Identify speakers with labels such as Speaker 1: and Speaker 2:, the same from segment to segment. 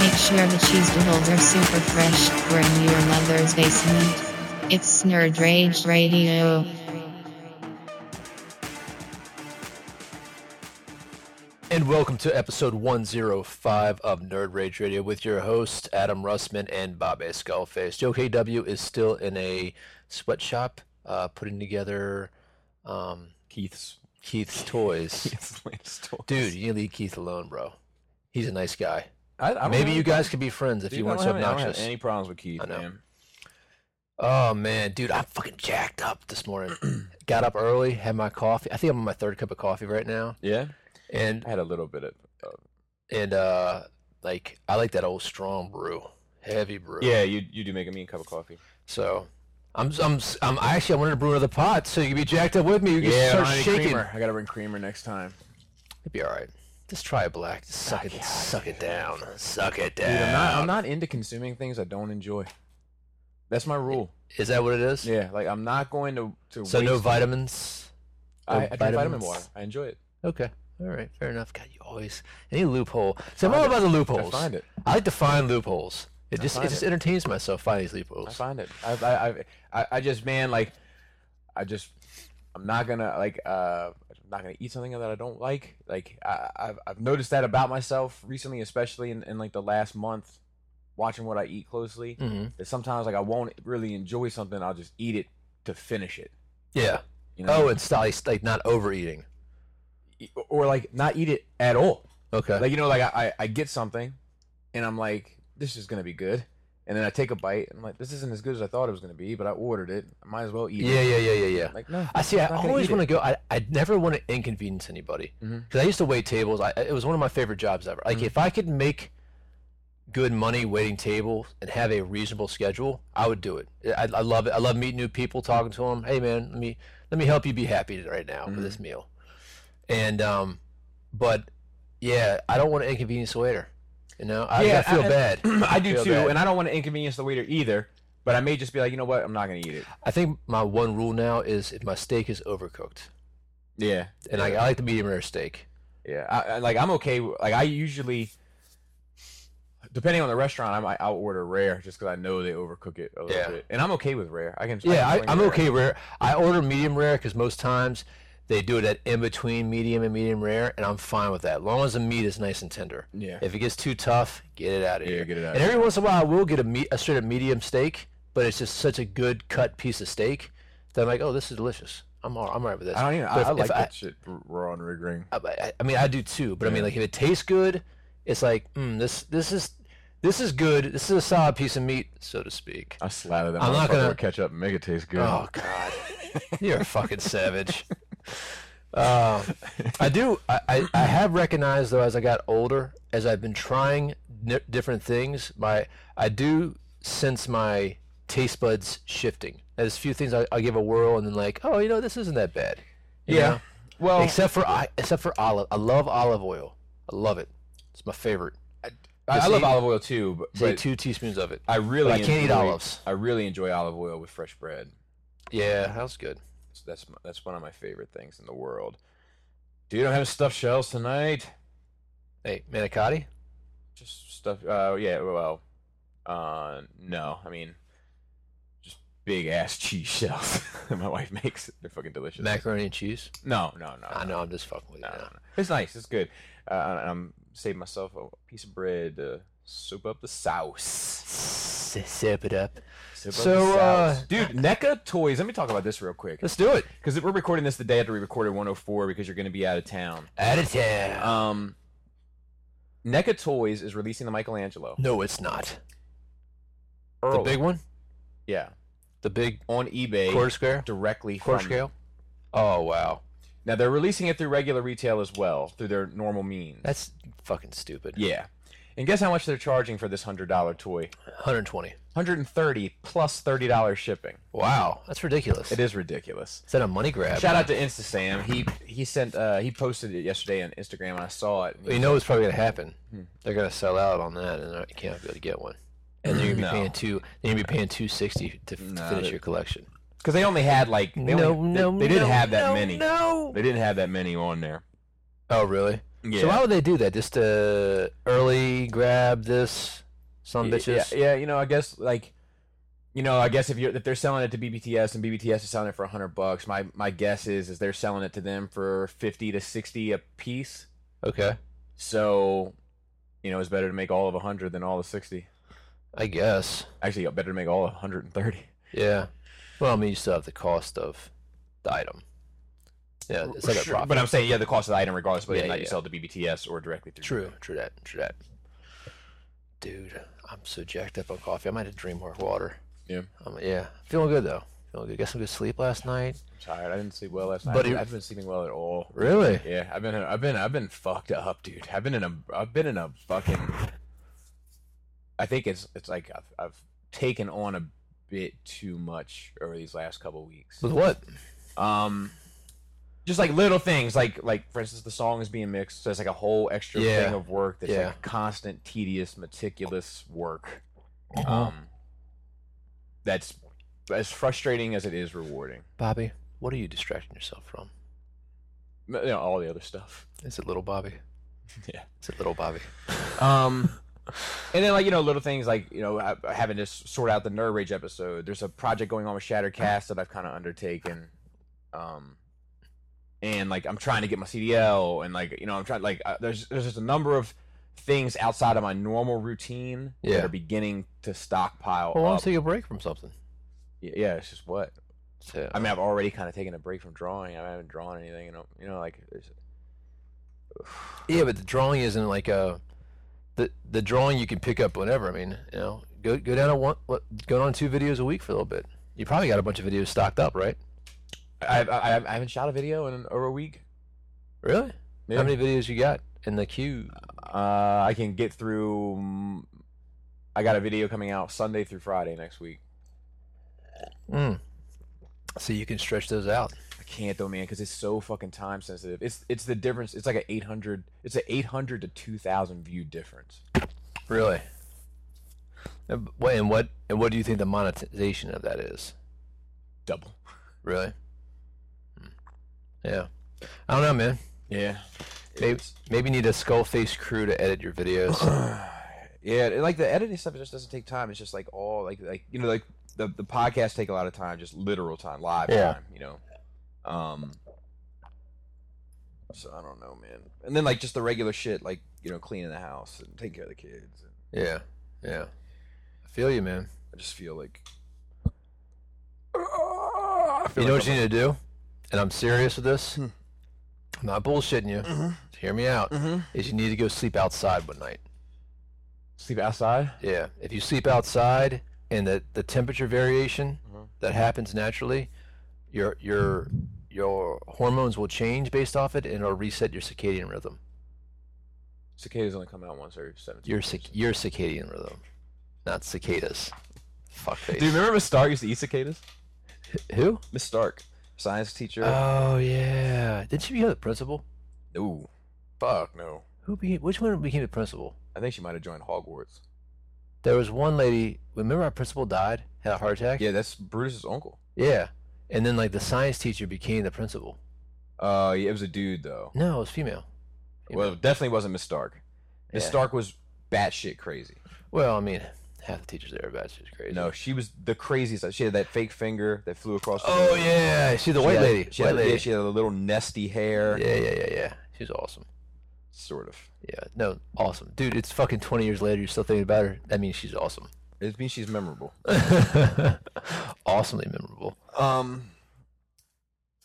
Speaker 1: Make sure the cheese doodles are super fresh. We're in your mother's basement. It's Nerd Rage Radio.
Speaker 2: And welcome to episode 105 of Nerd Rage Radio with your hosts, Adam Russman and Bob A. Skullface. Joe KW is still in a sweatshop uh, putting together um,
Speaker 3: Keith's
Speaker 2: Keith's toys.
Speaker 3: Keith's latest toys.
Speaker 2: Dude, you need to leave Keith alone, bro. He's a nice guy.
Speaker 3: I, I don't
Speaker 2: Maybe
Speaker 3: have-
Speaker 2: you guys could be friends if
Speaker 3: Dude,
Speaker 2: you
Speaker 3: I
Speaker 2: weren't
Speaker 3: don't
Speaker 2: so
Speaker 3: have any- I don't have
Speaker 2: obnoxious.
Speaker 3: any problems with Keith,
Speaker 2: I know.
Speaker 3: man?
Speaker 2: Oh, man. Dude, I'm fucking jacked up this morning. Got up early, had my coffee. I think I'm on my third cup of coffee right now.
Speaker 3: Yeah,
Speaker 2: And
Speaker 3: I had a little bit of. of-
Speaker 2: and uh like I like that old strong brew, heavy brew.
Speaker 3: yeah, you you do make me a cup of coffee.
Speaker 2: So I'm I'm I'm actually I wanted to brew another pot so you can be jacked up with me. You can start shaking.
Speaker 3: I gotta bring creamer next time.
Speaker 2: It'd be all right. Just try it black. Just suck it. Suck it down. Suck it down.
Speaker 3: Dude, I'm not I'm not into consuming things I don't enjoy. That's my rule.
Speaker 2: Is that what it is?
Speaker 3: Yeah, like I'm not going to to.
Speaker 2: So no
Speaker 3: waste-
Speaker 2: vitamins.
Speaker 3: I, I
Speaker 2: no
Speaker 3: drink vitamin
Speaker 2: vitamins?
Speaker 3: water. I enjoy it.
Speaker 2: Okay. All right. Fair enough. God, you always any loophole. So I'm all about the loopholes.
Speaker 3: find it.
Speaker 2: I like to find loopholes. It just it
Speaker 3: find
Speaker 2: just
Speaker 3: it.
Speaker 2: entertains myself finding these
Speaker 3: I
Speaker 2: loopholes.
Speaker 3: find it. I I I- I, I just man like, I just I'm not gonna like uh I'm not gonna eat something that I don't like. Like I I've, I've noticed that about myself recently, especially in, in like the last month, watching what I eat closely.
Speaker 2: hmm
Speaker 3: That sometimes like I won't really enjoy something. I'll just eat it to finish it.
Speaker 2: Yeah.
Speaker 3: You
Speaker 2: Oh,
Speaker 3: know?
Speaker 2: and style like not overeating.
Speaker 3: Oh, or like not eat it at all.
Speaker 2: Okay.
Speaker 3: Like you know, like I, I I get something, and I'm like, this is gonna be good. And then I take a bite, and I'm like, this isn't as good as I thought it was gonna be, but I ordered it. I might as well eat
Speaker 2: Yeah,
Speaker 3: it.
Speaker 2: yeah, yeah, yeah, yeah.
Speaker 3: Like no,
Speaker 2: I see. I
Speaker 3: I'm not gonna
Speaker 2: always
Speaker 3: eat
Speaker 2: want to
Speaker 3: it.
Speaker 2: go. I, I never want to inconvenience anybody because
Speaker 3: Mhm.
Speaker 2: I used to wait tables. I, it was one of my favorite jobs ever.
Speaker 3: Mm-hmm.
Speaker 2: Like if I could make good money waiting tables and have a reasonable schedule, I would do it. I, I love it. I love meeting new people, talking to them. Hey man, let me let me help you be happy right now with
Speaker 3: Mm-hmm.
Speaker 2: this meal. And um, but yeah, I don't want to inconvenience the waiter. You know, I, I feel bad.
Speaker 3: I do
Speaker 2: feel
Speaker 3: too,
Speaker 2: bad.
Speaker 3: and I don't want to inconvenience the waiter either. But I may just be like, you know what? I'm not gonna eat it.
Speaker 2: I think my one rule now is if my steak is overcooked,
Speaker 3: Yeah,
Speaker 2: and I, I like the medium rare steak.
Speaker 3: yeah. I, I, like I'm okay. with- Like I usually, depending on the restaurant, I might I'll order rare just because I know they overcook it a little
Speaker 2: Yeah.
Speaker 3: bit, and I'm okay with rare. I can. can
Speaker 2: Yeah, I,
Speaker 3: swing
Speaker 2: I'm
Speaker 3: rare.
Speaker 2: okay rare. I order medium rare because most times they do it at in between medium and medium rare, and I'm fine with that. As long as the meat is nice and tender.
Speaker 3: Yeah.
Speaker 2: If it gets too tough, get it out of
Speaker 3: Yeah,
Speaker 2: here.
Speaker 3: get it out
Speaker 2: And
Speaker 3: of
Speaker 2: every once in a while, I will get a, me- a straight up medium steak, but it's just such a good cut piece of steak that I'm like, oh, this is delicious. I'm all, I'm all right with this.
Speaker 3: I don't even.
Speaker 2: But
Speaker 3: I,
Speaker 2: if-
Speaker 3: I
Speaker 2: if
Speaker 3: like that shit raw and rig ring.
Speaker 2: I, I- I mean, I do too, but I mean, like if it tastes good, it's like, mm, this this is this is good. This is a solid piece of meat, so to speak.
Speaker 3: I slather that
Speaker 2: I'm not
Speaker 3: motherfucker
Speaker 2: gonna-
Speaker 3: with ketchup and make it taste good.
Speaker 2: Oh God, you're a fucking savage. Um, I do. I, I, I have recognized though, as I got older, as I've been trying n- different things, my I do sense my taste buds shifting. There's a few things I, I give a whirl, and then like, oh, you know, this isn't that bad. you
Speaker 3: yeah.
Speaker 2: know?
Speaker 3: Well,
Speaker 2: except for I, except for olive. I love olive oil. I love it. It's my favorite.
Speaker 3: I, I
Speaker 2: Just
Speaker 3: love
Speaker 2: eat-
Speaker 3: olive oil too, but,
Speaker 2: Say
Speaker 3: but
Speaker 2: two teaspoons of it.
Speaker 3: I really
Speaker 2: but I can't eat
Speaker 3: enjoy-
Speaker 2: olives.
Speaker 3: I really enjoy olive oil with fresh bread.
Speaker 2: Yeah, that was good.
Speaker 3: So that's my, that's one of my favorite things in the world. Do you don't have stuffed shells tonight?
Speaker 2: Hey, manicotti.
Speaker 3: Just stuff. Uh, yeah. Well, uh, no. I mean, just big ass cheese shells. that my wife makes they're fucking delicious.
Speaker 2: Macaroni and cheese.
Speaker 3: no, no, no.
Speaker 2: I know. I'm just fucking with you.
Speaker 3: No, no,
Speaker 2: now.
Speaker 3: no. It's nice. It's good. Uh, and I'm saving myself a piece of bread to soak up the sauce.
Speaker 2: S- Sip it up.
Speaker 3: Soak
Speaker 2: So, uh,
Speaker 3: sauce. dude, NECA toys. Let me talk about this real quick
Speaker 2: Let's do it.
Speaker 3: because we're recording this the day after we recorded 104 because you're going to be out of town.
Speaker 2: Out of town.
Speaker 3: Um, NECA Toys is releasing the Michelangelo.
Speaker 2: no, it's not. The
Speaker 3: Early.
Speaker 2: big one.
Speaker 3: yeah,
Speaker 2: The big
Speaker 3: on eBay
Speaker 2: quarter square.
Speaker 3: directly
Speaker 2: Quarter
Speaker 3: from.
Speaker 2: scale. Oh wow,
Speaker 3: Now they're releasing it through regular retail as well through their normal means.
Speaker 2: that's fucking stupid.
Speaker 3: yeah, And guess how much they're charging for this hundred dollar toy?
Speaker 2: 120.
Speaker 3: Hundred and thirty plus thirty dollars shipping.
Speaker 2: Wow, that's ridiculous.
Speaker 3: It is ridiculous.
Speaker 2: Is that a money grab?
Speaker 3: Shout out to Insta Sam. He he sent uh, he posted it yesterday on Instagram. and I saw it. and
Speaker 2: You
Speaker 3: he-
Speaker 2: know it's probably gonna happen.
Speaker 3: Hmm.
Speaker 2: They're gonna sell out on that, and you can't be able to get one. And then you're gonna be
Speaker 3: No.
Speaker 2: paying two. Then you're gonna be paying two sixty to f-
Speaker 3: No,
Speaker 2: finish
Speaker 3: that-
Speaker 2: your collection.
Speaker 3: Because they only had like they
Speaker 2: no,
Speaker 3: only- they-
Speaker 2: no,
Speaker 3: they didn't
Speaker 2: no,
Speaker 3: have that
Speaker 2: no,
Speaker 3: many.
Speaker 2: No.
Speaker 3: They didn't have that many on there.
Speaker 2: Oh, really?
Speaker 3: Yeah.
Speaker 2: So why would they do that? Just to early grab this, some
Speaker 3: Y-
Speaker 2: bitches.
Speaker 3: Yeah, yeah, you know, I guess like, you know, I guess if you're if they're selling it to BBTS and BBTS is selling it for hundred bucks, my my guess is is they're selling it to them for fifty to sixty a piece.
Speaker 2: Okay,
Speaker 3: So, you know, it's better to make all of hundred than all of sixty.
Speaker 2: I guess.
Speaker 3: Actually, better to make all of hundred and thirty.
Speaker 2: Yeah. Well, I mean, you still have the cost of the item. Yeah, it's like a
Speaker 3: Sure,
Speaker 2: profit.
Speaker 3: but I'm saying, yeah, the cost of the item, regardless, whether
Speaker 2: Yeah,
Speaker 3: or not
Speaker 2: yeah,
Speaker 3: you
Speaker 2: yeah.
Speaker 3: sell it to BBTS or directly through.
Speaker 2: True, true that, true that. Dude, I'm so jacked up on coffee. I might have to drink more water.
Speaker 3: Yeah.
Speaker 2: Um, yeah, feeling good though. Feeling good. Got some good sleep last night.
Speaker 3: I'm tired. I didn't sleep well last night.
Speaker 2: But
Speaker 3: But
Speaker 2: it-
Speaker 3: I've been sleeping well at all.
Speaker 2: Really?
Speaker 3: Yeah, I've been I've been I've been fucked up, dude. I've been in a I've been in a fucking. I think it's it's like I've I've taken on a bit too much over these last couple weeks.
Speaker 2: With what?
Speaker 3: Um, just like little things, like like for instance, the song is being mixed, so it's like a whole extra
Speaker 2: Yeah.
Speaker 3: thing of work that's
Speaker 2: Yeah.
Speaker 3: like constant, tedious, meticulous work.
Speaker 2: Uh-huh. Oh.
Speaker 3: Um, that's as frustrating as it is rewarding.
Speaker 2: Bobby, what are you distracting yourself from?
Speaker 3: You know, all the other stuff.
Speaker 2: Is it little Bobby?
Speaker 3: Yeah.
Speaker 2: Is it little Bobby?
Speaker 3: Um, and then like you know little things like you know I- I having to s- sort out the Nerd Rage episode. There's a project going on with Shattercast that I've kind of undertaken. Um, and like I'm trying to get my CDL, and like you know I'm trying like uh, there's there's just a number of things outside of my normal routine
Speaker 2: Yeah.
Speaker 3: that are beginning to stockpile.
Speaker 2: Well, why don't
Speaker 3: up.
Speaker 2: you take a break from something?
Speaker 3: Y- yeah, it's just what
Speaker 2: So,
Speaker 3: I mean. I've already kind of taken a break from drawing. I haven't drawn anything, and you know like there's,
Speaker 2: yeah, but the drawing isn't like a the the drawing you can pick up whenever. I mean, you know, go go down to one, what, go on two videos a week for a little bit. You probably got a bunch of videos stocked up, right?
Speaker 3: I, I I haven't shot a video in over a week.
Speaker 2: Really?
Speaker 3: Yeah.
Speaker 2: How many videos you got in the queue?
Speaker 3: Uh, I can get through. mm, I got a video coming out Sunday through Friday next week.
Speaker 2: Mm. So you can stretch those out.
Speaker 3: I can't though, man, because it's so fucking time sensitive. It's it's the difference. It's like an eight hundred. It's an eight hundred to two thousand view difference.
Speaker 2: Really? And b- and what and what do you think the monetization of that is?
Speaker 3: Double.
Speaker 2: Really? Hmm. Yeah. I don't know, man.
Speaker 3: Yeah.
Speaker 2: Maybe maybe you need a skull face crew to edit your videos.
Speaker 3: yeah, and, like the editing stuff it just doesn't take time. It's just like all like like you know like the the podcasts take a lot of time, just literal time, live
Speaker 2: Yeah.
Speaker 3: time. You know, um. So I don't know, man. And then like just the regular shit, like you know, cleaning the house and taking care of the kids. And
Speaker 2: yeah. Yeah. I feel you, man.
Speaker 3: I just feel like. Ah,
Speaker 2: You know what you need to do? And I'm serious with this.
Speaker 3: Hmm.
Speaker 2: I'm not bullshitting you. Hear me out.
Speaker 3: Mm-hmm.
Speaker 2: Is you need to go sleep outside one night.
Speaker 3: Sleep outside.
Speaker 2: Yeah, if you sleep outside and the, the temperature variation
Speaker 3: Mm-hmm.
Speaker 2: that happens naturally, your your your hormones will change based off it, and it'll reset your circadian rhythm.
Speaker 3: Cicadas only come out once every seventeen.
Speaker 2: Your cic- your circadian rhythm, not cicadas. Fuck face.
Speaker 3: Do you remember Miss Stark used to eat cicadas?
Speaker 2: Who?
Speaker 3: Miss Stark, science teacher.
Speaker 2: Oh yeah, did she become the principal?
Speaker 3: Ooh, fuck no.
Speaker 2: Who became? Which one became the principal?
Speaker 3: I think she might have joined Hogwarts.
Speaker 2: There was one lady. Remember our principal died, had a heart attack.
Speaker 3: Yeah, that's Brutus's uncle.
Speaker 2: Yeah, and then like the science teacher became the principal.
Speaker 3: Uh, yeah, it was a dude though.
Speaker 2: No, it was female.
Speaker 3: Well, it definitely wasn't Miss Stark. Miss
Speaker 2: Yeah.
Speaker 3: Stark was batshit crazy.
Speaker 2: Well, I mean, half the teachers there are batshit crazy.
Speaker 3: No, she was the craziest. She had that fake finger that flew across. the
Speaker 2: Oh
Speaker 3: room.
Speaker 2: yeah, she's the
Speaker 3: She
Speaker 2: white
Speaker 3: had-
Speaker 2: lady.
Speaker 3: She
Speaker 2: white
Speaker 3: had,
Speaker 2: lady.
Speaker 3: Yeah, she had a little nesty hair.
Speaker 2: yeah, yeah, yeah, yeah. She's awesome.
Speaker 3: Sort of.
Speaker 2: Yeah, no, awesome, dude. It's fucking twenty years later. You're still thinking about her. That means she's awesome.
Speaker 3: It means she's memorable.
Speaker 2: Awesomely memorable.
Speaker 3: Um,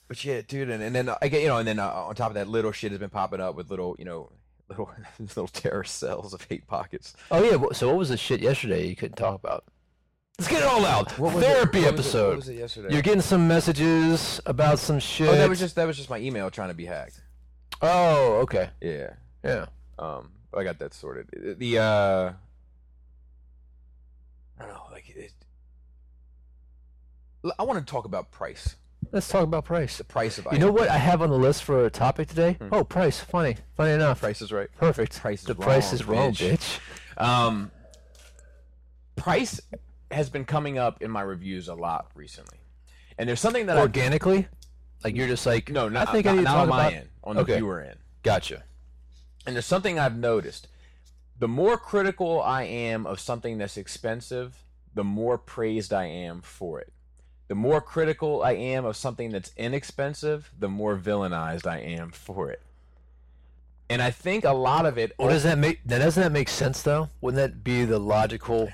Speaker 3: but yeah, dude, and, and then uh, I get you know, and then uh, on top of that, little shit has been popping up with little you know, little little terror cells of hate pockets.
Speaker 2: Oh yeah. wh- So what was the shit yesterday you couldn't talk about? Let's get it all out.
Speaker 3: was it?
Speaker 2: Therapy
Speaker 3: What was it?
Speaker 2: episode.
Speaker 3: What was it yesterday?
Speaker 2: You're getting some messages about some shit.
Speaker 3: Oh, that was just that was just my email trying to be hacked.
Speaker 2: Oh, okay.
Speaker 3: Yeah.
Speaker 2: Yeah.
Speaker 3: Um, Well, I got that sorted. The uh, I don't know. Like it, L- I want to talk about price.
Speaker 2: Let's talk about price.
Speaker 3: The price of
Speaker 2: You
Speaker 3: items.
Speaker 2: know what I have on the list for a topic today?
Speaker 3: Hmm.
Speaker 2: Oh, price. Funny. Funny enough.
Speaker 3: price is right.
Speaker 2: Perfect.
Speaker 3: Price is
Speaker 2: the price
Speaker 3: wrong,
Speaker 2: is wrong,
Speaker 3: bitch.
Speaker 2: bitch.
Speaker 3: Um, price has been coming up in my reviews a lot recently, and there's something that I
Speaker 2: Organically, like you're just like
Speaker 3: no, not,
Speaker 2: I think
Speaker 3: not,
Speaker 2: I need
Speaker 3: not
Speaker 2: to talk
Speaker 3: on my
Speaker 2: about.
Speaker 3: end, on the
Speaker 2: Okay.
Speaker 3: viewer end.
Speaker 2: Gotcha.
Speaker 3: And there's something I've noticed. The more critical I am of something that's expensive, the more praised I am for it. The more critical I am of something that's inexpensive, the more villainized I am for it. And I think a lot of it
Speaker 2: Well, does that make? Now, doesn't that make sense though? Wouldn't that be the logical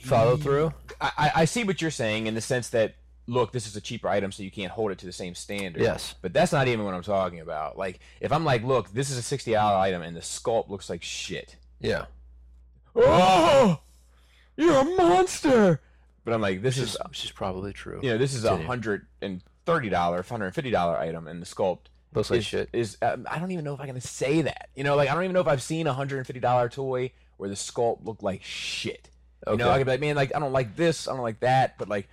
Speaker 2: follow through?
Speaker 3: I, I- I see what you're saying in the sense that look, this is a cheaper item, so you can't hold it to the same standard.
Speaker 2: Yes.
Speaker 3: But that's not even what I'm talking about. Like if I'm like, look, this is a sixty dollar item and the sculpt looks like shit.
Speaker 2: Yeah.
Speaker 3: Oh you're a monster. But I'm like, this
Speaker 2: Which is,
Speaker 3: is
Speaker 2: which is probably true.
Speaker 3: you know, this is a
Speaker 2: Continue.
Speaker 3: hundred and thirty dollar, hundred and fifty dollar item and the sculpt
Speaker 2: Looks like
Speaker 3: is,
Speaker 2: shit.
Speaker 3: Is um, I don't even know if I can say that. You know, like I don't even know if I've seen a hundred and fifty dollar toy where the sculpt looked like shit. You know,
Speaker 2: Okay.
Speaker 3: I could be like, man, like I don't like this, I don't like that, but like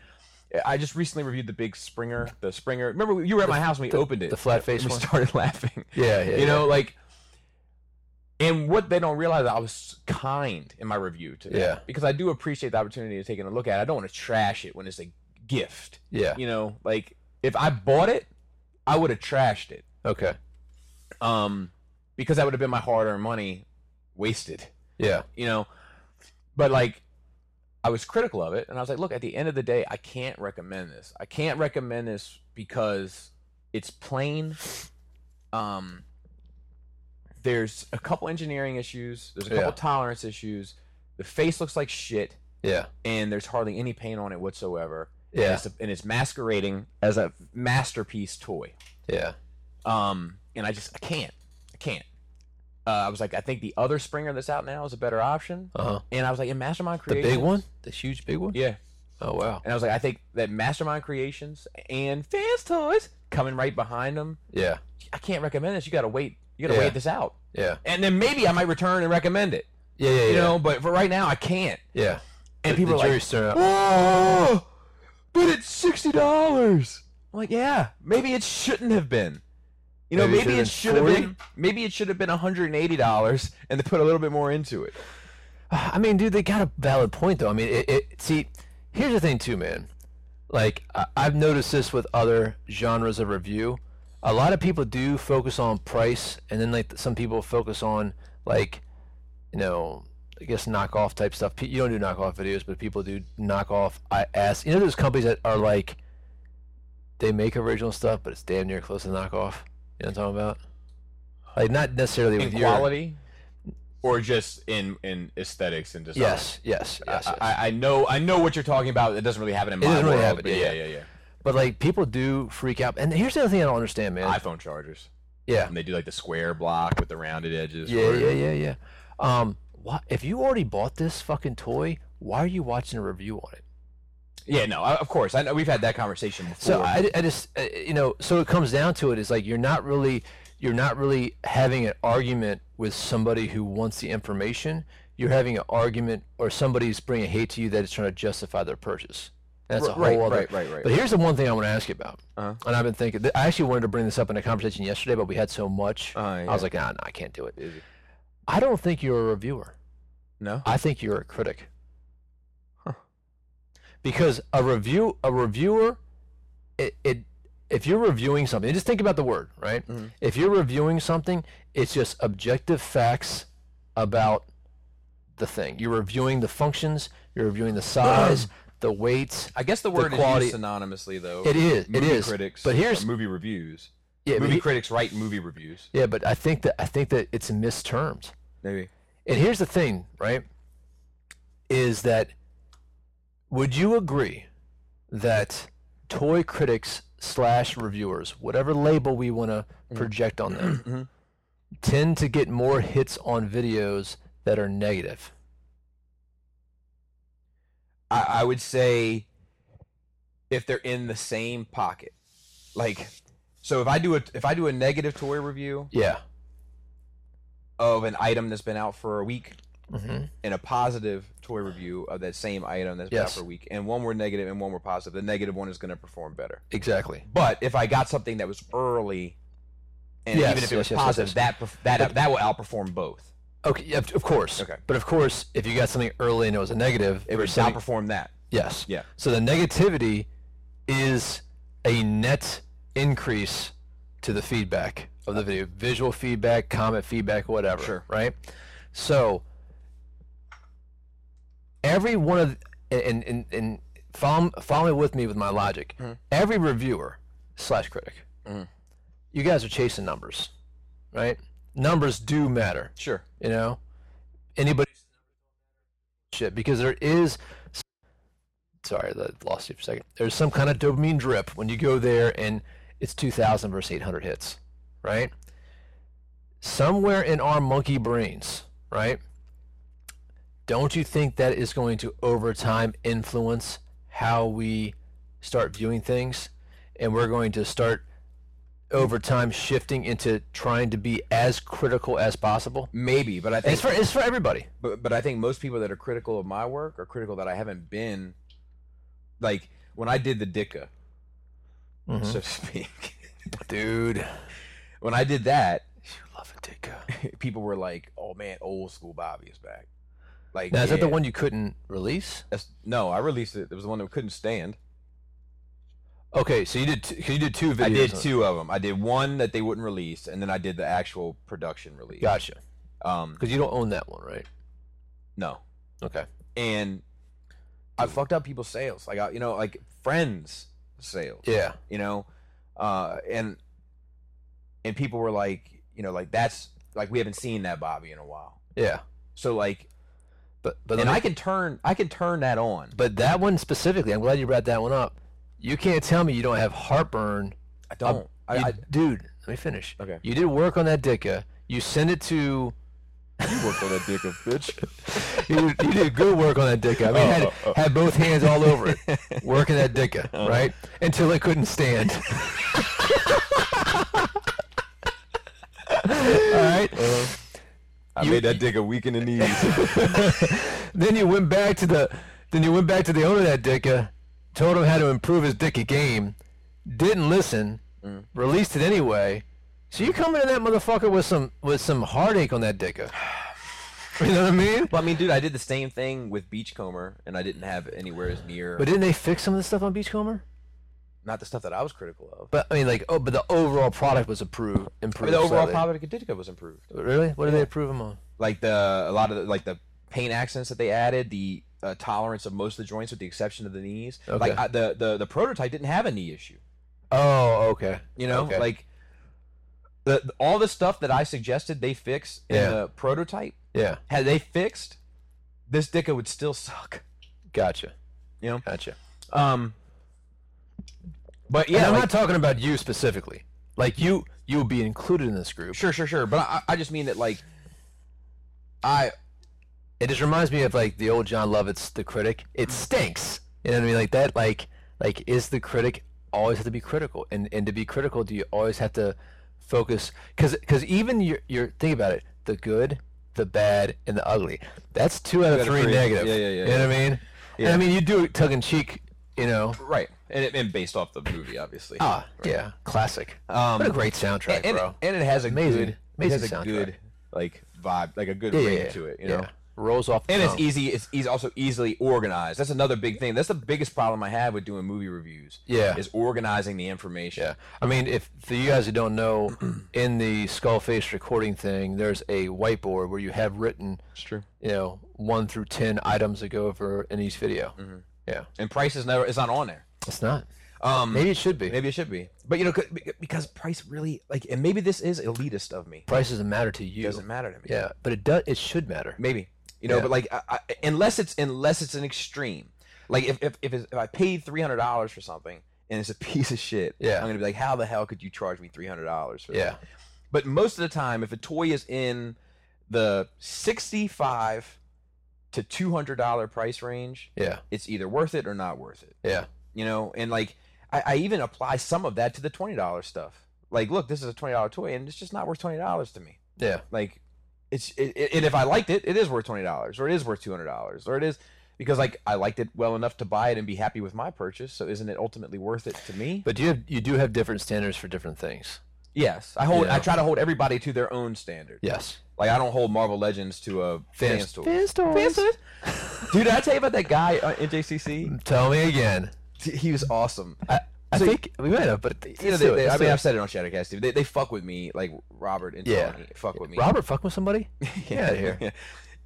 Speaker 3: I just recently reviewed the big Springer, the Springer. Remember, you were at my house when we opened it.
Speaker 2: the flat face
Speaker 3: and we
Speaker 2: one?
Speaker 3: started laughing.
Speaker 2: Yeah, yeah.
Speaker 3: you know, like, and what they don't realize, I was kind in my review to them
Speaker 2: Yeah.
Speaker 3: because I do appreciate the opportunity of taking a look at. it. I don't want to trash it when it's a gift.
Speaker 2: yeah.
Speaker 3: You know, like if I bought it, I would have trashed it
Speaker 2: Okay.
Speaker 3: um, because that would have been my hard-earned money wasted,
Speaker 2: Yeah.
Speaker 3: you know. But like, I was critical of it, and I was like, look, at the end of the day, I can't recommend this. I can't recommend this because it's plain. Um, there's a couple engineering issues. There's a couple
Speaker 2: Yeah.
Speaker 3: tolerance issues. The face looks like shit,
Speaker 2: Yeah.
Speaker 3: and there's hardly any paint on it whatsoever. And,
Speaker 2: Yeah.
Speaker 3: it's, and it's masquerading as a masterpiece toy.
Speaker 2: Yeah.
Speaker 3: Um, and I just I can't, I can't. Uh, I was like, I think the other Springer that's out now is a better option.
Speaker 2: Uh huh.
Speaker 3: And I was like, in Mastermind
Speaker 2: The
Speaker 3: Creations,
Speaker 2: big one. The huge big one.
Speaker 3: yeah.
Speaker 2: Oh wow.
Speaker 3: And I was like, I think that Mastermind Creations and Fans Toys coming right behind them.
Speaker 2: Yeah.
Speaker 3: I can't recommend this. You gotta wait. You gotta
Speaker 2: Yeah.
Speaker 3: wait this out.
Speaker 2: Yeah.
Speaker 3: And then maybe I might return and recommend it.
Speaker 2: Yeah. Yeah.
Speaker 3: You
Speaker 2: yeah.
Speaker 3: know, but for right now, I can't.
Speaker 2: Yeah.
Speaker 3: And
Speaker 2: The-
Speaker 3: people
Speaker 2: the
Speaker 3: are like,
Speaker 2: jury's still out.
Speaker 3: oh, but it's sixty dollars. I'm like, yeah, maybe it shouldn't have been. You know,
Speaker 2: Maybe it
Speaker 3: maybe, it should
Speaker 2: should've
Speaker 3: have
Speaker 2: been
Speaker 3: been. Maybe it should have been one hundred and eighty dollars, and they put a little bit more into it.
Speaker 2: I mean, dude, they got a valid point though. I mean, it, it see, here's the thing too, man. Like I, I've noticed this with other genres of review. A lot of people do focus on price, and then like some people focus on like, you know, I guess knockoff type stuff. Pe- You don't do knockoff videos, but people do knockoff. I ask, you know, those companies that are like, they make original stuff, but it's damn near close to knockoff. You know what I'm talking about? Like not necessarily
Speaker 3: In
Speaker 2: with your
Speaker 3: quality, or just in in aesthetics and design.
Speaker 2: yes, yes, yes.
Speaker 3: I-
Speaker 2: yes.
Speaker 3: I, I know. I know what you're talking about. It doesn't really happen in my
Speaker 2: doesn't
Speaker 3: world.
Speaker 2: really happen,
Speaker 3: but
Speaker 2: yeah,
Speaker 3: yeah, yeah, yeah.
Speaker 2: But like people do freak out, and here's the other thing I don't understand, man.
Speaker 3: iPhone chargers,
Speaker 2: yeah,
Speaker 3: and they do like the square block with the rounded edges.
Speaker 2: yeah,
Speaker 3: or-
Speaker 2: yeah, yeah, yeah. Um, why, if you already bought this fucking toy, why are you watching a review on it?
Speaker 3: yeah. No, I, of course. I know we've had that conversation before.
Speaker 2: So I, I just, uh, you know, so it comes down to it is like you're not really, you're not really having an argument with somebody who wants the information. You're having an argument, or somebody's bringing hate to you that is trying to justify their purchase. That's a
Speaker 3: R-
Speaker 2: whole
Speaker 3: right,
Speaker 2: other.
Speaker 3: right, right, right.
Speaker 2: But here's the one thing I want to ask you about,
Speaker 3: Uh-huh.
Speaker 2: and I've been thinking. I actually wanted to bring this up in a conversation yesterday, but we had so much.
Speaker 3: Uh,
Speaker 2: I
Speaker 3: yeah.
Speaker 2: was like, nah, nah, I can't do it. I don't think you're a reviewer.
Speaker 3: no.
Speaker 2: I think you're a critic.
Speaker 3: Huh.
Speaker 2: Because a review, a reviewer, it, it, if you're reviewing something, just think about the word, right?
Speaker 3: Mhm.
Speaker 2: If you're reviewing something, it's just objective facts about the thing. You're reviewing the functions. You're reviewing the size, the weights.
Speaker 3: I guess the word
Speaker 2: quality-
Speaker 3: is used synonymously though.
Speaker 2: It is.
Speaker 3: movie
Speaker 2: it is.
Speaker 3: critics.
Speaker 2: but here's
Speaker 3: uh, movie reviews.
Speaker 2: yeah, but
Speaker 3: movie
Speaker 2: he-
Speaker 3: critics write movie reviews.
Speaker 2: yeah, but I think that I think that it's mistermed.
Speaker 3: Maybe.
Speaker 2: And here's the thing, right? Is that would you agree that toy critics slash reviewers, whatever label we want to
Speaker 3: Mm-hmm.
Speaker 2: project on them,
Speaker 3: Mhm.
Speaker 2: tend to get more hits on videos that are negative?
Speaker 3: I, I would say if they're in the same pocket, like so if I do a if I do a negative toy review,
Speaker 2: Yeah.
Speaker 3: of an item that's been out for a week
Speaker 2: Mm-hmm.
Speaker 3: and a positive toy review of that same item that's been out
Speaker 2: Yes.
Speaker 3: for a week, and one were negative and one were positive. The negative one is going to perform better.
Speaker 2: Exactly.
Speaker 3: But if I got something that was early, and
Speaker 2: Yes,
Speaker 3: even if it
Speaker 2: yes, yes,
Speaker 3: was
Speaker 2: yes,
Speaker 3: positive,
Speaker 2: yes.
Speaker 3: that perf- that that that will outperform both.
Speaker 2: Okay. yeah, Of of course.
Speaker 3: Okay.
Speaker 2: But of course, if you got something early and it was a negative,
Speaker 3: It
Speaker 2: or
Speaker 3: would
Speaker 2: something-
Speaker 3: outperform that.
Speaker 2: Yes.
Speaker 3: Yeah.
Speaker 2: So the negativity is a net increase to the feedback of the video, visual feedback, comment feedback, whatever.
Speaker 3: Sure.
Speaker 2: Right. So every one of and and and follow follow with me with my logic.
Speaker 3: Mm-hmm.
Speaker 2: Every reviewer slash critic,
Speaker 3: Mhm.
Speaker 2: you guys are chasing numbers, right? Numbers do matter
Speaker 3: Sure.
Speaker 2: you know anybody shit because there is sorry I lost you for a second there's some kind of dopamine drip when you go there and it's 2000 versus 800 hits right somewhere in our monkey brains right don't you think that is going to over time influence how we start viewing things and we're going to start over time shifting into trying to be as critical as possible
Speaker 3: Maybe, but I think
Speaker 2: it's for it's for everybody.
Speaker 3: but, but I think most people that are critical of my work are critical that I haven't been like when I did the Dicka, so to speak.
Speaker 2: Mm-hmm. Dude,
Speaker 3: when I did that,
Speaker 2: love a Dicka.
Speaker 3: people were like, "Oh man, old school Bobby is back." Like
Speaker 2: Now is that the
Speaker 3: yeah,
Speaker 2: one you couldn't release?
Speaker 3: that's- no, I released it. It was the one that couldn't stand.
Speaker 2: Okay, so you did two, you did two videos.
Speaker 3: I did
Speaker 2: on it.
Speaker 3: two of them. I did one that they wouldn't release, and then I did the actual production release.
Speaker 2: Gotcha.
Speaker 3: Um,
Speaker 2: Because you don't own that one, right?
Speaker 3: no,
Speaker 2: Okay.
Speaker 3: and I fucked up people's sales. Like I, you know, like friends' sales.
Speaker 2: Yeah.
Speaker 3: you know uh and and people were like you know like that's like we haven't seen that bobby in a while
Speaker 2: Yeah.
Speaker 3: so like
Speaker 2: But but
Speaker 3: and
Speaker 2: let me-
Speaker 3: i can turn i can turn that on
Speaker 2: but that one specifically, I'm glad you brought that one up. You can't tell me you don't have heartburn.
Speaker 3: i don't I,
Speaker 2: You-
Speaker 3: I,
Speaker 2: dude, let me finish.
Speaker 3: Okay.
Speaker 2: You did work on that Dicka. You send it to
Speaker 3: you worked on that dick of bitch
Speaker 2: you, you did good work on that Dicka. I mean,
Speaker 3: Oh,
Speaker 2: had,
Speaker 3: oh, oh.
Speaker 2: had both hands all over it, working that Dicka, right? Until it couldn't stand. all right.
Speaker 3: i
Speaker 2: You-
Speaker 3: made that dick a weekend in the knees
Speaker 2: Then you went back to the, then you went back to the owner of that Dicka, told him how to improve his Dicka game, didn't listen, released it anyway. So you coming in that motherfucker with some with some heartache on that Dicka. You know what I mean?
Speaker 3: well i mean dude i did the same thing with beachcomber and i didn't have anywhere as near
Speaker 2: But didn't they fix some of the stuff on Beachcomber?
Speaker 3: not the stuff that i was critical of
Speaker 2: But I mean, like, oh, but the overall product was approved,
Speaker 3: I
Speaker 2: improved.
Speaker 3: mean, the overall
Speaker 2: slightly.
Speaker 3: product of Ditka was improved
Speaker 2: Really? What did they approve them on?
Speaker 3: like the a lot of the, like the paint accents that they added, the uh, tolerance of most of the joints with the exception of the knees.
Speaker 2: Okay.
Speaker 3: Like I, the, the the prototype didn't have a knee issue.
Speaker 2: Oh, okay.
Speaker 3: You know,
Speaker 2: Okay.
Speaker 3: like the, the- all the stuff that I suggested they fix in
Speaker 2: Yeah.
Speaker 3: the prototype
Speaker 2: Yeah,
Speaker 3: had they fixed, this dicka would still suck.
Speaker 2: gotcha,
Speaker 3: You know,
Speaker 2: gotcha.
Speaker 3: um, but
Speaker 2: Yeah,
Speaker 3: yeah,
Speaker 2: I'm
Speaker 3: like-
Speaker 2: not talking about you specifically. Like you, you'll be included in this group.
Speaker 3: sure, sure, sure. But I, I just mean that like I
Speaker 2: It just reminds me of like the old John Lovitz, the critic.
Speaker 3: Mm.
Speaker 2: It stinks. You know what I mean? Like that. Like, like is the critic always have to be critical? And and to be critical, do you always have to focus? Because because even your your think about it, the good, the bad, and the ugly. That's two out of
Speaker 3: Two
Speaker 2: three, negative.
Speaker 3: Yeah, yeah, yeah,
Speaker 2: You know what I mean? And I mean you do it tongue in cheek. You know.
Speaker 3: right, and, it, and based off the movie, obviously.
Speaker 2: Ah, yeah, classic.
Speaker 3: Um,
Speaker 2: what a great soundtrack,
Speaker 3: and, and-
Speaker 2: bro.
Speaker 3: and it has a
Speaker 2: Amazing.
Speaker 3: good,
Speaker 2: Amazing
Speaker 3: it has a
Speaker 2: soundtrack.
Speaker 3: good like vibe, like a good
Speaker 2: yeah,
Speaker 3: ring
Speaker 2: yeah,
Speaker 3: to it, you
Speaker 2: yeah. Um,
Speaker 3: know.
Speaker 2: rolls off. The
Speaker 3: And it's
Speaker 2: tongue.
Speaker 3: easy. It's easy, also easily organized. That's another big thing. That's the biggest problem I have with doing movie reviews.
Speaker 2: Yeah.
Speaker 3: is organizing the information.
Speaker 2: Yeah, I mean, if for you guys who don't know, in the Skullface recording thing, there's a whiteboard where you have written,
Speaker 3: it's true.
Speaker 2: you know, one through ten items to go over in each video.
Speaker 3: Mm-hmm.
Speaker 2: Yeah,
Speaker 3: And price is never. It's not on there.
Speaker 2: it's not.
Speaker 3: Um, maybe,
Speaker 2: Maybe it should be.
Speaker 3: it should be. But you know, 'cause- because price really like, and maybe this is elitist of me.
Speaker 2: Price doesn't matter to you.
Speaker 3: It doesn't matter to me.
Speaker 2: Yeah, but it does. It should matter.
Speaker 3: Maybe you know,
Speaker 2: Yeah.
Speaker 3: but like I, I, unless it's unless it's an extreme. Like if if if, it's, if I paid three hundred dollars for something and it's a piece of shit,
Speaker 2: Yeah.
Speaker 3: I'm gonna be like, how the hell could you charge me three hundred dollars for
Speaker 2: Yeah.
Speaker 3: that? But most of the time, if a toy is in the sixty-five to two hundred dollar price range,
Speaker 2: Yeah.
Speaker 3: it's either worth it or not worth it.
Speaker 2: Yeah.
Speaker 3: You know, and like I, I even apply some of that to the twenty dollar stuff. Like, look, this is a twenty dollar toy, and it's just not worth twenty dollars to me.
Speaker 2: Yeah.
Speaker 3: Like, it's it, it, and if I liked it, it is worth twenty dollars, or it is worth two hundred dollars, or it is because like I liked it well enough to buy it and be happy with my purchase. So isn't it ultimately worth it to me?
Speaker 2: But do you have, you do have different standards for different things.
Speaker 3: Yes, I hold.
Speaker 2: Yeah.
Speaker 3: I try to hold everybody to their own standard.
Speaker 2: Yes.
Speaker 3: Like I don't hold Marvel Legends to a fan store.
Speaker 2: Fan stores.
Speaker 3: Dude, did I tell you about that guy uh, in JCC?
Speaker 2: Tell me again.
Speaker 3: T- He was awesome.
Speaker 2: I, I
Speaker 3: So-
Speaker 2: think we might have, but
Speaker 3: You know, they, they- I mean, I've said it on Shadowcast. dude. They, they fuck with me, like Robert and
Speaker 2: Yeah.
Speaker 3: Tony fuck with me.
Speaker 2: Robert fuck with somebody? Get outta here.
Speaker 3: Yeah.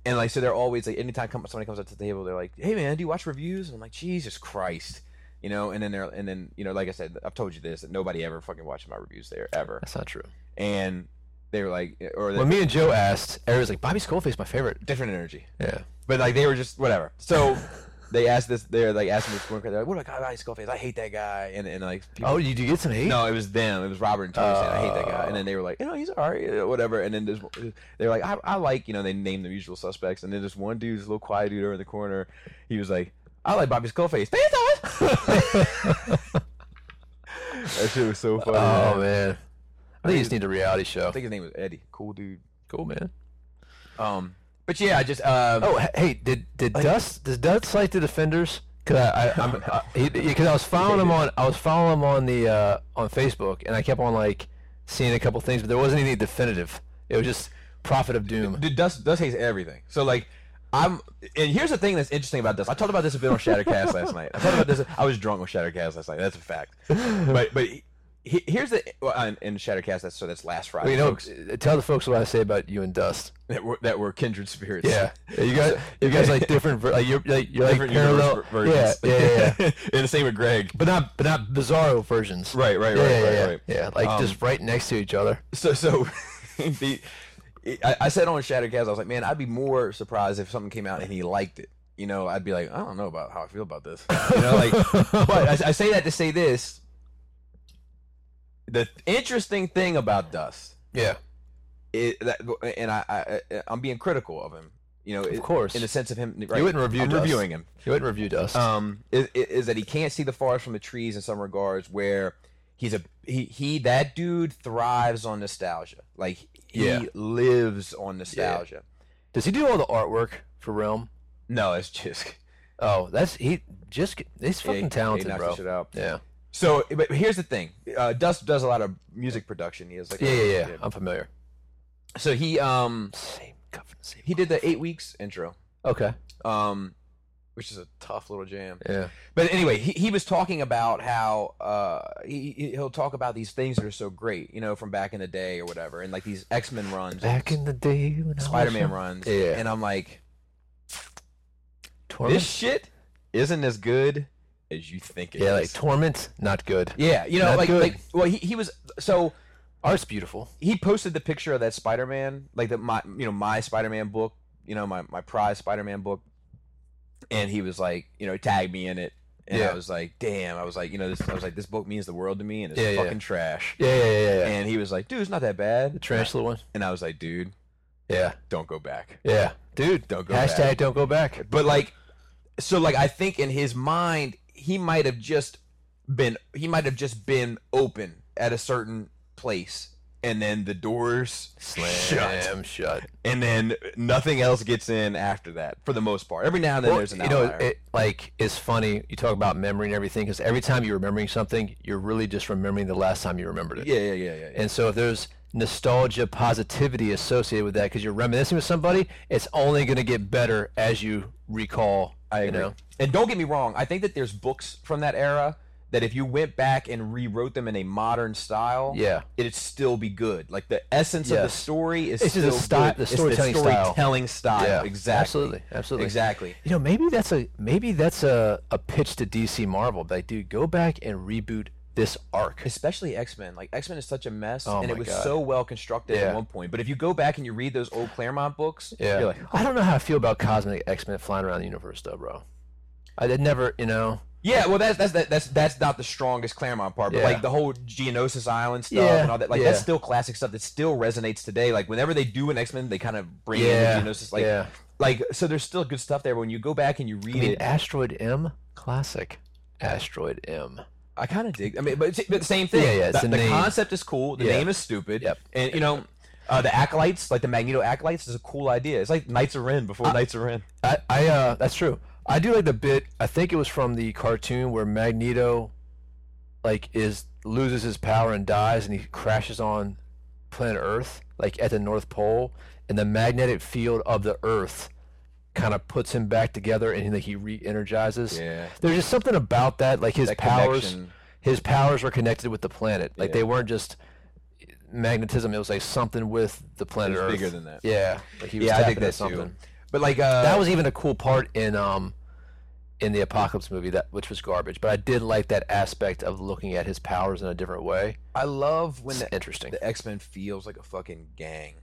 Speaker 3: And like, so they're always like, anytime come, somebody comes up to the table, they're like, "Hey, man, do you watch reviews?" And I'm like, "Jesus Christ." You know, and then they're, and then you know, like I said, I've told you this that nobody ever fucking watches my reviews there ever,
Speaker 2: That's not true.
Speaker 3: and they were like, eh, or the,
Speaker 2: When me and Joe asked, Eric was like, "Bobby Skullface, my favorite."
Speaker 3: different energy.
Speaker 2: Yeah.
Speaker 3: But like they were just whatever. So they asked this. They're like asking this one. They're like, "What about Guy Skullface? I hate that guy." And and like, people,
Speaker 2: Oh, you do get some hate?
Speaker 3: no, it was them. It was Robert and Tony saying, "I hate that guy." And then they were like, "You know, he's all right, uh, whatever." And then there's they were like, I, "I like," you know, they named the usual suspects. And then this one dude, this little quiet dude over in the corner, he was like, "I like Bobby Skullface."
Speaker 2: Oh,
Speaker 3: that shit was so funny.
Speaker 2: Oh
Speaker 3: man.
Speaker 2: man. I think you just need a reality show.
Speaker 3: I think his name was Eddie. Cool dude.
Speaker 2: Cool man.
Speaker 3: Um, but yeah, I just um,
Speaker 2: Oh, h- hey, did did Dust did Dust cite the defenders? Cause I, I I'm I, he, because I was following him on I was following him on the uh, on Facebook and I kept on like seeing a couple things, but there wasn't anything definitive. It was just Prophet of Doom.
Speaker 3: Dude, Dust Dust hates everything. So like, I'm and here's the thing that's interesting about Dust. I talked about this a bit on Shattercast last night. I talked about this. I was drunk on Shattercast last night. That's a fact. But but he, he- here's the well, and, and Shattercast. That's so that's last Friday.
Speaker 2: Well, you know,
Speaker 3: folks,
Speaker 2: uh, tell the folks what I say about you and Dust.
Speaker 3: that we're, that we're kindred spirits.
Speaker 2: Yeah, you guys, you guys like different, ver- like you're like you're like
Speaker 3: Different
Speaker 2: parallel,
Speaker 3: universe ver- versions.
Speaker 2: yeah, yeah, yeah, yeah.
Speaker 3: and the same with Greg.
Speaker 2: but not but not bizarro versions.
Speaker 3: Right, right, right,
Speaker 2: yeah, yeah,
Speaker 3: right,
Speaker 2: yeah,
Speaker 3: right.
Speaker 2: yeah, like
Speaker 3: Um,
Speaker 2: just right next to each other.
Speaker 3: so so the I, I said on Shattercast, I was like, man, I'd be more surprised if something came out and he liked it. You know, I'd be like, I don't know about how I feel about this. You know, like, but I, I say that to say this. The interesting thing about Dust,
Speaker 2: Yeah,
Speaker 3: is that, and I, I, I- I'm being critical of him. You know, of
Speaker 2: course.
Speaker 3: in the sense of him. Right,
Speaker 2: wouldn't review
Speaker 3: I'm
Speaker 2: Dust.
Speaker 3: reviewing him
Speaker 2: you wouldn't review Dust.
Speaker 3: um, is, is that he can't see the forest from the trees in some regards where he's a he, he that dude thrives on nostalgia like he
Speaker 2: Yeah.
Speaker 3: lives on nostalgia
Speaker 2: Does he do all the artwork for Realm?
Speaker 3: no it's just
Speaker 2: Oh, that's he just he's fucking
Speaker 3: he- he
Speaker 2: talented,
Speaker 3: knocks the
Speaker 2: bro.
Speaker 3: shit out.
Speaker 2: Yeah.
Speaker 3: so but here's the thing uh, dust does a lot of music production he is like a-
Speaker 2: yeah, yeah, yeah, Um, I'm familiar.
Speaker 3: so he um
Speaker 2: Same covenant, same.
Speaker 3: he did the eight weeks intro
Speaker 2: Okay.
Speaker 3: um which is a tough little jam
Speaker 2: Yeah.
Speaker 3: But anyway, he, he was talking about how uh, he, he- he'll talk about these things that are so great, you know, from back in the day or whatever, and like these X Men runs,
Speaker 2: Back in the day, when I was
Speaker 3: Spider Man
Speaker 2: a
Speaker 3: runs,
Speaker 2: Yeah.
Speaker 3: and I'm like,
Speaker 2: torment.
Speaker 3: this shit isn't as good as you think it is.
Speaker 2: yeah, like torment, not good.
Speaker 3: yeah, you know,
Speaker 2: not
Speaker 3: like,
Speaker 2: good.
Speaker 3: like, well, he, he was so
Speaker 2: Art's beautiful.
Speaker 3: he posted the picture of that Spider Man, like the my you know my Spider Man book, you know my my prize Spider Man book, and he was like, you know, tagged me in it, and
Speaker 2: Yeah.
Speaker 3: I was like, damn, I was like, you know, this I was like, this book means the world to me, and it's
Speaker 2: Yeah, yeah.
Speaker 3: fucking trash.
Speaker 2: Yeah, yeah, yeah, yeah.
Speaker 3: And he was like, dude, it's not that
Speaker 2: the
Speaker 3: bad.
Speaker 2: tarantula one.
Speaker 3: And I was like, dude,
Speaker 2: Yeah,
Speaker 3: don't go back.
Speaker 2: yeah, dude.
Speaker 3: Don't go
Speaker 2: Hashtag
Speaker 3: back.
Speaker 2: don't go back.
Speaker 3: But like, so like, I think in his mind, he might have just been, he might have just been open at a certain place, and then the doors shut.
Speaker 2: Slam shut.
Speaker 3: and then nothing else gets in after that for the most part. Every now and then
Speaker 2: Well,
Speaker 3: there's an
Speaker 2: you know,
Speaker 3: outlier.
Speaker 2: it, like it's funny you talk about memory and everything because every time you're remembering something, you're really just remembering the last time you remembered it.
Speaker 3: yeah, yeah, yeah, yeah. yeah.
Speaker 2: And so if there's nostalgia positivity associated with that because you're reminiscing with somebody, it's only going to get better as you recall.
Speaker 3: I
Speaker 2: You
Speaker 3: agree.
Speaker 2: know?
Speaker 3: And don't get me wrong, I think that there's books from that era that if you went back and rewrote them in a modern style,
Speaker 2: Yeah.
Speaker 3: it'd still be good. Like the essence of the
Speaker 2: Yes.
Speaker 3: story is
Speaker 2: It's just
Speaker 3: still
Speaker 2: the sty-
Speaker 3: good.
Speaker 2: the
Speaker 3: It's the
Speaker 2: storytelling style.
Speaker 3: storytelling style.
Speaker 2: Yeah.
Speaker 3: Exactly.
Speaker 2: Absolutely. Absolutely.
Speaker 3: Exactly.
Speaker 2: You know, maybe that's a maybe that's a, a pitch to DC Marvel. Like, dude, go back and reboot this arc.
Speaker 3: Especially X Men. Like X Men is such a mess,
Speaker 2: Oh
Speaker 3: and it
Speaker 2: my
Speaker 3: was
Speaker 2: God.
Speaker 3: so well constructed
Speaker 2: Yeah.
Speaker 3: at one point. But if you go back and you read those old Claremont books,
Speaker 2: Yeah.
Speaker 3: you're like,
Speaker 2: I don't know how I feel about cosmic X Men flying around the universe, though, bro. I did never, you know.
Speaker 3: Yeah, well, that's that's that, that's that's not the strongest Claremont part, but
Speaker 2: Yeah.
Speaker 3: like the whole Geonosis Island stuff
Speaker 2: Yeah,
Speaker 3: and all that, like
Speaker 2: yeah.
Speaker 3: that's still classic stuff that still resonates today. Like whenever they do an X Men, they kind of bring
Speaker 2: Yeah,
Speaker 3: in the Geonosis, like
Speaker 2: yeah.
Speaker 3: like so. There's still good stuff there. But when you go back and you read
Speaker 2: I mean,
Speaker 3: it,
Speaker 2: Asteroid M, classic. Asteroid M.
Speaker 3: I kind of dig. I mean, but, it's- but same thing.
Speaker 2: Yeah, yeah, it's
Speaker 3: the,
Speaker 2: the
Speaker 3: the
Speaker 2: name.
Speaker 3: concept is cool. The
Speaker 2: Yeah.
Speaker 3: name is stupid.
Speaker 2: Yep.
Speaker 3: And you know, Uh, the acolytes, like the Magneto acolytes, is a cool idea. It's like Knights of Ren
Speaker 2: Uh,
Speaker 3: before Knights of Ren.
Speaker 2: I, I uh, that's true. I do like the bit. I think it was from the cartoon where Magneto, like, is loses his power and dies, and he crashes on planet Earth, like at the North Pole, and the magnetic field of the Earth kind of puts him back together, and he, like he re-energizes.
Speaker 3: Yeah.
Speaker 2: There's just something about that, like his
Speaker 3: That
Speaker 2: powers.
Speaker 3: connection.
Speaker 2: His powers were connected with the planet. Like
Speaker 3: Yeah.
Speaker 2: they weren't just magnetism. It was like something with the planet
Speaker 3: It's
Speaker 2: Earth.
Speaker 3: bigger than that.
Speaker 2: Yeah. Like he was
Speaker 3: Yeah, I think
Speaker 2: tapping into
Speaker 3: that's something. But like, uh,
Speaker 2: that was even a cool part in um in the apocalypse movie that which was garbage but i did like that aspect of looking at his powers in a different way
Speaker 3: I love when
Speaker 2: it's
Speaker 3: the,
Speaker 2: interesting
Speaker 3: the X Men feels like a fucking gang.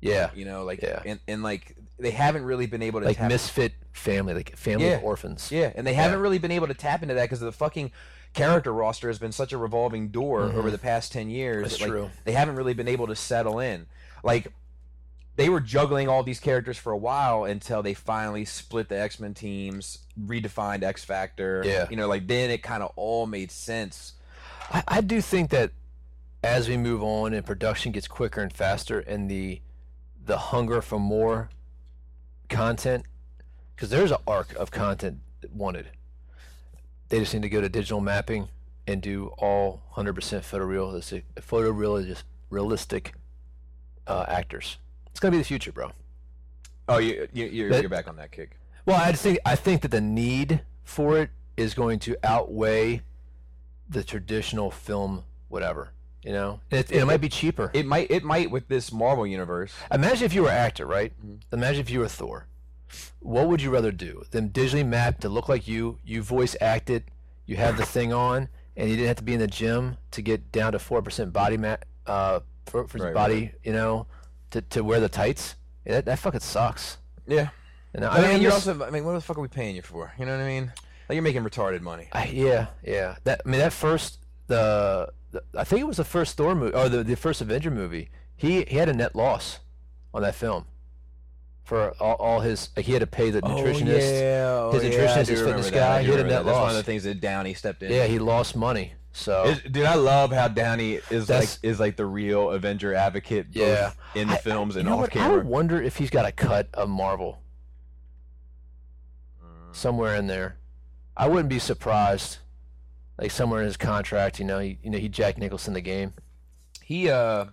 Speaker 2: yeah
Speaker 3: You know, like
Speaker 2: Yeah.
Speaker 3: and, and like they haven't really been able to
Speaker 2: like
Speaker 3: tap
Speaker 2: misfit family like family
Speaker 3: Yeah.
Speaker 2: of orphans
Speaker 3: Yeah, and they haven't really been able to tap into that because the fucking character roster has been such a revolving door
Speaker 2: Mhm.
Speaker 3: over the past ten years.
Speaker 2: That's
Speaker 3: that, like,
Speaker 2: true.
Speaker 3: They haven't really been able to settle in. Like they were juggling all these characters for a while until they finally split the X Men teams, redefined X Factor.
Speaker 2: Yeah.
Speaker 3: you know, like then it kind of all made sense.
Speaker 2: I, I do think that as we move on and production gets quicker and faster and the the hunger for more content because there's an arc of content wanted they just need to go to digital mapping and do all 100% photorealistic photorealistic realistic uh, actors it's going to be the future bro
Speaker 3: Oh, you, you you're,
Speaker 2: That-
Speaker 3: you're back on that kick.
Speaker 2: well, I just think I think that the need for it is going to outweigh the traditional film, whatever. You know, And it, and it might be cheaper.
Speaker 3: It might it might with this Marvel universe.
Speaker 2: Imagine if you were an actor, right?
Speaker 3: Mhm.
Speaker 2: Imagine if you were Thor. What would you rather do? Them digitally mapped to look like you, you voice acted, you have the thing on, and you didn't have to be in the gym to get down to four percent body mat, uh, for, for
Speaker 3: Right,
Speaker 2: body, you know, to, to wear the tights. Yeah, that, that fucking sucks.
Speaker 3: Yeah,
Speaker 2: You know,
Speaker 3: I mean,
Speaker 2: I'm
Speaker 3: you're
Speaker 2: just-
Speaker 3: also I mean, what the fuck are we paying you for? You know what I mean? Like you're making retarded money.
Speaker 2: I, yeah, yeah. That I mean, that first the, the I think it was the first Thor movie or the, the first Avenger movie. He he had a net loss on that film for all, all his. Like, he had to pay the nutritionist.
Speaker 3: Oh,
Speaker 2: his
Speaker 3: yeah. Oh, yeah,
Speaker 2: nutritionist,
Speaker 3: I
Speaker 2: his
Speaker 3: do remember
Speaker 2: fitness
Speaker 3: that.
Speaker 2: guy,
Speaker 3: I do
Speaker 2: he had a
Speaker 3: remember
Speaker 2: net
Speaker 3: that. That's one
Speaker 2: loss.
Speaker 3: of the things that Downey stepped in. Oh.
Speaker 2: Yeah, he lost money. So
Speaker 3: It's- dude, I love how Downey is like
Speaker 2: That's-
Speaker 3: is like the real Avenger advocate. Both
Speaker 2: Yeah.
Speaker 3: in the
Speaker 2: I-
Speaker 3: films
Speaker 2: you
Speaker 3: and
Speaker 2: know
Speaker 3: off
Speaker 2: what? I
Speaker 3: camera.
Speaker 2: would wonder if he's got a cut of Marvel somewhere in there. I wouldn't be surprised. Like somewhere in his contract, you know, he, you know, he Jack Nicholson the game.
Speaker 3: he uh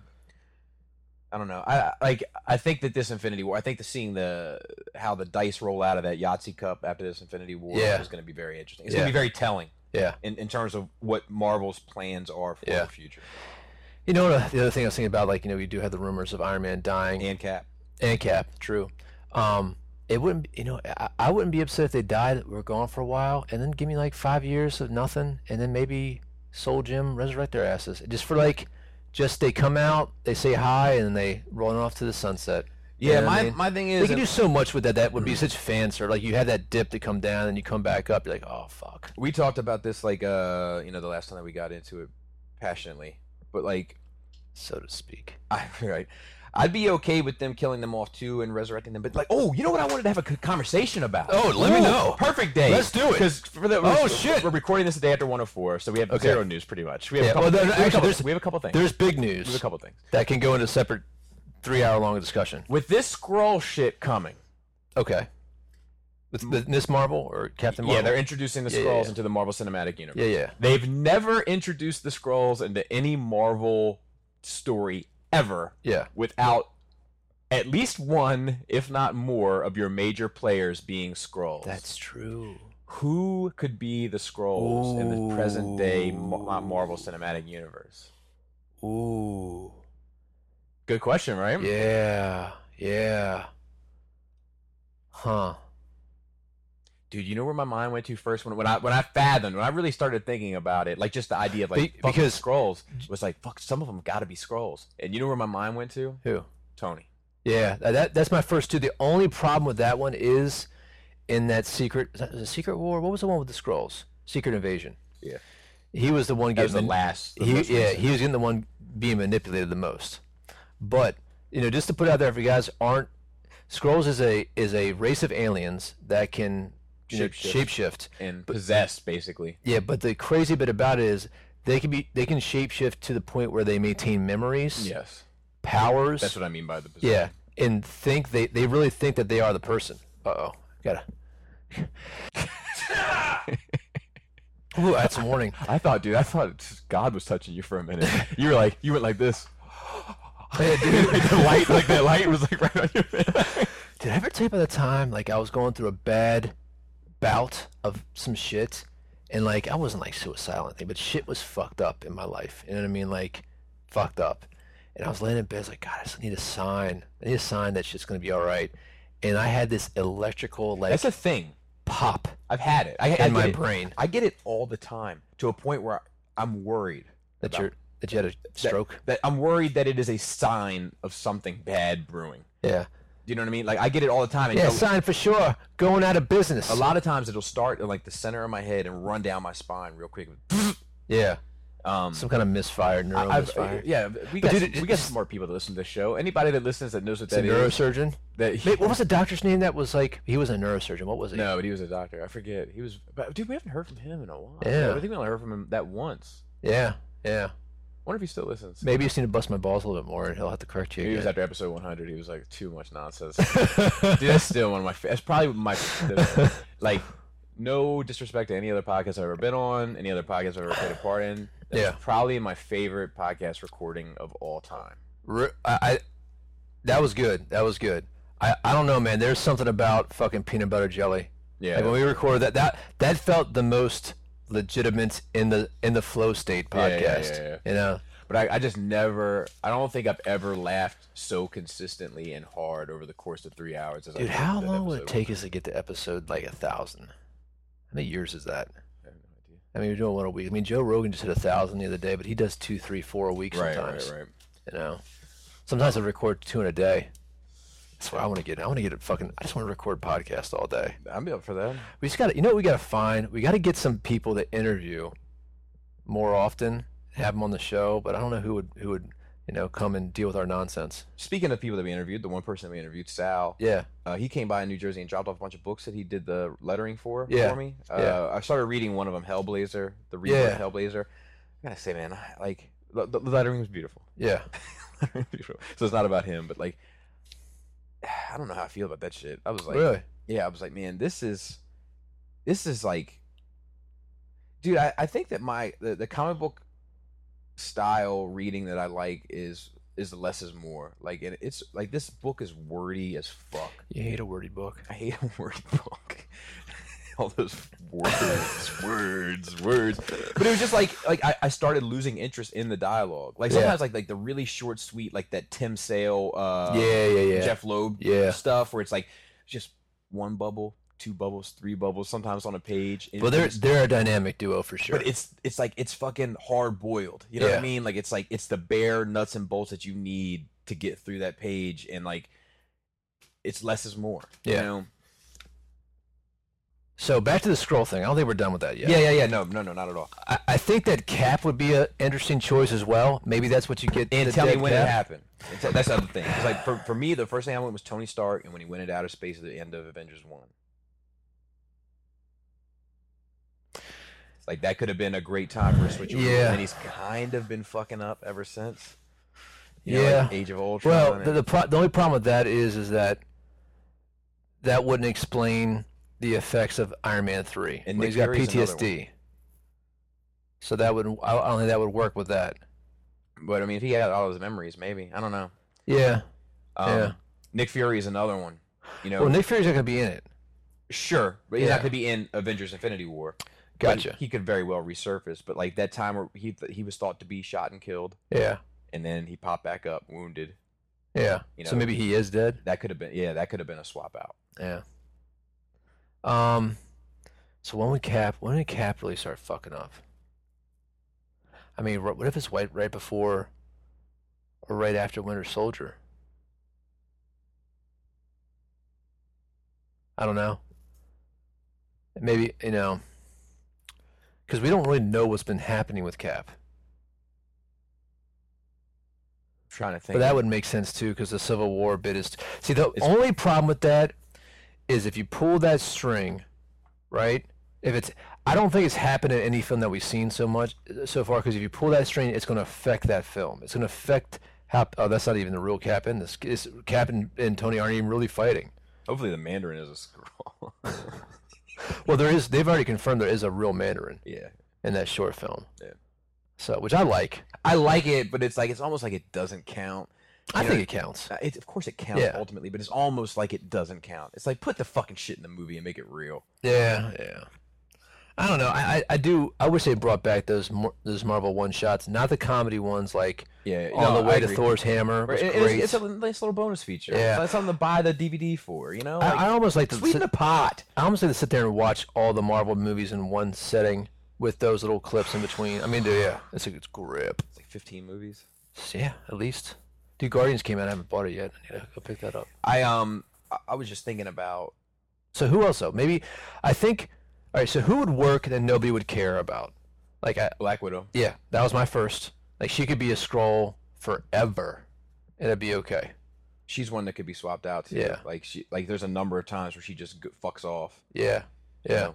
Speaker 3: I don't know. I I- like. I think that this Infinity War. I think the seeing the how the dice roll out of that Yahtzee cup after this Infinity War
Speaker 2: Yeah.
Speaker 3: is going to be very interesting. It's
Speaker 2: Yeah.
Speaker 3: going to be very telling
Speaker 2: Yeah.
Speaker 3: in, in terms of what Marvel's plans are for
Speaker 2: Yeah.
Speaker 3: the future.
Speaker 2: You know, the other thing I was thinking about, like, you know, we do have the rumors of Iron Man dying.
Speaker 3: And Cap.
Speaker 2: And Cap, true. Um, it wouldn't, you know, I, I wouldn't be upset if they died, were gone for a while, and then give me like five years of nothing, and then maybe Soul Gem resurrect their asses, just for like, just they come out, they say hi, and then they rolling off to the sunset. You
Speaker 3: Yeah.
Speaker 2: know what
Speaker 3: my
Speaker 2: I mean?
Speaker 3: my thing
Speaker 2: They
Speaker 3: is
Speaker 2: can do so much with that. That would be
Speaker 3: Mm.
Speaker 2: such fan service. Like you have that dip to come down, and you come back up. You're like, oh fuck.
Speaker 3: we talked about this like uh you know the last time that we got into it passionately but like
Speaker 2: so to speak.
Speaker 3: i right i'd be okay with them killing them off too and resurrecting them but like oh you know what i wanted to have a c- conversation about
Speaker 2: Oh, let me know.
Speaker 3: perfect day
Speaker 2: Let's do it.
Speaker 3: because for the
Speaker 2: Oh,
Speaker 3: we're-
Speaker 2: shit.
Speaker 3: we're recording this the day after 104 so we have
Speaker 2: Okay.
Speaker 3: zero news pretty much we have
Speaker 2: Yeah,
Speaker 3: a couple,
Speaker 2: well, there-
Speaker 3: we, have a
Speaker 2: actually,
Speaker 3: couple
Speaker 2: there's-
Speaker 3: we have a couple things
Speaker 2: There's big
Speaker 3: we have
Speaker 2: news
Speaker 3: a couple things
Speaker 2: that can go into separate three-hour-long discussion.
Speaker 3: with this scroll shit coming
Speaker 2: Okay. With with Miss Marvel or Captain Marvel?
Speaker 3: Mm. yeah they're introducing the
Speaker 2: Yeah, yeah,
Speaker 3: scrolls
Speaker 2: yeah.
Speaker 3: into the marvel cinematic universe
Speaker 2: yeah, yeah.
Speaker 3: They've never introduced the scrolls into any Marvel story ever
Speaker 2: Yeah.
Speaker 3: without at least one, if not more, of your major players being scrolls.
Speaker 2: true.
Speaker 3: who could be the scrolls in the present day Ma-
Speaker 2: Ooh.
Speaker 3: Marvel Cinematic Universe.
Speaker 2: Ooh.
Speaker 3: Good question, right?
Speaker 2: Yeah. Yeah. Huh.
Speaker 3: Dude, you know where my mind went to first when when I when I fathomed when I really started thinking about it, like just the idea of like
Speaker 2: Be-
Speaker 3: fucking
Speaker 2: because-
Speaker 3: scrolls was like fuck, some of them got to be scrolls. And you know where my mind went to?
Speaker 2: Who?
Speaker 3: Tony.
Speaker 2: Yeah. tha- That that's my first two. The only problem with that one is in that secret is that- is it Secret War. What was the one with the scrolls? Secret Invasion.
Speaker 3: Yeah.
Speaker 2: He was the one
Speaker 3: That was
Speaker 2: getting
Speaker 3: the
Speaker 2: the-
Speaker 3: last. the
Speaker 2: he,
Speaker 3: most
Speaker 2: yeah,
Speaker 3: recent.
Speaker 2: he was getting the one being manipulated the most. But you know, just to put it out there, if you guys aren't, Scrolls is a is a race of aliens that can you know,
Speaker 3: Shapeshift.
Speaker 2: shapeshift.
Speaker 3: and possessed basically.
Speaker 2: Yeah, but the crazy bit about it is they can be they can shapeshift to the point where they maintain memories
Speaker 3: Yes.
Speaker 2: powers.
Speaker 3: That's what I mean by the position.
Speaker 2: yeah, and think they they really think that they are the person. Uh oh, gotta. Ooh, that's a warning.
Speaker 3: I thought, dude, I thought God was touching you for a minute. You were like, you went like this.
Speaker 2: Yeah, dude.
Speaker 3: Like the light, like that light was like right on your face.
Speaker 2: Did I ever tell you about the time like I was going through a bad bout of some shit, and like I wasn't like suicidal or anything, but shit was fucked up in my life. You know what I mean? Like fucked up. And I was laying in bed, I was like God, I just need a sign. I need a sign that shit's gonna be all right. And I had this electrical like
Speaker 3: That's a thing.
Speaker 2: pop
Speaker 3: I've had it. I, I
Speaker 2: in
Speaker 3: get
Speaker 2: my
Speaker 3: it.
Speaker 2: brain
Speaker 3: I get it all the time to a point where I, I'm worried
Speaker 2: that
Speaker 3: about-
Speaker 2: you're that you had a
Speaker 3: that-
Speaker 2: stroke.
Speaker 3: That, I'm worried that it is a sign of something bad brewing.
Speaker 2: yeah.
Speaker 3: Do you know what I mean? Like I get it all the time. And
Speaker 2: Yeah,
Speaker 3: a-
Speaker 2: sign for sure. Going out of business.
Speaker 3: a lot of times it'll start in like the center of my head and run down my spine real quick.
Speaker 2: Yeah.
Speaker 3: Um,
Speaker 2: Some kind of misfire, neuro
Speaker 3: I've-
Speaker 2: misfire.
Speaker 3: yeah, we got
Speaker 2: dude,
Speaker 3: some,
Speaker 2: it-
Speaker 3: we got
Speaker 2: it's-
Speaker 3: some more people that listen to this show. Anybody that listens that knows what
Speaker 2: It's a
Speaker 3: that is,
Speaker 2: neurosurgeon.
Speaker 3: that
Speaker 2: Wait, what was the doctor's name that was like he was a neurosurgeon? What was it?
Speaker 3: No, but he was a doctor. I forget. He was, but dude, we haven't heard from him in a while.
Speaker 2: Yeah.
Speaker 3: I think we only heard from him that once.
Speaker 2: Yeah, yeah.
Speaker 3: I wonder if he still listens.
Speaker 2: Maybe you just need to bust my balls a little bit more, and he'll have to correct you.
Speaker 3: Maybe it was
Speaker 2: again.
Speaker 3: after episode 100. He was like, too much nonsense. Dude, that's still one of my. fa- That's probably my. the- like, no disrespect to any other podcast I've ever been on, any other podcast I've ever played a part in. That's
Speaker 2: Yeah.
Speaker 3: probably my favorite podcast recording of all time.
Speaker 2: Re- I, I- that was good. That was good. I, I don't know, man. There's something about fucking peanut butter jelly.
Speaker 3: Yeah.
Speaker 2: Like when we recorded that, that that felt the most legitimate in the in the flow state
Speaker 3: Yeah, yeah,
Speaker 2: podcast.
Speaker 3: yeah, yeah.
Speaker 2: You know,
Speaker 3: but I, I just never. I don't think I've ever laughed so consistently and hard over the course of three hours. As I
Speaker 2: dude,
Speaker 3: did
Speaker 2: how
Speaker 3: that
Speaker 2: long would it
Speaker 3: episode.
Speaker 2: take us to get to episode like a thousand? How many years is that?
Speaker 3: I have no idea.
Speaker 2: I mean, we're doing one a week. I mean, Joe Rogan just hit a thousand the other day, but he does two, three, four a week
Speaker 3: Right,
Speaker 2: sometimes.
Speaker 3: right, right.
Speaker 2: You know, sometimes I record two in a day. That's where I want to get. I want to get a fucking. I just want to record podcasts all day.
Speaker 3: I'm up for that.
Speaker 2: We just got to. You know, what we got to find. We got to get some people to interview more often. Have them on the show, but I don't know who would who would you know come and deal with our nonsense.
Speaker 3: Speaking of people that we interviewed, the one person that we interviewed, Sal,
Speaker 2: Yeah,
Speaker 3: uh, he came by in New Jersey and dropped off a bunch of books that he did the lettering for
Speaker 2: Yeah,
Speaker 3: for me. Uh,
Speaker 2: yeah.
Speaker 3: I started reading one of them, Hellblazer, the rebirth
Speaker 2: Yeah.
Speaker 3: Hellblazer. I gotta say, man, I, like the, the lettering was beautiful.
Speaker 2: yeah.
Speaker 3: Lettering was beautiful. So it's not about him, but like, I don't know how I feel about that shit. I was like,
Speaker 2: really?
Speaker 3: yeah, I was like, man, this is, this is like, dude, I, I think that my the, the comic book style reading that I like is is the less is more. Like, and it's like this book is wordy as fuck.
Speaker 2: You hate a wordy book.
Speaker 3: I hate a word book. All those words, words, words. But it was just like like I, I started losing interest in the dialogue. Like
Speaker 2: Yeah.
Speaker 3: sometimes like like the really short, sweet, like that Tim Sale, uh,
Speaker 2: yeah, yeah, yeah.
Speaker 3: Jeff Loeb
Speaker 2: yeah.
Speaker 3: stuff, where it's like just one bubble, two bubbles, three bubbles, sometimes on a page. and
Speaker 2: Well, they're
Speaker 3: it's-
Speaker 2: they're a dynamic duo for sure.
Speaker 3: but it's it's like it's fucking hard boiled. You know what
Speaker 2: Yeah.
Speaker 3: I mean? Like it's like it's the bare nuts and bolts that you need to get through that page, and like it's less is more. You
Speaker 2: Yeah.
Speaker 3: know?
Speaker 2: so back to the scroll thing. I don't think we're done with that yet.
Speaker 3: Yeah, yeah, yeah. No, no, no, not at all.
Speaker 2: I, I think that Cap would be an interesting choice as well. Maybe that's what you get.
Speaker 3: And
Speaker 2: the
Speaker 3: tell me
Speaker 2: dead
Speaker 3: when
Speaker 2: Cap.
Speaker 3: it happened. And tell- that's the other thing. It's like for, for me, the first thing I went was Tony Stark, and when he went into outer space at the end of Avengers One. It's Like that could have been a great time for a switch. over,
Speaker 2: Yeah.
Speaker 3: and he's kind of been fucking up ever since. You know, like
Speaker 2: Yeah.
Speaker 3: Age of Ultron.
Speaker 2: Well,
Speaker 3: and-
Speaker 2: the the, pro- the only problem with that is is that that wouldn't explain the effects of Iron Man three.
Speaker 3: And
Speaker 2: when
Speaker 3: Nick
Speaker 2: he's got
Speaker 3: Fury's another
Speaker 2: PTSD. So that would I I don't think that would work with that.
Speaker 3: But I mean, if he had all his memories, maybe I don't know.
Speaker 2: Yeah.
Speaker 3: Um,
Speaker 2: Yeah.
Speaker 3: Nick Fury is another one. You know,
Speaker 2: Well, Nick Fury's not gonna be in it.
Speaker 3: sure, but he's
Speaker 2: Yeah.
Speaker 3: not going to be in Avengers: Infinity War. but
Speaker 2: Gotcha.
Speaker 3: He could very well resurface, but like that time where he he was thought to be shot and killed,
Speaker 2: Yeah.
Speaker 3: and then he popped back up wounded.
Speaker 2: Yeah.
Speaker 3: You
Speaker 2: so
Speaker 3: know.
Speaker 2: maybe he is dead.
Speaker 3: That could have been yeah, that could have been a swap out.
Speaker 2: Yeah. Um. So when would Cap? When did Cap really start fucking up? I mean, wh- what if it's right right before, or right after Winter Soldier? I don't know. Maybe you know, because we don't really know what's been happening with Cap.
Speaker 3: I'm trying to think.
Speaker 2: But that would make sense too, because the Civil War bit is. See, the
Speaker 3: It's-
Speaker 2: only problem with that is if you pull that string, right? If it's, I don't think it's happened in any film that we've seen so much so far, because if you pull that string, it's going to affect that film. It's going to affect How, oh, that's not even the real Cap in this. Is Cap and, and Tony aren't even really fighting.
Speaker 4: Hopefully, the Mandarin is a scroll.
Speaker 2: Well, there is. They've already confirmed there is a real Mandarin
Speaker 4: yeah.
Speaker 2: in that short film.
Speaker 4: Yeah.
Speaker 2: So, which I like.
Speaker 3: I like it, but it's like it's almost like it doesn't count.
Speaker 2: I
Speaker 3: You know,
Speaker 2: think it counts.
Speaker 3: Uh, It, of course, it counts
Speaker 2: Yeah.
Speaker 3: ultimately, but it's almost like it doesn't count. It's like put the fucking shit in the movie and make it real.
Speaker 2: Yeah, yeah. I don't know. I, I, I do. I wish they brought back those Mar- those Marvel one shots, not the comedy ones like
Speaker 3: Yeah,
Speaker 2: on the
Speaker 3: no, I
Speaker 2: way to
Speaker 3: agree.
Speaker 2: Thor's hammer. Was
Speaker 3: It- it-
Speaker 2: great.
Speaker 3: it's, it's a nice little bonus feature.
Speaker 2: Yeah.
Speaker 3: that's something to buy the DVD for. You know, like,
Speaker 2: I, I almost like to
Speaker 3: sweeten
Speaker 2: sit,
Speaker 3: the pot.
Speaker 2: I almost like to sit there and watch all the Marvel movies in one setting with those little clips in between. I mean, dude, yeah, it's a good grip.
Speaker 3: It's like 15 movies.
Speaker 2: Yeah, at least. Dude, Guardians came out. I haven't bought it yet. I need to go pick that up.
Speaker 3: I um, I, I was just thinking about
Speaker 2: So who else though? Maybe I think. All right. So who would work that nobody would care about? Like I,
Speaker 3: Black Widow.
Speaker 2: Yeah, that was my first. Like she could be a scroll forever, and it'd be okay.
Speaker 3: She's one that could be swapped out. Too.
Speaker 2: Yeah.
Speaker 3: like she, like there's a number of times where she just go- fucks off.
Speaker 2: Yeah,
Speaker 3: you
Speaker 2: yeah.
Speaker 3: know?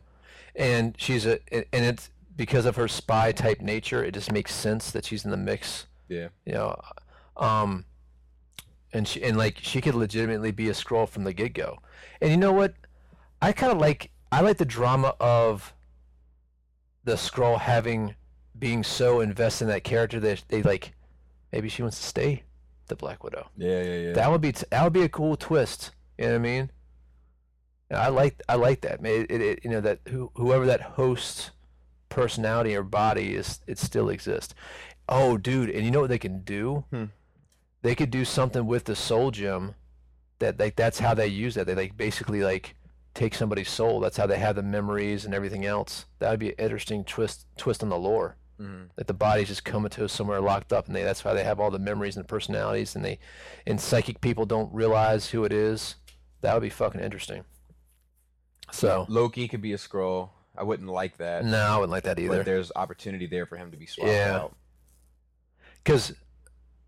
Speaker 2: And she's a, and it's because of her spy type nature. It just makes sense that she's in the mix.
Speaker 3: Yeah.
Speaker 2: You know, um, and she and like she could legitimately be a scroll from the get go. And you know what? I kind of like I like the drama of the scroll having being so invested in that character that they like maybe she wants to stay the Black Widow.
Speaker 4: Yeah, yeah, yeah.
Speaker 2: That would be t- that would be a cool twist. You know what I mean? And I like I like that. man. It, it, you know that who, whoever that host personality or body is, it still exists. Oh, dude! And you know what they can do?
Speaker 3: Hmm.
Speaker 2: They could do something with the soul gem. That like that's how they use that. They like basically like take somebody's soul. That's how they have the memories and everything else. That would be an interesting twist twist on the lore
Speaker 3: Mhm.
Speaker 2: that the body's just comatose somewhere locked up and they, that's why they have all the memories and the personalities and they and psychic people don't realize who it is that would be fucking interesting so
Speaker 3: Loki could be a scroll. I wouldn't like that.
Speaker 2: no i wouldn't like that
Speaker 3: But
Speaker 2: either
Speaker 3: there's opportunity there for him to be swapped
Speaker 2: Yeah.
Speaker 3: out.
Speaker 2: because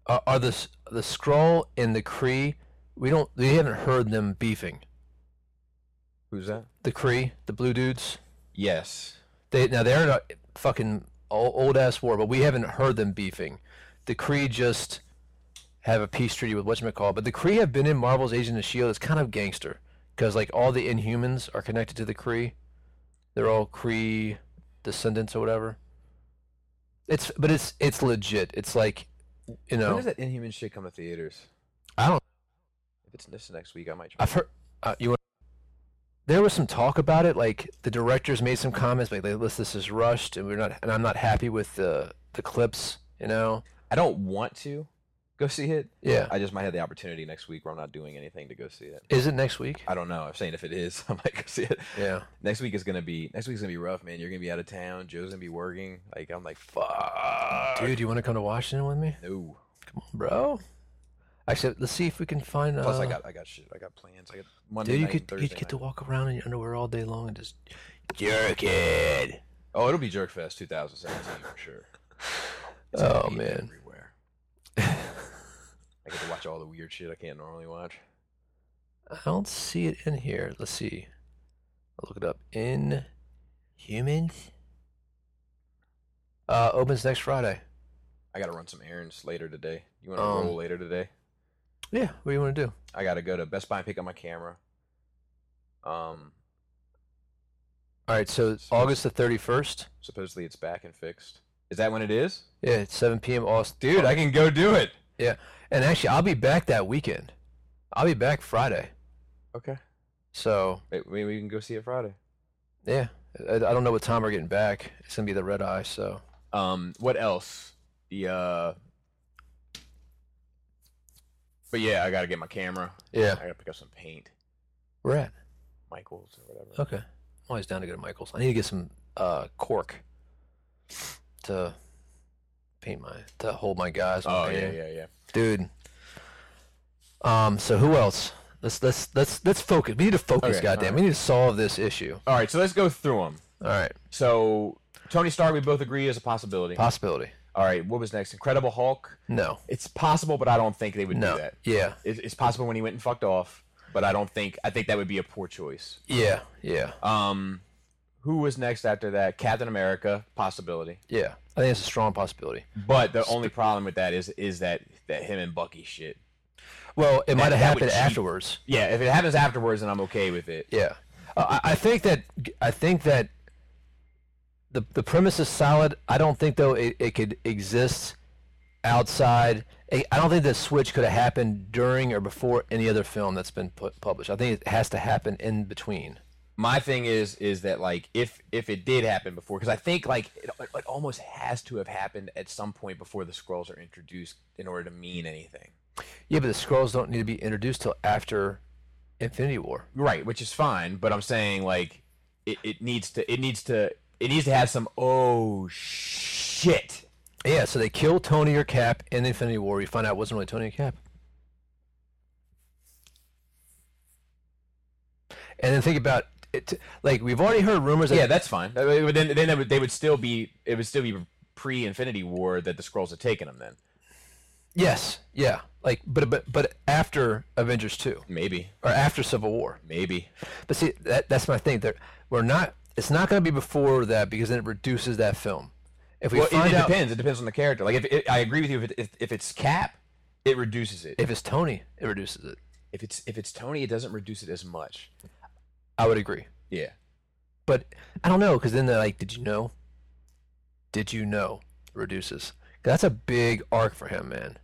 Speaker 2: uh, are the s- the scroll and the cree we don't we haven't heard them beefing
Speaker 3: Who's that?
Speaker 2: the cree the blue dudes
Speaker 3: Yes.
Speaker 2: They now they're in a fucking old ass war, but we haven't heard them beefing. The Kree just have a peace treaty with whatchamacallit, but the Kree have been in Marvel's Agent of Shield. It's kind of gangster because like all the Inhumans are connected to the Kree. They're all Kree descendants or whatever. It's but it's it's legit. It's like you
Speaker 3: When
Speaker 2: know
Speaker 3: does that Inhuman shit come to theaters?
Speaker 2: I don't
Speaker 3: If it's this next week, I might try.
Speaker 2: I've heard uh, you. want- There was some talk about it. Like the directors made some comments, like, "Listen, this is rushed, and we're not, and I'm not happy with the the clips." You know?
Speaker 3: I don't want to go see it.
Speaker 2: Yeah.
Speaker 3: I just might have the opportunity next week where I'm not doing anything to go see it.
Speaker 2: Is it next week?
Speaker 3: I don't know. I'm saying if it is, I might go see it.
Speaker 2: Yeah.
Speaker 3: Next week is gonna be next week's gonna be rough, man. You're gonna be out of town. Joe's gonna be working. Like I'm like, fuck.
Speaker 2: Dude, do you want to come to Washington with me,
Speaker 3: No.
Speaker 2: bro? Actually, let's see if we can find. Uh,
Speaker 3: Plus, I got I got shit. I got plans. I got Monday
Speaker 2: Dude, you
Speaker 3: night and
Speaker 2: could
Speaker 3: Thursday
Speaker 2: you get to
Speaker 3: night.
Speaker 2: walk around in your underwear all day long and just jerk it.
Speaker 3: Oh, it'll be Jerkfest 2017 for sure. It's gonna
Speaker 2: Oh
Speaker 3: be
Speaker 2: man.
Speaker 3: everywhere. I get to watch all the weird shit I can't normally watch.
Speaker 2: I don't see it in here. Let's see. I'll look it up. In humans. Uh, opens next Friday.
Speaker 3: I gotta run some errands later today. You wanna
Speaker 2: Um,
Speaker 3: roll later today?
Speaker 2: Yeah. What do you want to do?
Speaker 3: I gotta go to Best Buy and pick up my camera. Um,
Speaker 2: All right. So it's August the thirty first.
Speaker 3: supposedly it's back and fixed. Is that when it is?
Speaker 2: Yeah, it's seven p.m. Austin.
Speaker 3: Dude, I can go do it.
Speaker 2: Yeah. And actually, I'll be back that weekend. I'll be back Friday.
Speaker 3: Okay.
Speaker 2: So
Speaker 3: Wait, Maybe we can go see it Friday.
Speaker 2: yeah, I, I don't know what time we're getting back. It's gonna be the red eye. So
Speaker 3: Um, what else? The uh. But yeah, I gotta get my camera. I
Speaker 2: yeah,
Speaker 3: gotta pick up some paint,
Speaker 2: we're at.
Speaker 3: Michaels or whatever.
Speaker 2: Okay. I'm always down to go to Michael's. I need to get some uh, cork to paint my to hold my guys. when
Speaker 3: Oh
Speaker 2: I'm
Speaker 3: yeah,
Speaker 2: painting.
Speaker 3: yeah, yeah.
Speaker 2: dude. Um. So who else? Let's let's let's let's focus. We need to focus.
Speaker 3: Okay,
Speaker 2: goddamn.
Speaker 3: alright.
Speaker 2: We need to solve this issue.
Speaker 3: All right, so let's go through them.
Speaker 2: All right.
Speaker 3: So Tony Stark, we both agree is a possibility.
Speaker 2: Possibility.
Speaker 3: All right, what was next? Incredible Hulk.
Speaker 2: No.
Speaker 3: It's possible, but I don't think they would
Speaker 2: No.
Speaker 3: do that.
Speaker 2: Yeah.
Speaker 3: It's, it's possible when he went and fucked off, but I don't think I think that would be a poor choice.
Speaker 2: Yeah. Yeah.
Speaker 3: Um, who was next after that? Captain America, possibility.
Speaker 2: Yeah, I think it's a strong possibility.
Speaker 3: But the only problem with that is is that that him and Bucky shit.
Speaker 2: Well, it might have
Speaker 3: that would
Speaker 2: happened
Speaker 3: cheat.
Speaker 2: afterwards.
Speaker 3: Yeah, if it happens afterwards, then I'm okay with it.
Speaker 2: Yeah, uh, I, I think that I think that the the premise is solid. I don't think though it, it could exist outside. I I don't think the switch could have happened during or before any other film that's been put, published. I think it has to happen in between.
Speaker 3: My thing is is that like if if it did happen before, because I think like it, it almost has to have happened at some point before the scrolls are introduced in order to mean anything.
Speaker 2: Yeah, but the scrolls don't need to be introduced till after Infinity War.
Speaker 3: Right, which is fine, but I'm saying like it, it needs to it needs to it needs to have some oh shit.
Speaker 2: Yeah, so they kill Tony or Cap in Infinity War. We find out it wasn't really Tony or Cap. And then think about it. Like we've already heard rumors. That,
Speaker 3: Yeah, that's fine. Uh, But then, then they would, they would still be it would still be pre Infinity War that the scrolls had taken them. Then
Speaker 2: Yes. Yeah. Like, but but but after Avengers two
Speaker 3: maybe,
Speaker 2: or after Civil War.
Speaker 3: maybe.
Speaker 2: But see, that, that's my thing. There, we're not. It's not going to be before that because then it reduces that film. If we
Speaker 3: Well, it,
Speaker 2: find
Speaker 3: it
Speaker 2: out
Speaker 3: depends. It depends on the character. Like if it, I agree with you, if, it, if if it's Cap, it reduces it.
Speaker 2: if it's Tony, it reduces it.
Speaker 3: If it's if it's Tony, it doesn't reduce it as much.
Speaker 2: I would agree.
Speaker 3: Yeah.
Speaker 2: But I don't know, because then they're like, "Did you know? Did you know?" Reduces. 'Cause That's a big arc for him, man.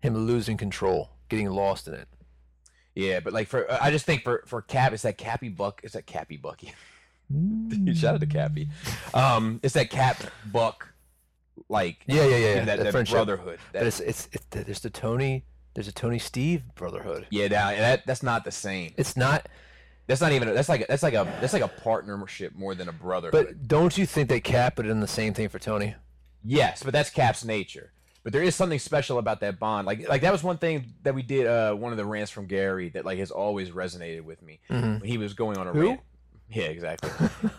Speaker 2: Him losing control, getting lost in it.
Speaker 3: Yeah, but like for I just think for for Cap, it's that Cappy Buck. It's that Cappy Bucky. Dude, Shout out to Cappy. Um, it's that Cap Buck, like
Speaker 2: Yeah, yeah, yeah. yeah.
Speaker 3: that, that,
Speaker 2: friendship.
Speaker 3: brotherhood.
Speaker 2: But
Speaker 3: That,
Speaker 2: it's, it's it's there's the Tony there's a Tony Steve brotherhood.
Speaker 3: yeah, that, that that's not the same.
Speaker 2: It's not.
Speaker 3: That's not even that's like that's like a that's like a partnership more than a brotherhood.
Speaker 2: But don't you think they cap it in the same thing for Tony?
Speaker 3: Yes, but that's Cap's nature. But there is something special about that bond. Like like that was one thing that we did uh one of the rants from Gary that like has always resonated with me.
Speaker 2: Mhm.
Speaker 3: When he was going on a
Speaker 2: Who?
Speaker 3: rant. Yeah, exactly.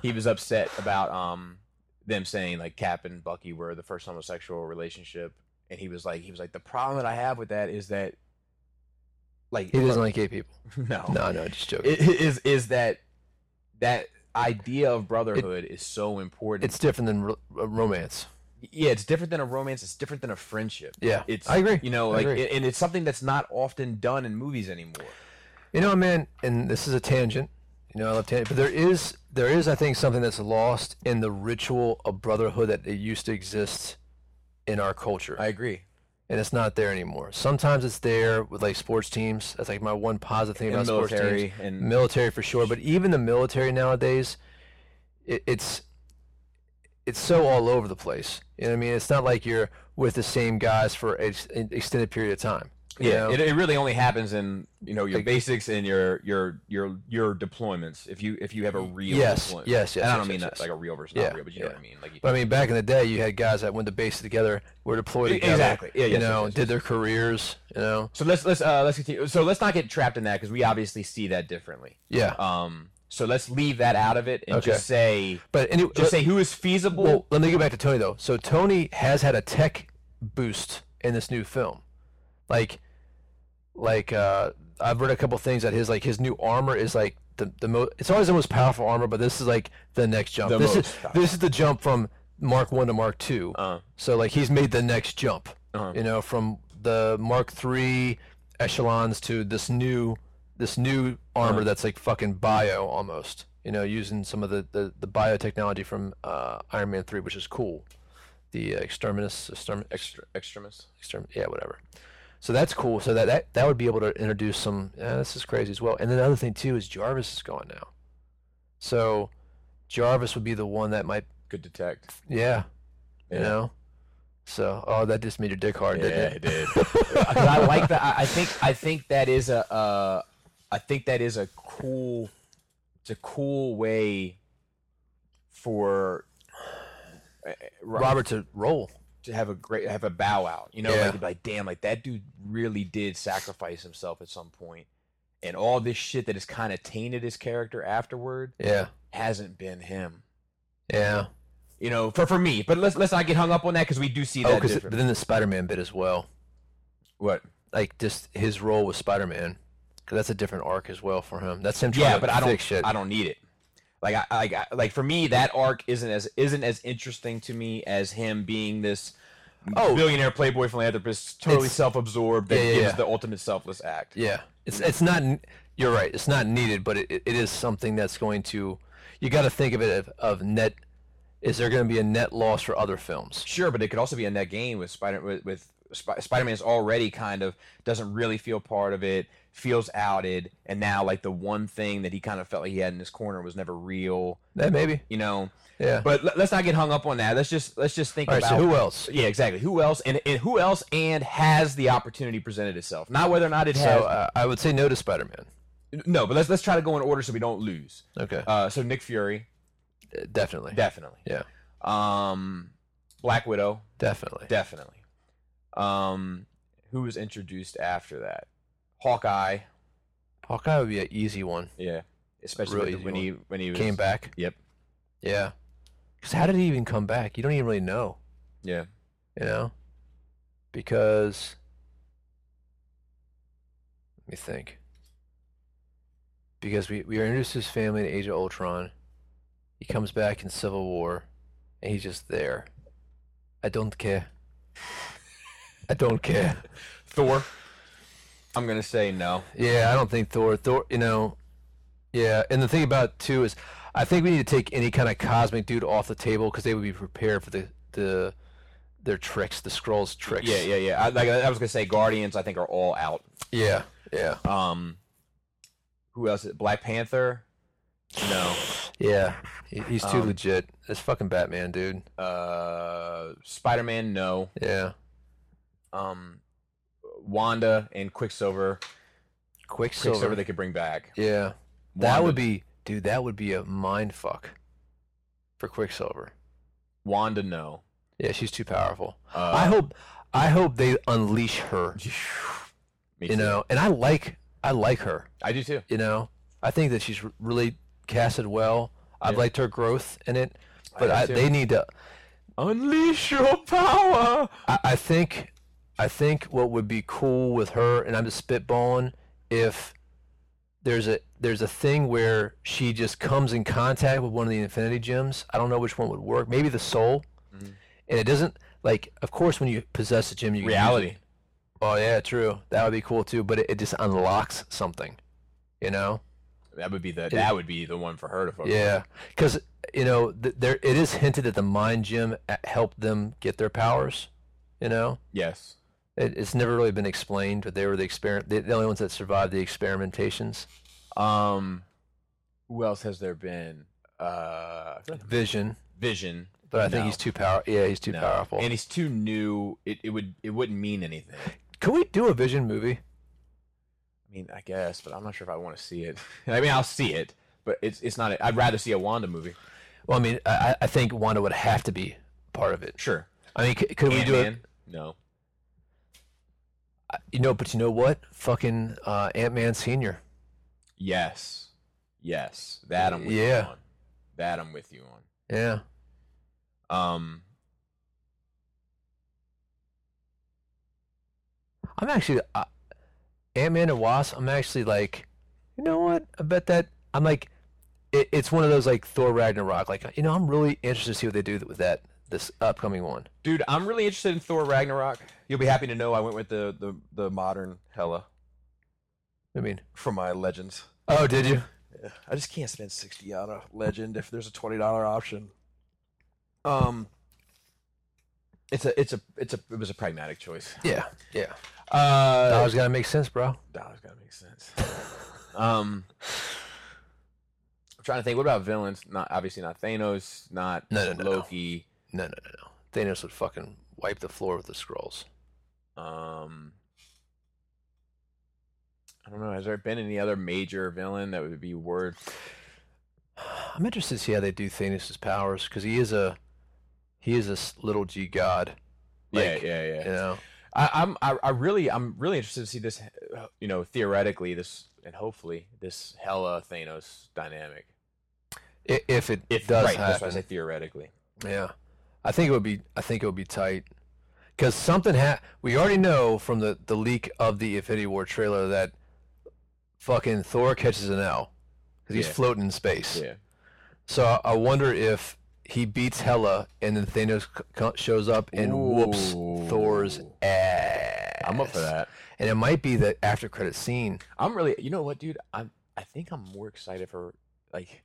Speaker 3: he was upset about um them saying like Cap and Bucky were the first homosexual relationship and he was like he was like the problem that I have with that is that like
Speaker 2: He doesn't like gay people.
Speaker 3: no.
Speaker 2: No, no, just joking.
Speaker 3: Oh. It- it is is that that idea of brotherhood is so important.
Speaker 2: it's different than ro- uh, romance.
Speaker 3: yeah, it's different than a romance. It's different than a friendship.
Speaker 2: Yeah,
Speaker 3: It's
Speaker 2: I agree.
Speaker 3: You know,
Speaker 2: I
Speaker 3: like,
Speaker 2: agree.
Speaker 3: and it's something that's not often done in movies anymore.
Speaker 2: You know, man, and this is a tangent. You know, I love tangent, but there is there is I think something that's lost in the ritual of brotherhood that it used to exist in our culture,
Speaker 3: agree.
Speaker 2: and it's not there anymore. Sometimes it's there with like sports teams. That's like my one positive thing
Speaker 3: And
Speaker 2: about
Speaker 3: military
Speaker 2: sports teams.
Speaker 3: and-
Speaker 2: Military for sure, but even the military nowadays, it, it's it's so all over the place. You know what I mean? It's not like you're with the same guys for an ex- an extended period of time. you
Speaker 3: Yeah,
Speaker 2: know?
Speaker 3: it, it really only happens in you know your
Speaker 2: Like-
Speaker 3: basics and your your your your deployments. If you if you have a real
Speaker 2: Yes,
Speaker 3: deployment.
Speaker 2: yes, yes,
Speaker 3: And I
Speaker 2: yes,
Speaker 3: don't mean
Speaker 2: yes,
Speaker 3: that
Speaker 2: yes.
Speaker 3: like a real versus
Speaker 2: Yeah,
Speaker 3: not real, but you know
Speaker 2: yeah.
Speaker 3: what I mean. Like
Speaker 2: But I mean, back in the day, you had guys that went to base together, were deployed
Speaker 3: E-
Speaker 2: together,
Speaker 3: exactly. Yeah,
Speaker 2: you
Speaker 3: yes, yes,
Speaker 2: know,
Speaker 3: yes,
Speaker 2: did
Speaker 3: yes.
Speaker 2: their careers, you know,
Speaker 3: so let's let's uh let's continue. So let's not get trapped in that because we obviously see that differently.
Speaker 2: yeah.
Speaker 3: Um, so let's leave that out of it and
Speaker 2: Okay.
Speaker 3: just say
Speaker 2: but anyway,
Speaker 3: just say who is feasible.
Speaker 2: well, let me go back to Tony though. So Tony has had a tech boost in this new film, like, like uh, I've read a couple things that his like his new armor is like the the most. It's always the most powerful armor, but this is like the next jump.
Speaker 3: The
Speaker 2: this is
Speaker 3: most powerful.
Speaker 2: this is the jump from Mark One to Mark Two.
Speaker 3: uh,
Speaker 2: So like he's made the next jump,
Speaker 3: Uh-huh.
Speaker 2: you know, from the Mark III echelons to this new this new armor that's like fucking bio almost, you know, using some of the the, the biotechnology from uh, Iron Man three, which is cool. The uh, exterminus, extermin,
Speaker 3: extra extremist.
Speaker 2: extermin, yeah, whatever. So that's cool. So that, that that would be able to introduce some. Yeah, this is crazy as well. And then the other thing too is Jarvis is gone now, so Jarvis would be the one that might.
Speaker 3: Good detect.
Speaker 2: Yeah, you
Speaker 3: Yeah.
Speaker 2: know. So, oh, that just made your dick hard, didn't it?
Speaker 3: did. Uh, 'Cause I like that. I, I think I think that is a uh, I think that is a cool. It's a cool way for uh, Ro-
Speaker 2: Robert to roll.
Speaker 3: to have a great have a bow out. You know,
Speaker 2: Yeah.
Speaker 3: like, you'd be like damn, like that dude really did sacrifice himself at some point, and all this shit that has kind of tainted his character afterward
Speaker 2: Yeah,
Speaker 3: hasn't been him.
Speaker 2: yeah.
Speaker 3: You know, for for me. But let's let's not get hung up on that because we do see
Speaker 2: Oh,
Speaker 3: that.
Speaker 2: because
Speaker 3: different-
Speaker 2: then the Spider-Man bit as well.
Speaker 3: what?
Speaker 2: Like just his role with Spider-Man, because that's a different arc as well for him. That's him trying
Speaker 3: Yeah,
Speaker 2: to
Speaker 3: but I don't.
Speaker 2: fix shit.
Speaker 3: I don't need it. Like I, I I- like for me that arc isn't as isn't as interesting to me as him being this
Speaker 2: Oh.
Speaker 3: billionaire playboy philanthropist, totally
Speaker 2: It's-
Speaker 3: self-absorbed that
Speaker 2: Yeah, yeah,
Speaker 3: gives
Speaker 2: yeah.
Speaker 3: the ultimate selfless act.
Speaker 2: Yeah, it's it's not. You're right. It's not needed, but it, it is something that's going to. You got to think of it of, of net. Is there going to be a net loss for other films?
Speaker 3: Sure, but it could also be a net gain with Spider with, with Sp- Spider Man's already kind of doesn't really feel part of it, feels outed, and now like the one thing that he kind of felt like he had in his corner was never real,
Speaker 2: Yeah, maybe.
Speaker 3: you know.
Speaker 2: Yeah.
Speaker 3: But let, us not get hung up on that. Let's just let's just think
Speaker 2: All right.
Speaker 3: about
Speaker 2: So who else?
Speaker 3: yeah exactly who else and, and who else and has the opportunity presented itself, not whether or not it
Speaker 2: So
Speaker 3: has.
Speaker 2: uh, I would say no to Spider Man.
Speaker 3: no, but let's let's try to go in order so we don't lose.
Speaker 2: Okay.
Speaker 3: Uh, so Nick Fury,
Speaker 2: Uh, definitely.
Speaker 3: definitely.
Speaker 2: yeah.
Speaker 3: Um, Black Widow,
Speaker 2: Definitely.
Speaker 3: Definitely. Um, who was introduced after that? Hawkeye.
Speaker 2: Hawkeye would be an easy one.
Speaker 3: Yeah. Especially
Speaker 2: Really
Speaker 3: with- when
Speaker 2: easy
Speaker 3: he when he was,
Speaker 2: Came back.
Speaker 3: Yep.
Speaker 2: Yeah. Because how did he even come back? You don't even really know.
Speaker 3: Yeah.
Speaker 2: You know. Because. Let me think. Because we, we are introduced to his family in Age of Ultron. He comes back in Civil War, and he's just there. I don't care. I don't care.
Speaker 3: Thor. I'm gonna say no.
Speaker 2: Yeah, I don't think Thor. Thor, you know, yeah. And the thing about it, too is, I think we need to take any kind of cosmic dude off the table because they would be prepared for the the their tricks, the scrolls tricks.
Speaker 3: Yeah, yeah, yeah. I, like I was gonna say, Guardians. I think are all out.
Speaker 2: yeah, yeah,
Speaker 3: Um, who else? Black Panther. No.
Speaker 2: yeah. He, he's too
Speaker 3: Um,
Speaker 2: legit. That's fucking Batman, dude.
Speaker 3: Uh, Spider Man. No.
Speaker 2: Yeah.
Speaker 3: Um, Wanda and Quicksilver.
Speaker 2: Quicksilver.
Speaker 3: Quicksilver they could bring back.
Speaker 2: yeah, that
Speaker 3: Wanda-
Speaker 2: would be, dude. That would be a mind fuck for Quicksilver.
Speaker 3: Wanda. No.
Speaker 2: Yeah, she's too powerful.
Speaker 3: Uh,
Speaker 2: I hope, I hope they unleash her. You
Speaker 3: me too.
Speaker 2: know, and I like, I like her.
Speaker 3: I do too.
Speaker 2: you know i think that she's r- really casted well i've
Speaker 3: Yeah.
Speaker 2: liked her growth in it
Speaker 3: I
Speaker 2: but
Speaker 3: do
Speaker 2: I
Speaker 3: too.
Speaker 2: they need to
Speaker 3: Unleash your power.
Speaker 2: I, I think i think what would be cool with her and i'm just spitballing if there's a there's a thing where she just comes in contact with one of the infinity gems i don't know which one would work maybe the soul
Speaker 3: Mhm.
Speaker 2: and it doesn't like of course when you possess a gem you can use it.
Speaker 3: Reality.
Speaker 2: oh yeah true that would be cool too but it, it just unlocks something you know
Speaker 3: That would be the
Speaker 2: Yeah.
Speaker 3: that would be the one for her to focus. on.
Speaker 2: Yeah, because you know th- there it is hinted that the mind gym a- helped them get their powers. You know,
Speaker 3: Yes.
Speaker 2: it, it's never really been explained, but they were the experiment, the, the only ones that survived the experimentations.
Speaker 3: Um, who else has there been? Uh,
Speaker 2: Vision,
Speaker 3: Vision.
Speaker 2: but I think
Speaker 3: No.
Speaker 2: he's too power. Yeah, he's too
Speaker 3: No.
Speaker 2: powerful.
Speaker 3: and he's too new. It, it would it wouldn't mean anything. I
Speaker 2: Could we do a Vision movie?
Speaker 3: mean, I guess, but I'm not sure if I want to see it. I mean, I'll see it, but it's it's not. I'd rather see a Wanda movie.
Speaker 2: Well, I mean, I, I- I think Wanda would have to be part of it.
Speaker 3: Sure.
Speaker 2: I mean, c- could we do it?
Speaker 3: Ant-Man? No.
Speaker 2: You know, but you know what? Fucking uh, Ant Man Senior.
Speaker 3: Yes. Yes. That I'm with
Speaker 2: Yeah.
Speaker 3: you on. That I'm with you on.
Speaker 2: Yeah.
Speaker 3: Um.
Speaker 2: I'm actually uh, Ant Man and Wasp. I'm actually like, you know what? I bet that I'm like, it, it's one of those like Thor Ragnarok. Like, you know, I'm really interested to see what they do with that this upcoming one.
Speaker 3: Dude, I'm really interested in Thor Ragnarok. You'll be happy to know I went with the the, the modern Hella
Speaker 2: I mean,
Speaker 3: from my Legends.
Speaker 2: oh, did you?
Speaker 3: I just can't spend sixty on a Legend if there's a twenty dollar option. Um, it's a it's a it's a it was a pragmatic choice.
Speaker 2: Yeah, yeah. I
Speaker 3: Uh,
Speaker 2: was gonna make sense, bro.
Speaker 3: dollars gotta make sense. um, I'm trying to think. What about villains? Not obviously not Thanos, not
Speaker 2: No, no, no, no.
Speaker 3: Loki.
Speaker 2: No, no, no, no. Thanos would fucking wipe the floor with the scrolls.
Speaker 3: Um, I don't know. Has there been any other major villain that would be worth?
Speaker 2: I'm interested to see how they do Thanos' powers because he is a he is a s- little g god. Like,
Speaker 3: yeah, yeah,
Speaker 2: You know,
Speaker 3: I, I'm, I, I really, I'm really interested to see this. uh, You know, theoretically, this and hopefully this Hella Thanos dynamic.
Speaker 2: I- if it does
Speaker 3: right, that's why I
Speaker 2: happen.
Speaker 3: say theoretically.
Speaker 2: Yeah, I think it would be. I think it would be tight because something ha- We already know from the the leak of the Infinity War trailer that fucking Thor catches an L because he's
Speaker 3: Yeah.
Speaker 2: floating in space.
Speaker 3: Yeah,
Speaker 2: So I- I wonder if he beats Hela and then Thanos c- c- shows up and whoops
Speaker 3: Ooh.
Speaker 2: Thor's ass.
Speaker 3: I'm up for that.
Speaker 2: And it might be that after credit scene.
Speaker 3: I'm really. You know what, dude? I'm. I think I'm more excited for like,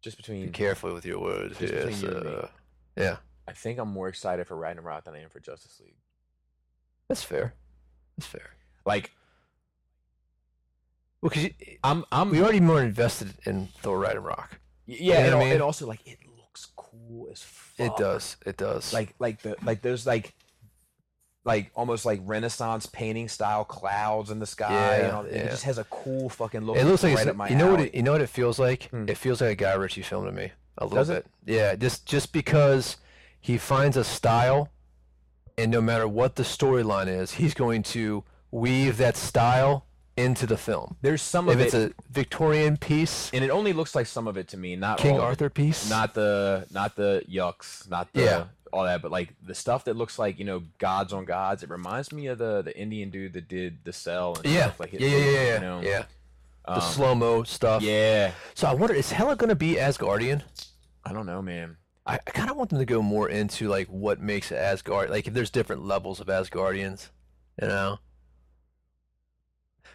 Speaker 3: just
Speaker 2: Be
Speaker 3: between.
Speaker 2: careful with your words.
Speaker 3: Hmm. Just between
Speaker 2: yes,
Speaker 3: you and me.
Speaker 2: uh, yeah,
Speaker 3: I think I'm more excited for Ragnarok than I am for Justice League.
Speaker 2: that's fair. That's fair.
Speaker 3: Like,
Speaker 2: Well, because
Speaker 3: I'm. I'm.
Speaker 2: we already more invested in Thor Ragnarok.
Speaker 3: Yeah,
Speaker 2: You know
Speaker 3: and,
Speaker 2: what I
Speaker 3: al-
Speaker 2: mean?
Speaker 3: and also like it looks cool as fuck.
Speaker 2: It does. It does.
Speaker 3: Like like the like those like like almost like Renaissance painting style clouds in the sky. and
Speaker 2: Yeah,
Speaker 3: all,
Speaker 2: yeah.
Speaker 3: It just has a cool fucking look.
Speaker 2: it looks like
Speaker 3: right
Speaker 2: it's,
Speaker 3: up my
Speaker 2: you know what
Speaker 3: alley.
Speaker 2: it, you know what it feels like.
Speaker 3: Hmm.
Speaker 2: It feels like a Guy Ritchie film to me a little
Speaker 3: Does
Speaker 2: bit.
Speaker 3: it?
Speaker 2: Yeah, just just because he finds a style, and no matter what the storyline is, he's going to weave that style into the film.
Speaker 3: There's some
Speaker 2: If
Speaker 3: of
Speaker 2: it's
Speaker 3: it,
Speaker 2: a Victorian piece,
Speaker 3: and it only looks like some of it to me. Not
Speaker 2: King
Speaker 3: all of it.
Speaker 2: Arthur piece,
Speaker 3: not the not the yucks, not the
Speaker 2: Yeah.
Speaker 3: all that, but like the stuff that looks like you know gods on gods. It reminds me of the the Indian dude that did the cell and
Speaker 2: yeah,
Speaker 3: stuff like it,
Speaker 2: yeah, yeah, yeah, yeah,
Speaker 3: You know?
Speaker 2: yeah. The
Speaker 3: Um,
Speaker 2: slow mo stuff.
Speaker 3: yeah.
Speaker 2: So I wonder, is Hela going to be Asgardian?
Speaker 3: I don't know, man.
Speaker 2: I, I kind of want them to go more into like what makes Asgard like if there's different levels of Asgardians, you know.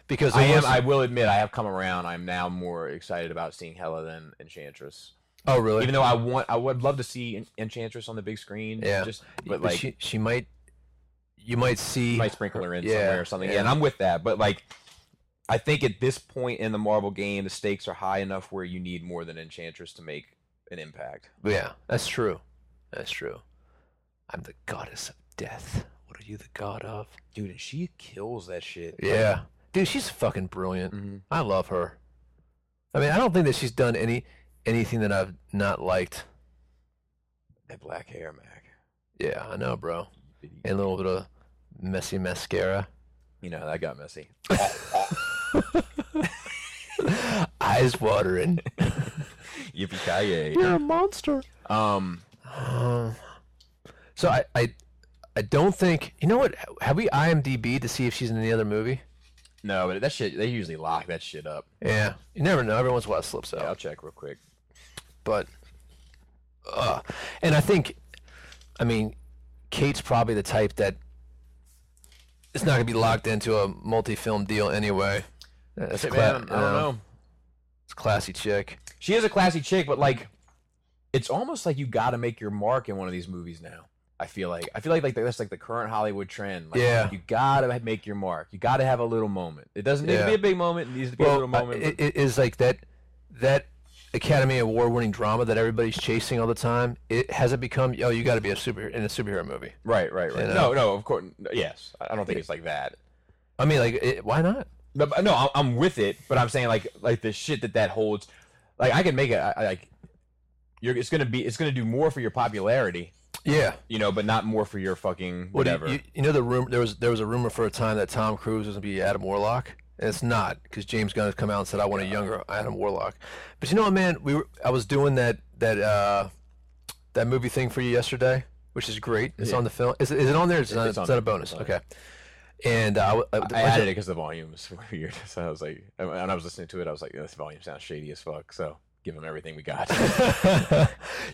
Speaker 2: Because
Speaker 3: I
Speaker 2: there
Speaker 3: am.
Speaker 2: was-
Speaker 3: I will admit, I have come around. I'm now more excited about seeing Hela than Enchantress.
Speaker 2: oh really?
Speaker 3: Even though I want, I would love to see En- Enchantress on the big screen.
Speaker 2: Yeah.
Speaker 3: Just,
Speaker 2: but
Speaker 3: but like,
Speaker 2: she she might, you might see
Speaker 3: might sprinkle her in
Speaker 2: Yeah,
Speaker 3: somewhere or something. Yeah.
Speaker 2: yeah.
Speaker 3: and I'm with that. But like, I think at this point in the Marvel game, the stakes are high enough where you need more than Enchantress to make an impact.
Speaker 2: Yeah, that's true. That's true. I'm the goddess of death. What are you the god of?
Speaker 3: Dude, and she kills that shit.
Speaker 2: Yeah, dude, she's fucking brilliant.
Speaker 3: Mhm.
Speaker 2: I love her. I mean, I don't think that she's done any anything that I've not liked.
Speaker 3: That black hair, Mac.
Speaker 2: Yeah, I know, bro. And a little bit of messy mascara.
Speaker 3: You know that got messy.
Speaker 2: Eyes watering.
Speaker 3: Yippee ki
Speaker 2: a monster.
Speaker 3: yay! Um,
Speaker 2: so I, I, I don't think you know what. Have we IMDb to see if she's in any other movie?
Speaker 3: no, but that shit they usually lock that shit up.
Speaker 2: Yeah, you never know. Every once in a while it slips out.
Speaker 3: Yeah, I'll check real quick.
Speaker 2: But, uh, and I think, I mean, Kate's probably the type that it's not gonna be locked into a multi-film deal anyway. That's
Speaker 3: Shit,
Speaker 2: cla-
Speaker 3: man,
Speaker 2: you
Speaker 3: I don't know.
Speaker 2: It's a classy chick.
Speaker 3: uh, She is a classy chick, but like, it's almost like you got to make your mark in one of these movies now. I feel like I feel like like that's like the current Hollywood trend. Like,
Speaker 2: Yeah.
Speaker 3: you gotta make your mark. You gotta have a little moment. It doesn't need
Speaker 2: Yeah.
Speaker 3: to be a big moment. It needs to be a
Speaker 2: well,
Speaker 3: little moment.
Speaker 2: uh, it, it is like that that Academy Award winning drama that everybody's chasing all the time. It hasn't become oh you got to be a superhero in a superhero movie.
Speaker 3: but- right, right,
Speaker 2: you
Speaker 3: right.
Speaker 2: know.
Speaker 3: No, no, of course, no, yes. I I don't think it's like that.
Speaker 2: I mean like it, why not?
Speaker 3: No, but- no, I- I'm with it, but I'm saying like like the shit that that holds. Like I can make it I- I- like you're. It's gonna be. It's gonna do more for your popularity,
Speaker 2: Yeah.
Speaker 3: you know, but not more for your fucking
Speaker 2: What do you-
Speaker 3: whatever.
Speaker 2: You, you, know the rumor there was there was a rumor for a time that Tom Cruise was gonna be Adam Warlock. And it's not because James Gunn has come out and said I want a younger Adam Warlock. But you know what, man? We were I was doing that that uh that movie thing for you yesterday, which is great. It's on the film. Is, it- is it on there? It's, not,
Speaker 3: it's
Speaker 2: it's
Speaker 3: on
Speaker 2: not a
Speaker 3: there.
Speaker 2: bonus.
Speaker 3: It's on
Speaker 2: Okay. And uh, I w- I-
Speaker 3: I added it because the volume was weird. So I was like, and when I was listening to it, I was like, this volume sounds shady as fuck. So give them everything we got.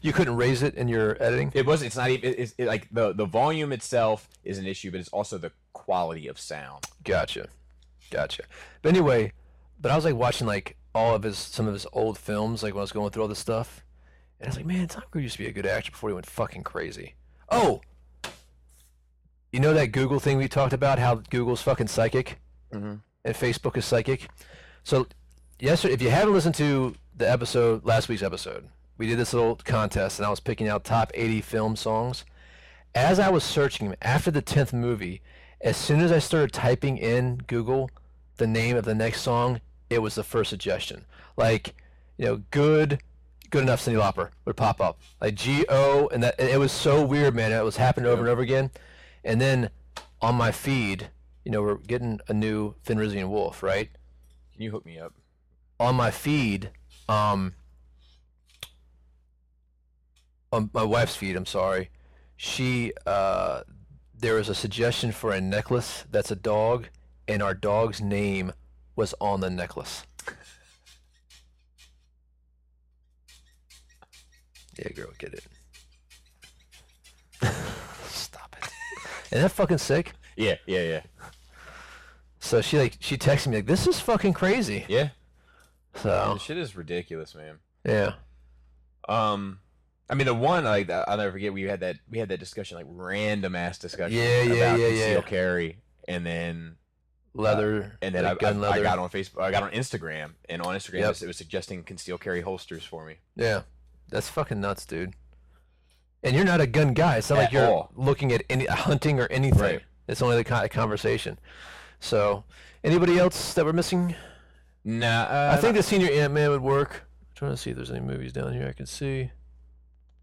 Speaker 2: you couldn't raise it in your editing.
Speaker 3: it was. It's not even. It's it, like the the volume itself is an issue, but it's also the quality of sound.
Speaker 2: Gotcha, gotcha. But anyway, but I was like watching like all of his some of his old films, like when I was going through all this stuff, and I was like, man, Tom Cruise used to be a good actor before he went fucking crazy. Oh, you know that Google thing we talked about? How Google's fucking psychic,
Speaker 3: Mhm.
Speaker 2: and Facebook is psychic. So yesterday, if you haven't listened to the episode last week's episode, we did this little contest, and I was picking out top 80 film songs. As I was searching them after the 10th movie, as soon as I started typing in Google the name of the next song, it was the first suggestion. Like, you know, good, good enough Cindy Lauper would pop up. Like G O, and that and it was so weird, man. It was happening over and over again. And then on my feed, you know, we're getting a new Finn Rizzi and Wolf, right?
Speaker 3: Can you hook me up?
Speaker 2: on my feed, um, on my wife's feed. I'm sorry. She, uh, there was a suggestion for a necklace that's a dog, and our dog's name was on the necklace. Yeah, girl, get it. Stop it. Isn't that fucking sick?
Speaker 3: Yeah, yeah, yeah,
Speaker 2: So she like she texted me like this is fucking crazy.
Speaker 3: yeah.
Speaker 2: So Oh.
Speaker 3: This shit is ridiculous, man.
Speaker 2: yeah,
Speaker 3: Um, I mean, the one like that- I'll never forget. We had that we had that discussion, like random ass discussion.
Speaker 2: Yeah, yeah,
Speaker 3: about
Speaker 2: yeah,
Speaker 3: concealed
Speaker 2: yeah.
Speaker 3: carry, and then
Speaker 2: Uh, leather
Speaker 3: and then
Speaker 2: like
Speaker 3: I, I,
Speaker 2: gun
Speaker 3: I
Speaker 2: leather.
Speaker 3: got on Facebook, I got on Instagram, and on Instagram
Speaker 2: Yep.
Speaker 3: it, was, it was suggesting concealed carry holsters for me.
Speaker 2: Yeah, that's fucking nuts, dude. And you're not a gun guy. It's not like
Speaker 3: At
Speaker 2: you're
Speaker 3: all.
Speaker 2: looking at any hunting or anything.
Speaker 3: Right.
Speaker 2: It's only the kind of conversation. So, anybody else that we're missing?
Speaker 3: Nah, uh,
Speaker 2: I think the senior Ant Man would work. trying to see if there's any movies down here I can see.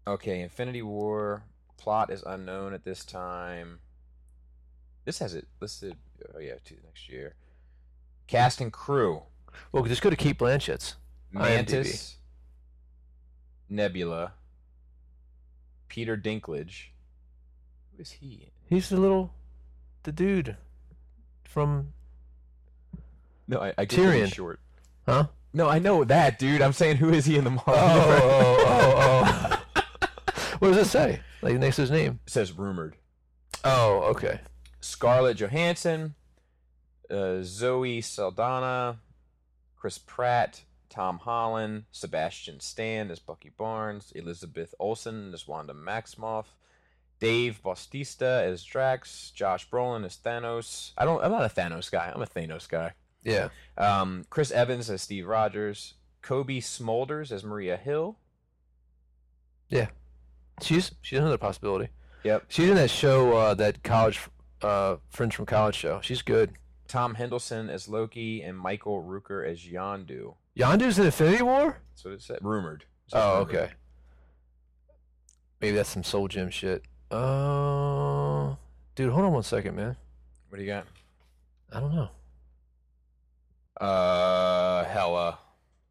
Speaker 3: Okay, Infinity War plot is unknown at this time. This has it listed. Oh yeah, to next year. Cast and crew:
Speaker 2: Well, just go to Keep Blanchett's.
Speaker 3: Mantis, Nebula, Peter Dinklage. Who is he?
Speaker 2: He's the little, the dude, from
Speaker 3: No, I, I
Speaker 2: Tyrion.
Speaker 3: Tyrion. Short.
Speaker 2: huh?
Speaker 3: No, I know that dude. I'm saying who is he in the Marvel?
Speaker 2: oh, oh, oh. what does it say? Like next to his name.
Speaker 3: It says rumored.
Speaker 2: Oh, okay.
Speaker 3: Scarlett Johansson, uh, Zoe Saldana, Chris Pratt, Tom Holland, Sebastian Stan as Bucky Barnes, Elizabeth Olsen as Wanda Maximoff, Dave Bautista as Drax, Josh Brolin as Thanos. I don't. I'm not a Thanos guy. I'm a Thanos guy.
Speaker 2: Yeah.
Speaker 3: Um, Chris Evans as Steve Rogers, Kobe Smolders as Maria Hill.
Speaker 2: She's she's another possibility.
Speaker 3: Yep.
Speaker 2: She's in that show, uh, that college, uh, friends from college show. She's good.
Speaker 3: Tom Hendelson as Loki and Michael Rooker as Yondu.
Speaker 2: Yondu's in Infinity War.
Speaker 3: That's what it said. Rumored. It says
Speaker 2: Oh,
Speaker 3: rumored.
Speaker 2: okay. Maybe that's some Soul Gem shit. Uh, dude, hold on one second, man.
Speaker 3: What do you got?
Speaker 2: I don't know.
Speaker 3: Uh, Hella.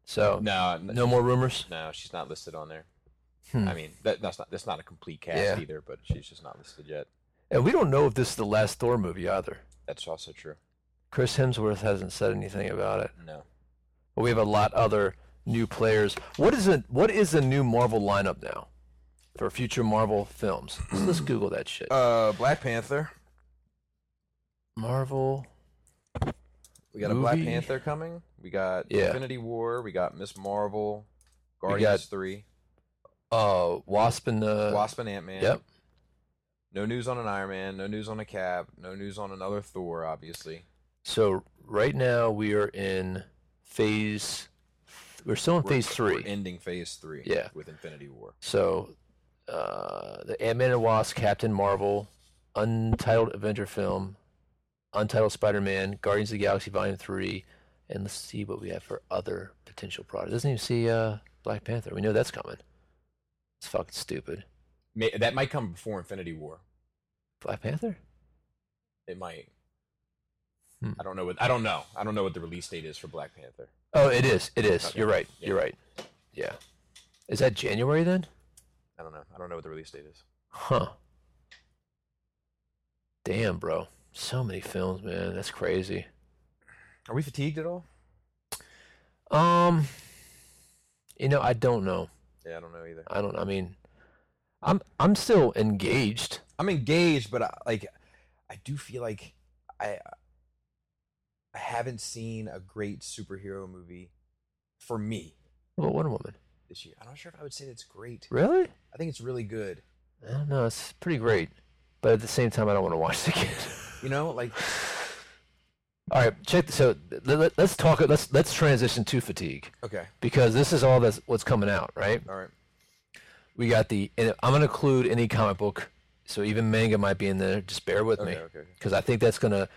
Speaker 2: So
Speaker 3: No, n-
Speaker 2: no more rumors.
Speaker 3: no, she's not listed on there.
Speaker 2: Hmm.
Speaker 3: I mean, that, that's not that's not a complete cast
Speaker 2: Yeah.
Speaker 3: either, but she's just not listed yet.
Speaker 2: And we don't know if this is the last Thor movie either.
Speaker 3: That's also true.
Speaker 2: Chris Hemsworth hasn't said anything about it.
Speaker 3: No,
Speaker 2: But we have a lot other new players. What is it? What is the new Marvel lineup now for future Marvel films? So let's Google that shit.
Speaker 5: Uh, Black Panther.
Speaker 2: Marvel.
Speaker 3: we got a Black
Speaker 2: Movie.
Speaker 3: Panther coming. We got
Speaker 2: Yeah.
Speaker 3: Infinity War. We got Miss Marvel. Guardians
Speaker 2: got-
Speaker 3: three.
Speaker 2: Uh, Wasp and uh,
Speaker 3: Wasp and Ant Man.
Speaker 2: Yep.
Speaker 3: No news on an Iron Man. No news on a Cap. No news on another Thor. Obviously,
Speaker 2: So right now we are in phase. We're still in
Speaker 3: We're-
Speaker 2: phase
Speaker 3: we're
Speaker 2: three.
Speaker 3: ending Phase three.
Speaker 2: Yeah.
Speaker 3: with Infinity War.
Speaker 2: So, uh, the Ant Man and Wasp, Captain Marvel, Untitled Avenger film, Untitled Spider Man, Guardians of the Galaxy Volume Three, and let's see what we have for other potential products. Doesn't even see uh, Black Panther. We know that's coming. It's fucking stupid.
Speaker 3: May, that might come before Infinity War.
Speaker 2: Black Panther.
Speaker 3: It might.
Speaker 2: Hmm.
Speaker 3: I don't know what I don't know. I don't know what the release date is for Black Panther.
Speaker 2: Oh, it is. It is.
Speaker 3: Okay.
Speaker 2: You're right. You're right. Yeah. Is that January then?
Speaker 3: I don't know. I don't know what the release date is.
Speaker 2: Huh. Damn, bro. So many films, man. That's crazy.
Speaker 3: Are we fatigued at all?
Speaker 2: Um, you know, I don't know.
Speaker 3: Yeah, I don't know either.
Speaker 2: I don't. I mean, I'm I'm still engaged.
Speaker 5: I'm engaged, but I, like, I do feel like I I haven't seen a great superhero movie for me
Speaker 2: What about Wonder Woman?
Speaker 5: this year. I'm not sure if I would say that's great.
Speaker 2: Really?
Speaker 5: I think it's really good.
Speaker 2: I don't know. It's pretty great, but at the same time, I don't want to watch it again.
Speaker 5: You know, like
Speaker 2: all right, check. So let, let, let's talk. Let's let's transition to fatigue
Speaker 5: okay,
Speaker 2: because this is all that's what's coming out, right?
Speaker 5: all right,
Speaker 2: We got the. And I'm gonna include any comic book, so even manga might be in there. Just bear with me.
Speaker 3: Okay, okay. okay.
Speaker 2: because I think that's gonna,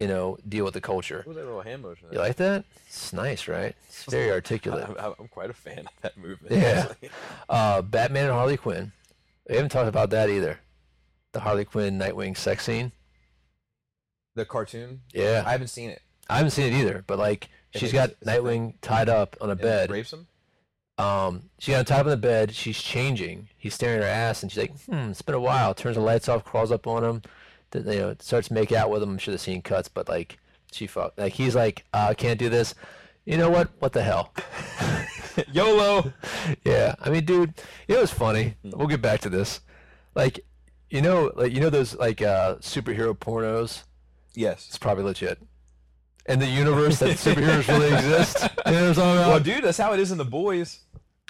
Speaker 2: you know, deal with the culture.
Speaker 3: What was that little hand motion?
Speaker 2: You like that? It's nice, right? It's very articulate.
Speaker 3: I'm, I'm quite a fan of that movement.
Speaker 2: Yeah.
Speaker 3: actually.
Speaker 2: Uh, Batman and Harley Quinn. We haven't talked about that either. The Harley Quinn Nightwing sex scene.
Speaker 3: the cartoon.
Speaker 2: Yeah,
Speaker 3: I haven't seen it.
Speaker 2: I haven't seen it either, but like
Speaker 3: Is
Speaker 2: she's
Speaker 3: it-
Speaker 2: got
Speaker 3: is it the-
Speaker 2: Nightwing tied up on a
Speaker 3: And
Speaker 2: bed.
Speaker 3: Rapes him.
Speaker 2: Um, she got on top of the bed. She's changing. He's staring at her ass, and she's like, "Hmm, it's been a while." Turns the lights off, crawls up on him. Then you know, starts to make out with him. I'm sure the scene cuts, but like, she fuck. Like he's like, uh, "I can't do this." you know what? What the hell?
Speaker 3: YOLO.
Speaker 2: Yeah, I mean, dude, you know what's funny? We'll get back to this. Like, you know, like you know those like uh, superhero pornos. It's
Speaker 3: Yes.
Speaker 2: probably legit. And the universe that superheroes really exist. You know what I'm talking about?
Speaker 3: Well, dude, that's how it is in the boys.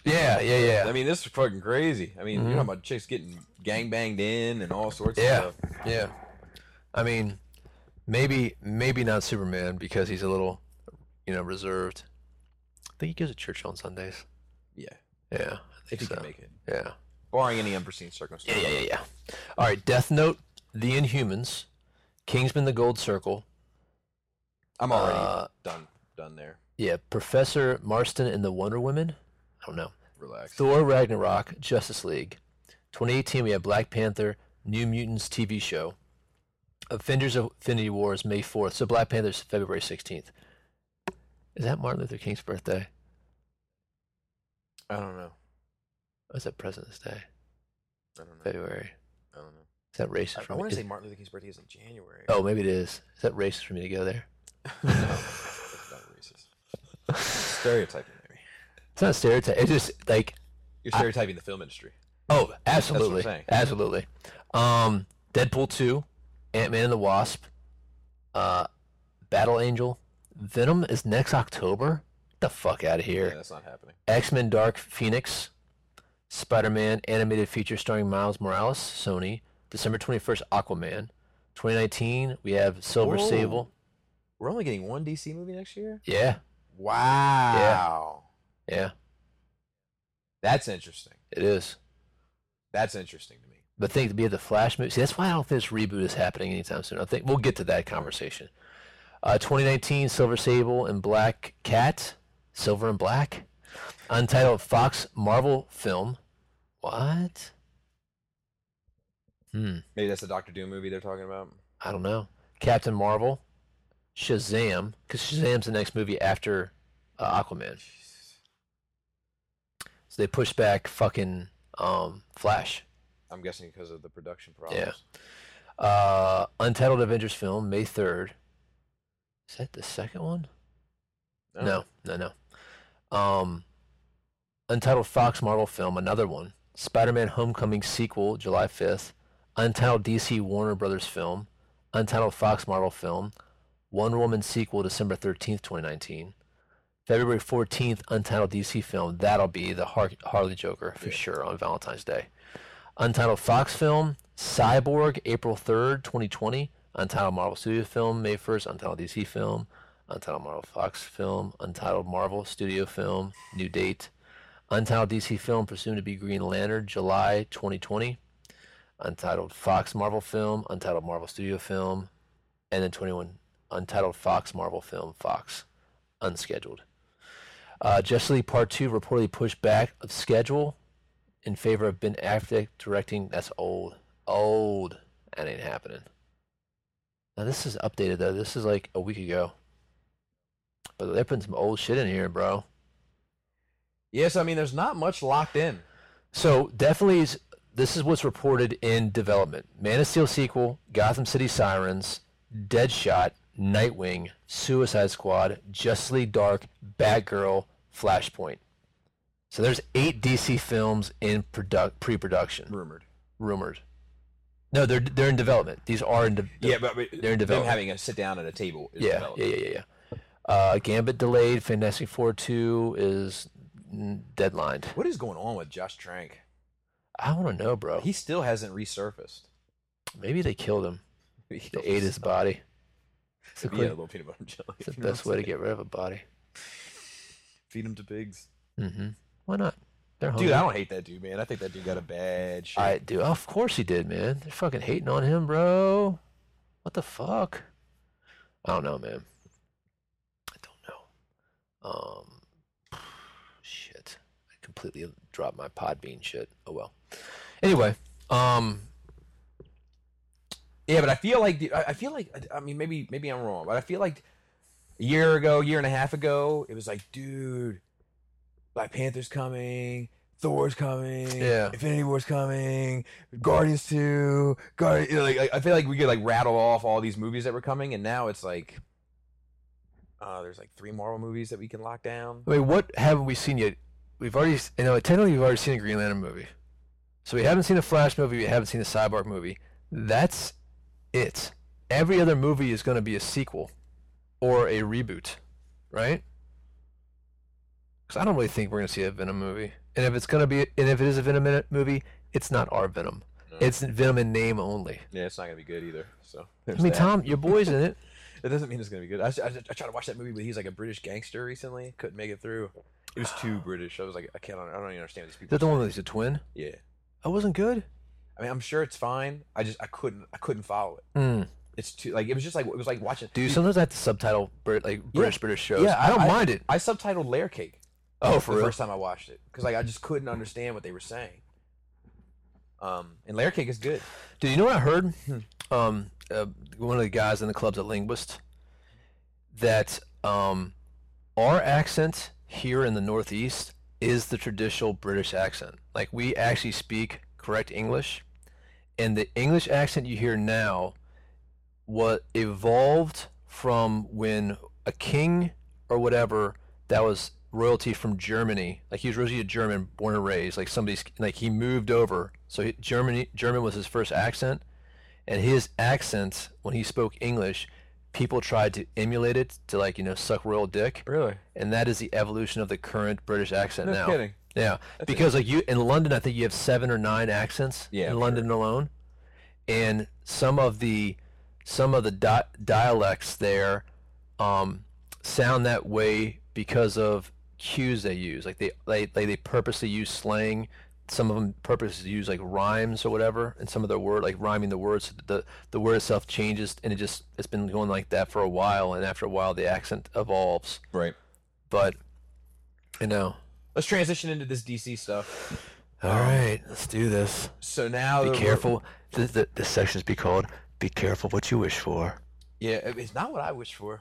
Speaker 2: yeah, yeah, yeah.
Speaker 3: I mean, this is fucking crazy. I mean, you're talking about chicks getting gang banged in and all sorts
Speaker 2: Mm-hmm. Yeah,
Speaker 3: of stuff.
Speaker 2: yeah. I mean, maybe maybe not Superman because he's a little, you know, reserved. I think he goes to church on Sundays.
Speaker 3: Yeah.
Speaker 2: Yeah, I think
Speaker 3: If you
Speaker 2: so.
Speaker 3: can make it.
Speaker 2: Yeah.
Speaker 3: Barring any unforeseen circumstances.
Speaker 2: yeah, yeah, yeah. All right, Death Note, The Inhumans, Kingsman: The Gold Circle.
Speaker 3: I'm already
Speaker 2: Uh,
Speaker 3: done done there.
Speaker 2: Yeah, Professor Marston and the Wonder Women. I don't know.
Speaker 3: Relax.
Speaker 2: Thor Ragnarok, Justice League. 2018, we have Black Panther, New Mutants TV show. Avengers Infinity Wars, May 4th. So Black Panther's February 16th. Is that Martin Luther King's birthday?
Speaker 3: I don't know.
Speaker 2: Or is that President's Day?
Speaker 3: I don't know.
Speaker 2: February.
Speaker 3: I don't know.
Speaker 2: Is that racist
Speaker 3: I,
Speaker 2: for me?
Speaker 3: want to
Speaker 2: is-
Speaker 3: say Martin Luther King's birthday is in January.
Speaker 2: oh, maybe it is. Is that racist for me to go there?
Speaker 3: no, that's not racist. Stereotyping. Larry.
Speaker 2: It's not a stereotype. It's just like,
Speaker 3: You're stereotyping the film industry.
Speaker 2: oh, absolutely.
Speaker 3: saying.
Speaker 2: Absolutely. Um, Deadpool 2, Ant Man and the Wasp, uh, Battle Angel. Venom is next October? Get the fuck out of here.
Speaker 3: Yeah, that's not happening.
Speaker 2: X Men Dark Phoenix, Spider Man animated feature starring Miles Morales, Sony, December 21st, Aquaman. 2019, we have Silver
Speaker 3: Whoa.
Speaker 2: Sable.
Speaker 3: We're only getting one DC movie next year.
Speaker 2: Yeah,
Speaker 3: Wow.
Speaker 2: yeah,
Speaker 3: That's interesting.
Speaker 2: it is.
Speaker 3: That's interesting to me.
Speaker 2: But think to be the Flash movie. See, that's why I don't think this reboot is happening anytime soon. I think we'll get to that conversation. Uh, 2019, Silver Sable and Black Cat, Silver and Black, untitled Fox Marvel film. What? Hmm.
Speaker 3: Maybe that's the Doctor Doom movie they're talking about.
Speaker 2: I don't know. Captain Marvel, Shazam, because Shazam's the next movie after uh, Aquaman. So they push back fucking um, Flash.
Speaker 3: I'm guessing because of the production
Speaker 2: Yeah.
Speaker 3: problems.
Speaker 2: Uh, Untitled Avengers film, May 3rd. Is that the second one? No, no, no. Um, Untitled Fox Marvel film, another one. Spider Man Homecoming sequel, July 5th. Untitled DC Warner Brothers film. Untitled Fox Marvel film. One Woman sequel, December 13th, 2019. February 14th, Untitled DC film. That'll be the Har- Harley Joker for sure on Valentine's Day. Untitled Fox film, Cyborg, April 3rd, 2020. Untitled Marvel Studio film, May 1st. Untitled DC film, Untitled Marvel Fox film, Untitled Marvel Studio film, new date. Untitled DC film, presumed to be Green Lantern, July 2020. Untitled Fox Marvel film, Untitled Marvel Studio film, and then 21 Untitled Fox Marvel film, Fox, unscheduled. Uh, Justice League Part 2 reportedly pushed back of schedule in favor of Ben Affleck directing. That's old. Old. That ain't happening. Now, this is updated, though. This is like a week ago. But they're putting some old shit in here, bro.
Speaker 3: Yes, I mean there's not much locked in.
Speaker 2: So, definitely, is, this is what's reported in development Man of Steel sequel, Gotham City Sirens, Deadshot, Nightwing, Suicide Squad, Justice League Dark, Batgirl, Flashpoint. So, there's eight DC films in produ- pre production.
Speaker 3: Rumored.
Speaker 2: rumored. No, they're they're in development. These are in de-
Speaker 3: yeah, but, but
Speaker 2: they're in
Speaker 3: them
Speaker 2: development.
Speaker 3: having a sit down at a table is
Speaker 2: yeah, yeah,
Speaker 3: development.
Speaker 2: yeah, yeah, yeah. Uh, Gambit delayed. Fantastic Four two is mm, deadlined.
Speaker 3: What is going on with Josh Trank?
Speaker 2: I want to know, bro.
Speaker 3: He still hasn't resurfaced.
Speaker 2: Maybe they killed him.
Speaker 3: He
Speaker 2: They
Speaker 3: still
Speaker 2: ate his body. It's the,
Speaker 3: Feed him a
Speaker 2: quick-
Speaker 3: little peanut butter and jelly.
Speaker 2: it's
Speaker 3: if
Speaker 2: the
Speaker 3: you know
Speaker 2: best
Speaker 3: what
Speaker 2: way
Speaker 3: I'm
Speaker 2: to get rid of a body.
Speaker 3: saying. feed him to pigs.
Speaker 2: hmm Why not? They're hungry.
Speaker 3: Dude, I don't hate that dude, man. I think that dude got a bad shit.
Speaker 2: Oh, I do. Of course he did, man. They're fucking hating on him, bro. What the fuck? I don't know, man. I don't know. Um, shit. I completely dropped my Podbean shit. Oh well. Anyway, um,
Speaker 3: Yeah, but I feel like dude, I I feel like I mean maybe maybe I'm wrong, but I feel like a year ago, year and a half ago, it was like, dude, Black Panther's coming, Thor's coming,
Speaker 2: Yeah.
Speaker 3: Infinity War's coming, Guardians two, Guardian. Like I- I feel like we could like rattle off all these movies that were coming, and now it's like Uh, there's like three Marvel movies that we can lock down.
Speaker 2: I mean, what haven't we seen yet? We've already, s- you know, technically we've already seen a Green Lantern movie. So we haven't seen a Flash movie. We haven't seen a Cyborg movie. That's it. Every other movie is going to be a sequel or a reboot, right? Because I don't really think we're going to see a Venom movie. And if it's going to be, and if it is a Venom mi- movie, it's not our Venom.
Speaker 3: No.
Speaker 2: It's Venom in name only.
Speaker 3: Yeah, it's not gonna be good either. So
Speaker 2: I mean, Tom, your boy's in it.
Speaker 3: It doesn't mean it's gonna be good. I, s- I, s- I tried to watch that movie, but he's like a British gangster recently. Couldn't make it through. It was too British. I was like, I can't. I don't even understand these
Speaker 2: Is
Speaker 3: people.
Speaker 2: that the one where he's a twin?
Speaker 3: Yeah.
Speaker 2: I wasn't good.
Speaker 3: I mean, I'm sure it's fine. I just I couldn't I couldn't follow it.
Speaker 2: Mm.
Speaker 3: It's too like it was just like it was like watching.
Speaker 2: Dude, sometimes I have to subtitle Brit, like British British shows.
Speaker 3: Yeah,
Speaker 2: I don't
Speaker 3: I-
Speaker 2: mind it.
Speaker 3: I subtitled Layer Cake.
Speaker 2: Oh, for
Speaker 3: the
Speaker 2: real?
Speaker 3: first time I watched it because like I just couldn't understand what they were saying. Um, and Layer Cake is good.
Speaker 2: Dude, you know what I heard? Um, uh, one of the guys in the club's a linguist. That um, our accent here in the Northeast is the traditional British accent. Like we actually speak correct English, and the English accent you hear now, what evolved from when a king or whatever that was royalty from Germany. Like he was originally a German, born and raised. Like somebody's like he moved over, so he, Germany German was his first accent, and his accent when he spoke English, people tried to emulate it to like you know suck royal dick,
Speaker 3: Really?
Speaker 2: and that is the evolution of the current British accent
Speaker 3: No
Speaker 2: now.
Speaker 3: kidding.
Speaker 2: Yeah, because like you in London, I think you have seven or nine accents
Speaker 3: Yeah,
Speaker 2: in
Speaker 3: I'm
Speaker 2: London alone, and some of the some of the di- dialects there um, sound that way because of cues they use. Like they they they, they purposely use slang. Some of them purposely use like rhymes or whatever, and some of their word like rhyming the words. The the word itself changes, and it just it's been going like that for a while. And after a while, the accent evolves.
Speaker 3: Right.
Speaker 2: But you know,
Speaker 3: Let's transition into this DC stuff.
Speaker 2: all right, let's do this.
Speaker 3: So now
Speaker 2: Be
Speaker 3: that we're-
Speaker 2: careful. This, the, this section's be called "Be Careful What You Wish For."
Speaker 3: Yeah, it- it's not what I wish for.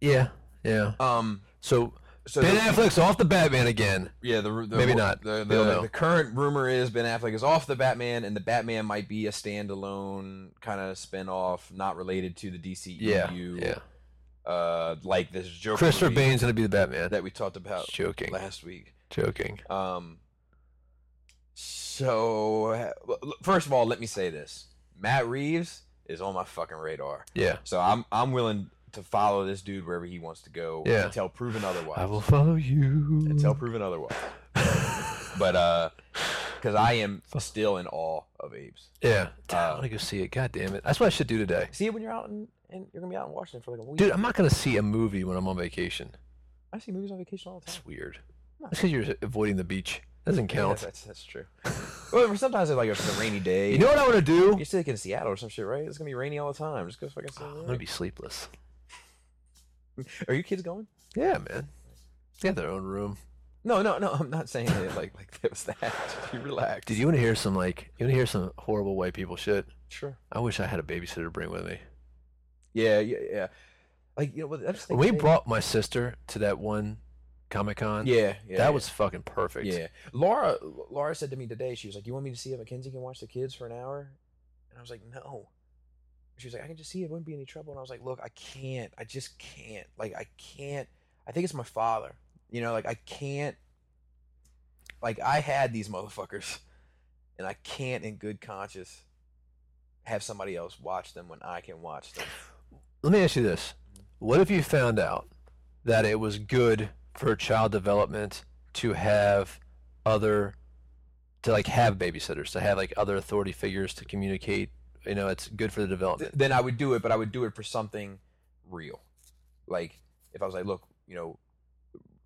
Speaker 2: Yeah, yeah.
Speaker 3: Um.
Speaker 2: So,
Speaker 3: So
Speaker 2: Ben
Speaker 3: the-
Speaker 2: Affleck's off the Batman again.
Speaker 3: Yeah, the, ru- the
Speaker 2: Maybe not.
Speaker 3: The,
Speaker 2: We don't
Speaker 3: the,
Speaker 2: know.
Speaker 3: the current rumor is Ben Affleck is off the Batman, and the Batman might be a standalone kind of spin-off, not related to the DCEU.
Speaker 2: Yeah, yeah.
Speaker 3: Uh, like this Joker
Speaker 2: Christopher
Speaker 3: movie
Speaker 2: Bane's gonna be the Batman.
Speaker 3: that we talked about
Speaker 2: joking,
Speaker 3: last week.
Speaker 2: joking.
Speaker 3: Um, so ha- l- l- first of all, let me say this: Matt Reeves is on my fucking radar,
Speaker 2: Yeah.
Speaker 3: so I'm I'm willing to follow this dude wherever he wants to go
Speaker 2: Yeah.
Speaker 3: until proven otherwise.
Speaker 2: I will follow you.
Speaker 3: until proven otherwise. but uh, because I am still in awe of apes.
Speaker 2: yeah. I want to go see it. God damn it. That's what I should do today,
Speaker 3: See it when you're out in, and you're gonna be out in Washington for like a week.
Speaker 2: dude. I'm not gonna see a movie when I'm on vacation.
Speaker 3: I see movies on vacation all the time.
Speaker 2: That's weird. That's because you're avoiding the beach. Doesn't
Speaker 3: Yeah,
Speaker 2: count.
Speaker 3: that's that's true. well, sometimes it's like it's a rainy day.
Speaker 2: You know what I want to do?
Speaker 3: you're still like in Seattle or some shit, right? It's gonna be rainy all the time. Just go fucking. see a
Speaker 2: I'm
Speaker 3: movie.
Speaker 2: gonna be sleepless.
Speaker 3: Are you kids going?
Speaker 2: Yeah, man. They have their own room.
Speaker 3: No, no, no. I'm not saying that like like that was that. you relax.
Speaker 2: Did you want to hear some like you want to hear some horrible white people shit?
Speaker 3: Sure.
Speaker 2: I wish I had a babysitter to bring with me.
Speaker 3: Yeah, yeah, yeah. Like you know, what- I'm just
Speaker 2: When we
Speaker 3: thinking-
Speaker 2: brought my sister to that one Comic Con,
Speaker 3: Yeah, yeah.
Speaker 2: that
Speaker 3: yeah.
Speaker 2: was fucking perfect.
Speaker 3: Yeah. Laura Laura said to me today, she was like, You want me to see if Mackenzie can watch the kids for an hour? And I was like, No. She was like, I can just see it. it wouldn't be any trouble. And I was like, Look, I can't. I just can't. Like I can't I think it's my father. You know, like I can't like I had these motherfuckers and I can't in good conscience have somebody else watch them when I can watch them.
Speaker 2: Let me ask you this: What if you found out that it was good for child development to have other, to like have babysitters, to have like other authority figures to communicate? You know, it's good for the
Speaker 3: th-
Speaker 2: development.
Speaker 3: then I would do it, but I would do it for something real. Like if I was like, look, you know,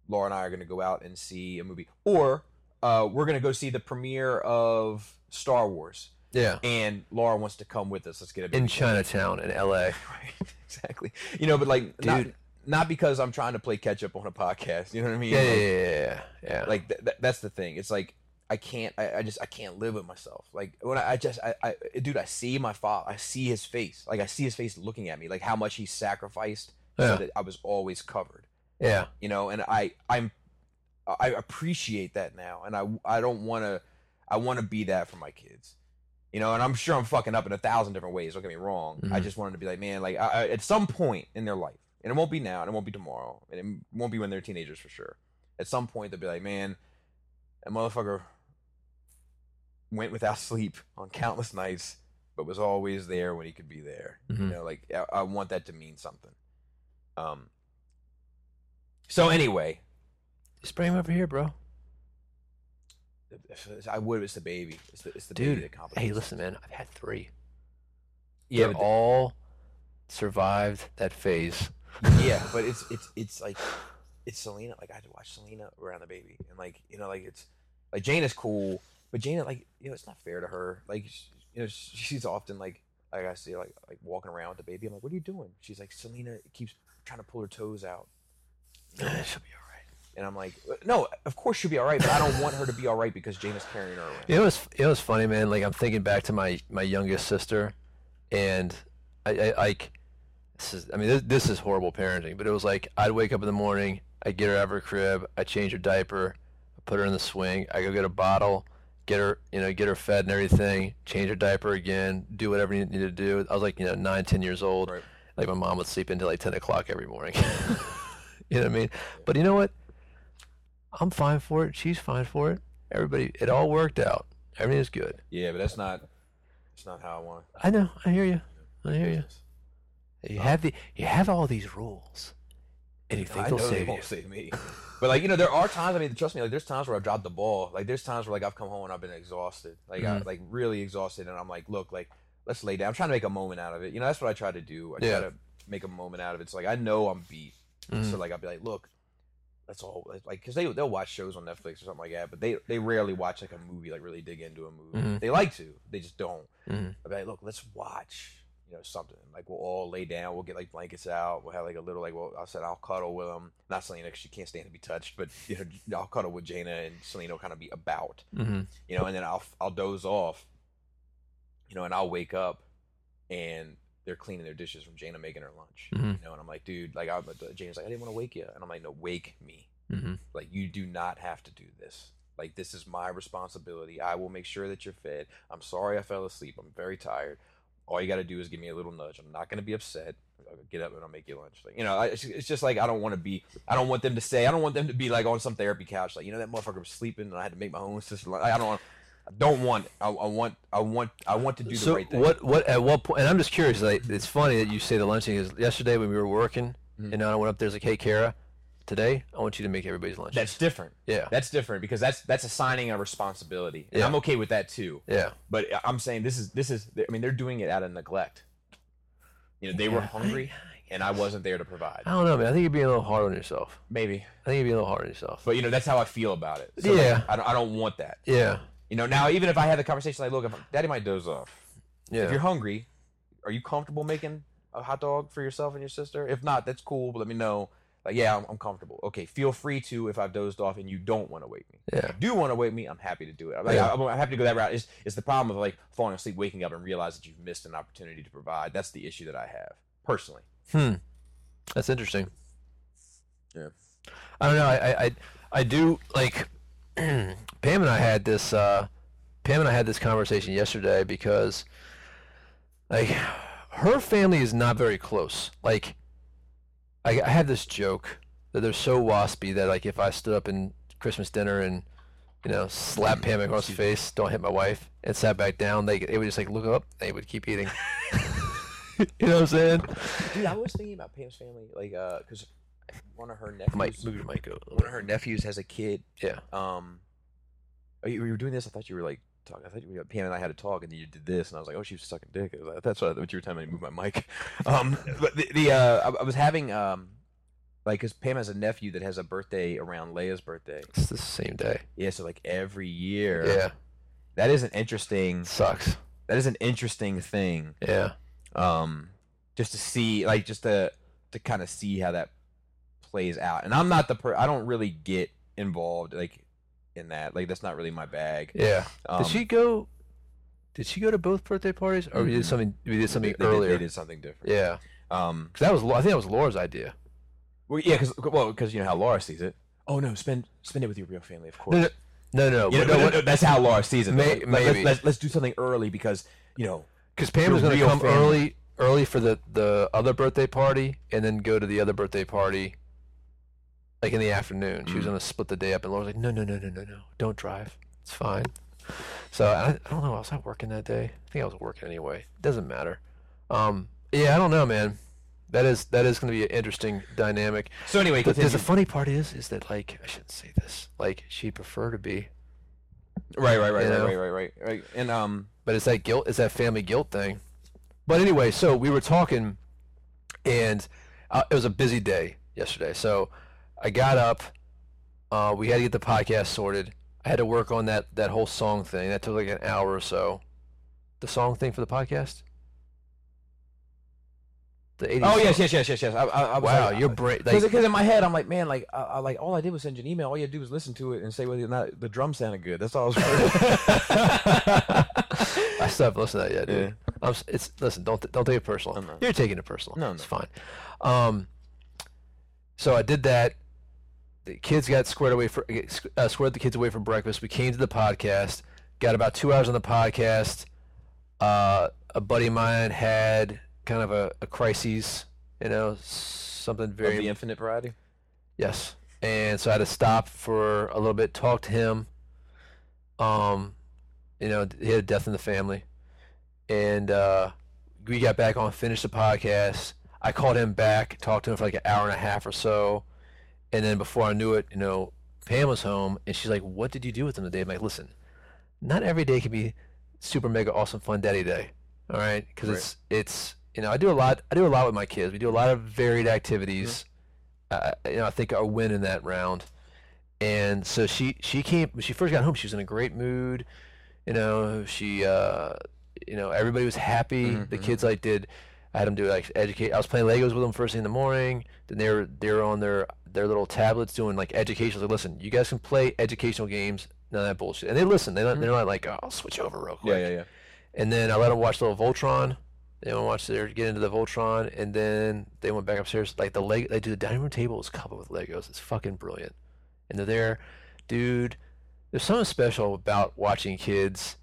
Speaker 3: Laura and I are going to go out and see a movie, or uh, we're going to go see the premiere of Star Wars,
Speaker 2: Yeah,
Speaker 3: and Laura wants to come with us. Let's get a
Speaker 2: in
Speaker 3: babysitter.
Speaker 2: Chinatown in L.A.
Speaker 3: right? Exactly. You know, but like, not,
Speaker 2: Dude.
Speaker 3: not because I'm trying to play catch up on a podcast. You know what I mean?
Speaker 2: Yeah, yeah,
Speaker 3: Like,
Speaker 2: yeah, yeah. yeah.
Speaker 3: like th- th- that's the thing it's like i can't I, I just i can't live with myself like when i, I just I, I dude i see my father i see his face like i see his face looking at me like how much he sacrificed
Speaker 2: Yeah.
Speaker 3: so that i was always covered
Speaker 2: yeah.
Speaker 3: you know and i i'm i appreciate that now and i i don't want to i want to be that for my kids you know and i'm sure i'm fucking up in a thousand different ways don't get me wrong i
Speaker 2: Mhm.
Speaker 3: just wanted to be like man like I, I, at some point in their life and it won't be now, and it won't be tomorrow, and it won't be when they're teenagers for sure. At some point, they'll be like, man, that motherfucker went without sleep on countless nights, but was always there when he could be there.
Speaker 2: Mhm.
Speaker 3: You know, like I, I want that to mean something. Um. So anyway,
Speaker 2: Spray him over here, bro.
Speaker 3: if- if I would. It's the baby. It's the, it's the baby
Speaker 2: Dude,
Speaker 3: that complicates.
Speaker 2: hey, listen, man. I've had three.
Speaker 3: Yeah,
Speaker 2: They've
Speaker 3: but
Speaker 2: all survived that phase.
Speaker 3: yeah, but it's it's it's like it's Selena. Like I had to watch Selena around the baby, and like you know, like it's like Jane is cool, but Jane like you know it's not fair to her. Like sh- you know, sh- she's often like like I see her, like like walking around with the baby. I'm like, what are you doing? She's like Selena keeps trying to pull her toes out,
Speaker 2: She'll be all right.
Speaker 3: and I'm like, no, of course she'll be all right, but I don't want her to be all right because Jane is carrying her around.
Speaker 2: It was it was funny, man. Like I'm thinking back to my my youngest sister, and I I like this is I mean this, this is horrible parenting, but it was like I'd wake up in the morning, I get her out of her crib, I change her diaper, I put her in the swing, I go get a bottle, get her you know get her fed and everything, change her diaper again, do whatever you need to do. I was like you know nine ten years old,
Speaker 3: Right.
Speaker 2: like my mom would sleep until like ten o'clock every morning. you know what I mean? But you know what? I'm fine for it. She's fine for it. Everybody, it all worked out. Everything is good.
Speaker 3: Yeah, but that's not that's not how I want.
Speaker 2: I know. I hear you. I hear you. You have the you have all these rules, and you think
Speaker 3: I
Speaker 2: they'll
Speaker 3: know
Speaker 2: save
Speaker 3: they
Speaker 2: you.
Speaker 3: won't save me. But like you know, there are times. I mean, trust me. Like there's times where I've dropped the ball. Like there's times where like I've come home and I've been exhausted. Like I,
Speaker 2: Mhm.
Speaker 3: like really exhausted, and I'm like, look, like let's lay down. I'm trying to make a moment out of it. You know, that's what I try to do. I
Speaker 2: Yeah.
Speaker 3: try to make a moment out of it. So like I know I'm beat.
Speaker 2: Mhm.
Speaker 3: So like I'll be like, look, that's all. Like because they they'll watch shows on Netflix or something like that, but they they rarely watch like a movie. Like really dig into a movie.
Speaker 2: Mhm.
Speaker 3: They like to. They just don't.
Speaker 2: Mhm.
Speaker 3: I'll be like, look, let's watch, you know, something. Like we'll all lay down, we'll get like blankets out, we'll have like a little like, well, I said I'll cuddle with them. Not Selena, 'cause she can't stand to be touched, but you know, I'll cuddle with Jaina and Selena will kind of be about,
Speaker 2: Mhm.
Speaker 3: you know, and then I'll I'll doze off, you know, and I'll wake up, and they're cleaning their dishes from Jaina making her lunch,
Speaker 2: Mhm.
Speaker 3: you know, and I'm like, dude, like I'm, Jaina's like, I didn't want to wake you, and I'm like, no, wake me,
Speaker 2: Mhm.
Speaker 3: like you do not have to do this like this is my responsibility i will make sure that you're fed i'm sorry i fell asleep i'm very tired all you got to do is give me a little nudge i'm not going to be upset I'll get up and i'll make you lunch like, you know I, it's, it's just like i don't want to be i don't want them to say i don't want them to be like on some therapy couch like you know that motherfucker was sleeping and i had to make my own sister lunch. Like, i don't want I don't want. I, I want. I want. I want to do
Speaker 2: So
Speaker 3: the right thing.
Speaker 2: what what at what point? And I'm just curious. Like it's funny that you say the lunch thing. Is yesterday when we were working,
Speaker 3: Mhm.
Speaker 2: and I went up there. I was like, hey, Kara, today I want you to make everybody's lunch.
Speaker 3: That's different.
Speaker 2: yeah,
Speaker 3: That's different because that's that's assigning a responsibility. And
Speaker 2: Yeah.
Speaker 3: I'm okay with that too.
Speaker 2: yeah.
Speaker 3: But I'm saying this is this is. I mean, they're doing it out of neglect. You know, they were
Speaker 2: Yeah, I- Um,
Speaker 3: hungry, and I wasn't there to provide.
Speaker 2: I don't know, man. I think you're being a little hard on yourself.
Speaker 3: Maybe,
Speaker 2: I think you're being a little hard on yourself.
Speaker 3: but you know, that's how I feel about it. like,
Speaker 2: Yeah.
Speaker 3: I don't. I don't want that.
Speaker 2: yeah,
Speaker 3: You know, now even if I had the conversation, like, look, if Daddy might doze off.
Speaker 2: yeah.
Speaker 3: If you're hungry, are you comfortable making a hot dog for yourself and your sister? If not, that's cool. But let me know. Like, yeah, I'm, I'm comfortable. Okay, feel free to if I've dozed off and you don't want to wake me.
Speaker 2: yeah.
Speaker 3: do want to wake me, I'm happy to do it. I'm, like,
Speaker 2: Yeah.
Speaker 3: I'm, I'm happy to go that route. It's, it's the problem of like falling asleep, waking up, and realize that you've missed an opportunity to provide. That's the issue that I have personally.
Speaker 2: Hmm. That's interesting.
Speaker 3: Yeah.
Speaker 2: I don't know. I I, I, I do like Pam and I had this uh, Pam and I had this conversation yesterday because like her family is not very close. Like I, I have this joke that they're so waspy that like if I stood up in Christmas dinner and you know slapped Pam across the face, don't hit my wife, and sat back down, they they would just like look up, they would keep eating. you know what I'm saying?
Speaker 3: Dude, I was thinking about Pam's family, like, uh, because one of her
Speaker 2: Mike,
Speaker 3: nephews,
Speaker 2: move your mic a little
Speaker 3: one
Speaker 2: bit.
Speaker 3: of her nephews has a kid.
Speaker 2: Yeah.
Speaker 3: Um, oh, you, you were doing this. I thought you were like talking. I thought you were, Pam and I had a talk, and then you did this, and I was like, oh, she was sucking dick. I was like, That's what, I- what you were telling me. to Move my mic. Um, but the, the uh, I, I was having um, like, because Pam has a nephew that has a birthday around Leia's birthday.
Speaker 2: It's the same day.
Speaker 3: Yeah, so like every year.
Speaker 2: Yeah.
Speaker 3: That is an interesting
Speaker 2: It sucks.
Speaker 3: that is an interesting thing.
Speaker 2: Yeah.
Speaker 3: Um just to see like just to to kind of see how that plays out. And I'm not the per I don't really get involved like in that. Like that's not really my bag.
Speaker 2: Yeah.
Speaker 3: Um,
Speaker 2: did she go? Did she go to both birthday parties, or we did
Speaker 3: Mhm.
Speaker 2: something? We did something
Speaker 3: they- they did-
Speaker 2: earlier.
Speaker 3: they did something different.
Speaker 2: Yeah.
Speaker 3: Um
Speaker 2: Because that was Lau- I think that was Laura's idea.
Speaker 3: well yeah cuz well cuz you know how Laura sees it. Oh no, spend spend it with your real family, of course.
Speaker 2: No, no, no.
Speaker 3: You know,
Speaker 2: Because
Speaker 3: no, no, that's how Laura sees it.
Speaker 2: May-
Speaker 3: though. Like, let's-
Speaker 2: maybe.
Speaker 3: let's, let's do something early because you know
Speaker 2: Pam
Speaker 3: Your
Speaker 2: was going to
Speaker 3: real
Speaker 2: come
Speaker 3: family.
Speaker 2: early early for the the other birthday party and then go to the other birthday party like in the afternoon.
Speaker 3: Mm.
Speaker 2: She was gonna split the day up, and Laura was like, "No, no, no, no, no, no, don't drive. It's fine." So I, I don't know. Was I working that day? I think I was working anyway. Doesn't matter. Um, yeah, I don't know, man. That is that is gonna be an interesting dynamic.
Speaker 4: So anyway,
Speaker 2: But there's
Speaker 4: continue.
Speaker 2: the funny part is is that like I shouldn't say this. Like she'd prefer to be,
Speaker 4: right, right, right,
Speaker 2: you
Speaker 4: right,
Speaker 2: know?
Speaker 4: right, right, right, right. And um,
Speaker 2: but it's that guilt. It's that family guilt thing. But anyway, so we were talking, and uh, it was a busy day yesterday. So I got up. Uh, we had to get the podcast sorted. I had to work on that that whole song thing. That took like an hour or so. The song thing for the podcast. The 80s
Speaker 4: oh yes,
Speaker 2: song.
Speaker 4: yes, yes, yes, yes. I, I, I was
Speaker 2: Wow,
Speaker 4: like,
Speaker 2: your brain.
Speaker 3: Because
Speaker 2: Like,
Speaker 3: in my head, I'm like, man, like, I, I like all I did was send you an email. All you had to do was listen to it and say whether or not the drum sounded good. That's all I was.
Speaker 2: I still haven't listened to that yet, dude.
Speaker 4: Yeah.
Speaker 2: I'm, s- it's listen. Don't don't take it personal.
Speaker 4: no.
Speaker 2: You're taking it personal.
Speaker 4: No,
Speaker 2: it's fine. Um, so I did that. The kids got squared away for uh, squared the kids away for breakfast. We came to the podcast. Got about two hours on the podcast. Uh, a buddy of mine had kind of a, a crisis, you know, something
Speaker 4: Of
Speaker 2: very
Speaker 4: the infinite variety.
Speaker 2: Yes. And so I had to stop for a little bit, talk to him. Um, you know, he had a death in the family. And uh, we got back on, finished the podcast. I called him back, talked to him for like an hour and a half or so. And then before I knew it, you know, Pam was home and she's like, What did you do with him today? I'm like, Listen, not every day can be super mega awesome fun daddy day. All right. Because
Speaker 4: Right.
Speaker 2: it's, it's, you know, I do a lot, I do a lot with my kids. We do a lot of varied activities uh, you know, I think our win in that round. And so she she came when she first got home. She was in a great mood. You know, she uh, you know everybody was happy. The kids like did. I had them do like educate. I was playing Legos with them first thing in the morning. Then they were they were on their their little tablets doing like educational. Like, listen, you guys can play educational games. None of that bullshit. And they listen. They don't, they're not like, oh, I'll switch over real quick.
Speaker 4: Yeah, yeah, yeah.
Speaker 2: And then I let them watch little Voltron. They went watch their get into the Voltron, and then they went back upstairs. Like the leg, they do the dining room table is covered with Legos. It's fucking brilliant. And they're there, dude. There's something special about watching kids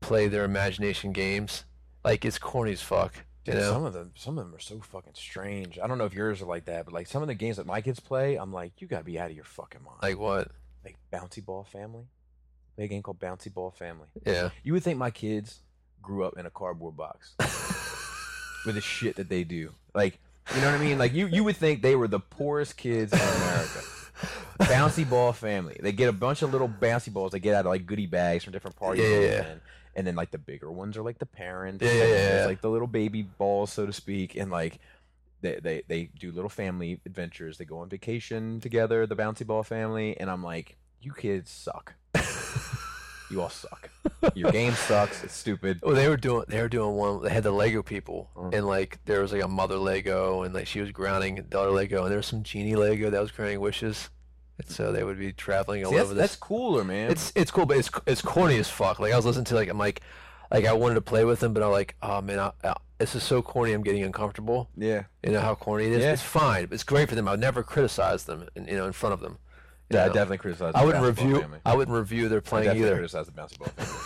Speaker 2: play their imagination games. Like it's corny as fuck, you
Speaker 3: Dude,
Speaker 2: know.
Speaker 3: Some of them, some of them are so fucking strange. I don't know if yours are like that, but like some of the games that my kids play, I'm like, you gotta be out of your fucking mind.
Speaker 2: like what?
Speaker 3: like Bouncy Ball Family, Play a game called Bouncy Ball Family.
Speaker 2: Yeah.
Speaker 3: You would think my kids grew up in a cardboard box with the shit that they do. Like, you know what I mean? Like you, you would think they were the poorest kids in America. bouncy ball family. They get a bunch of little bouncy balls they get out of like goodie bags from different parties.
Speaker 2: Yeah, yeah, yeah.
Speaker 3: And, and then like the bigger ones are like the parents.
Speaker 2: Yeah, yeah,
Speaker 3: and
Speaker 2: yeah,
Speaker 3: there's,
Speaker 2: yeah.
Speaker 3: like the little baby balls, so to speak, and like they, they they do little family adventures. They go on vacation together, the bouncy ball family, and I'm like, you kids suck. you all suck. Your game sucks. It's stupid.
Speaker 2: Well, they were doing they were doing one. They had the Lego people, and like there was like a mother Lego, and like she was grounding a daughter Lego, and there was some genie Lego that was granting wishes, and so they would be traveling all
Speaker 3: See, that's,
Speaker 2: over this.
Speaker 3: that's cooler, man.
Speaker 2: It's it's cool, but it's it's corny as fuck. Like I was listening to like I'm like, like I wanted to play with them, but I'm like, oh man, I, I, this is so corny. I'm getting uncomfortable.
Speaker 3: yeah.
Speaker 2: You know how corny it is.
Speaker 3: Yeah.
Speaker 2: It's fine. It's great for them. I would never criticize them. In, you know, in front of them. you
Speaker 3: Yeah, I
Speaker 2: know.
Speaker 3: definitely criticize.
Speaker 2: I
Speaker 3: the
Speaker 2: wouldn't
Speaker 3: basketball
Speaker 2: review.
Speaker 3: Family.
Speaker 2: I wouldn't review their
Speaker 3: I
Speaker 2: playing
Speaker 3: definitely
Speaker 2: either.
Speaker 3: criticize the bouncy ball family.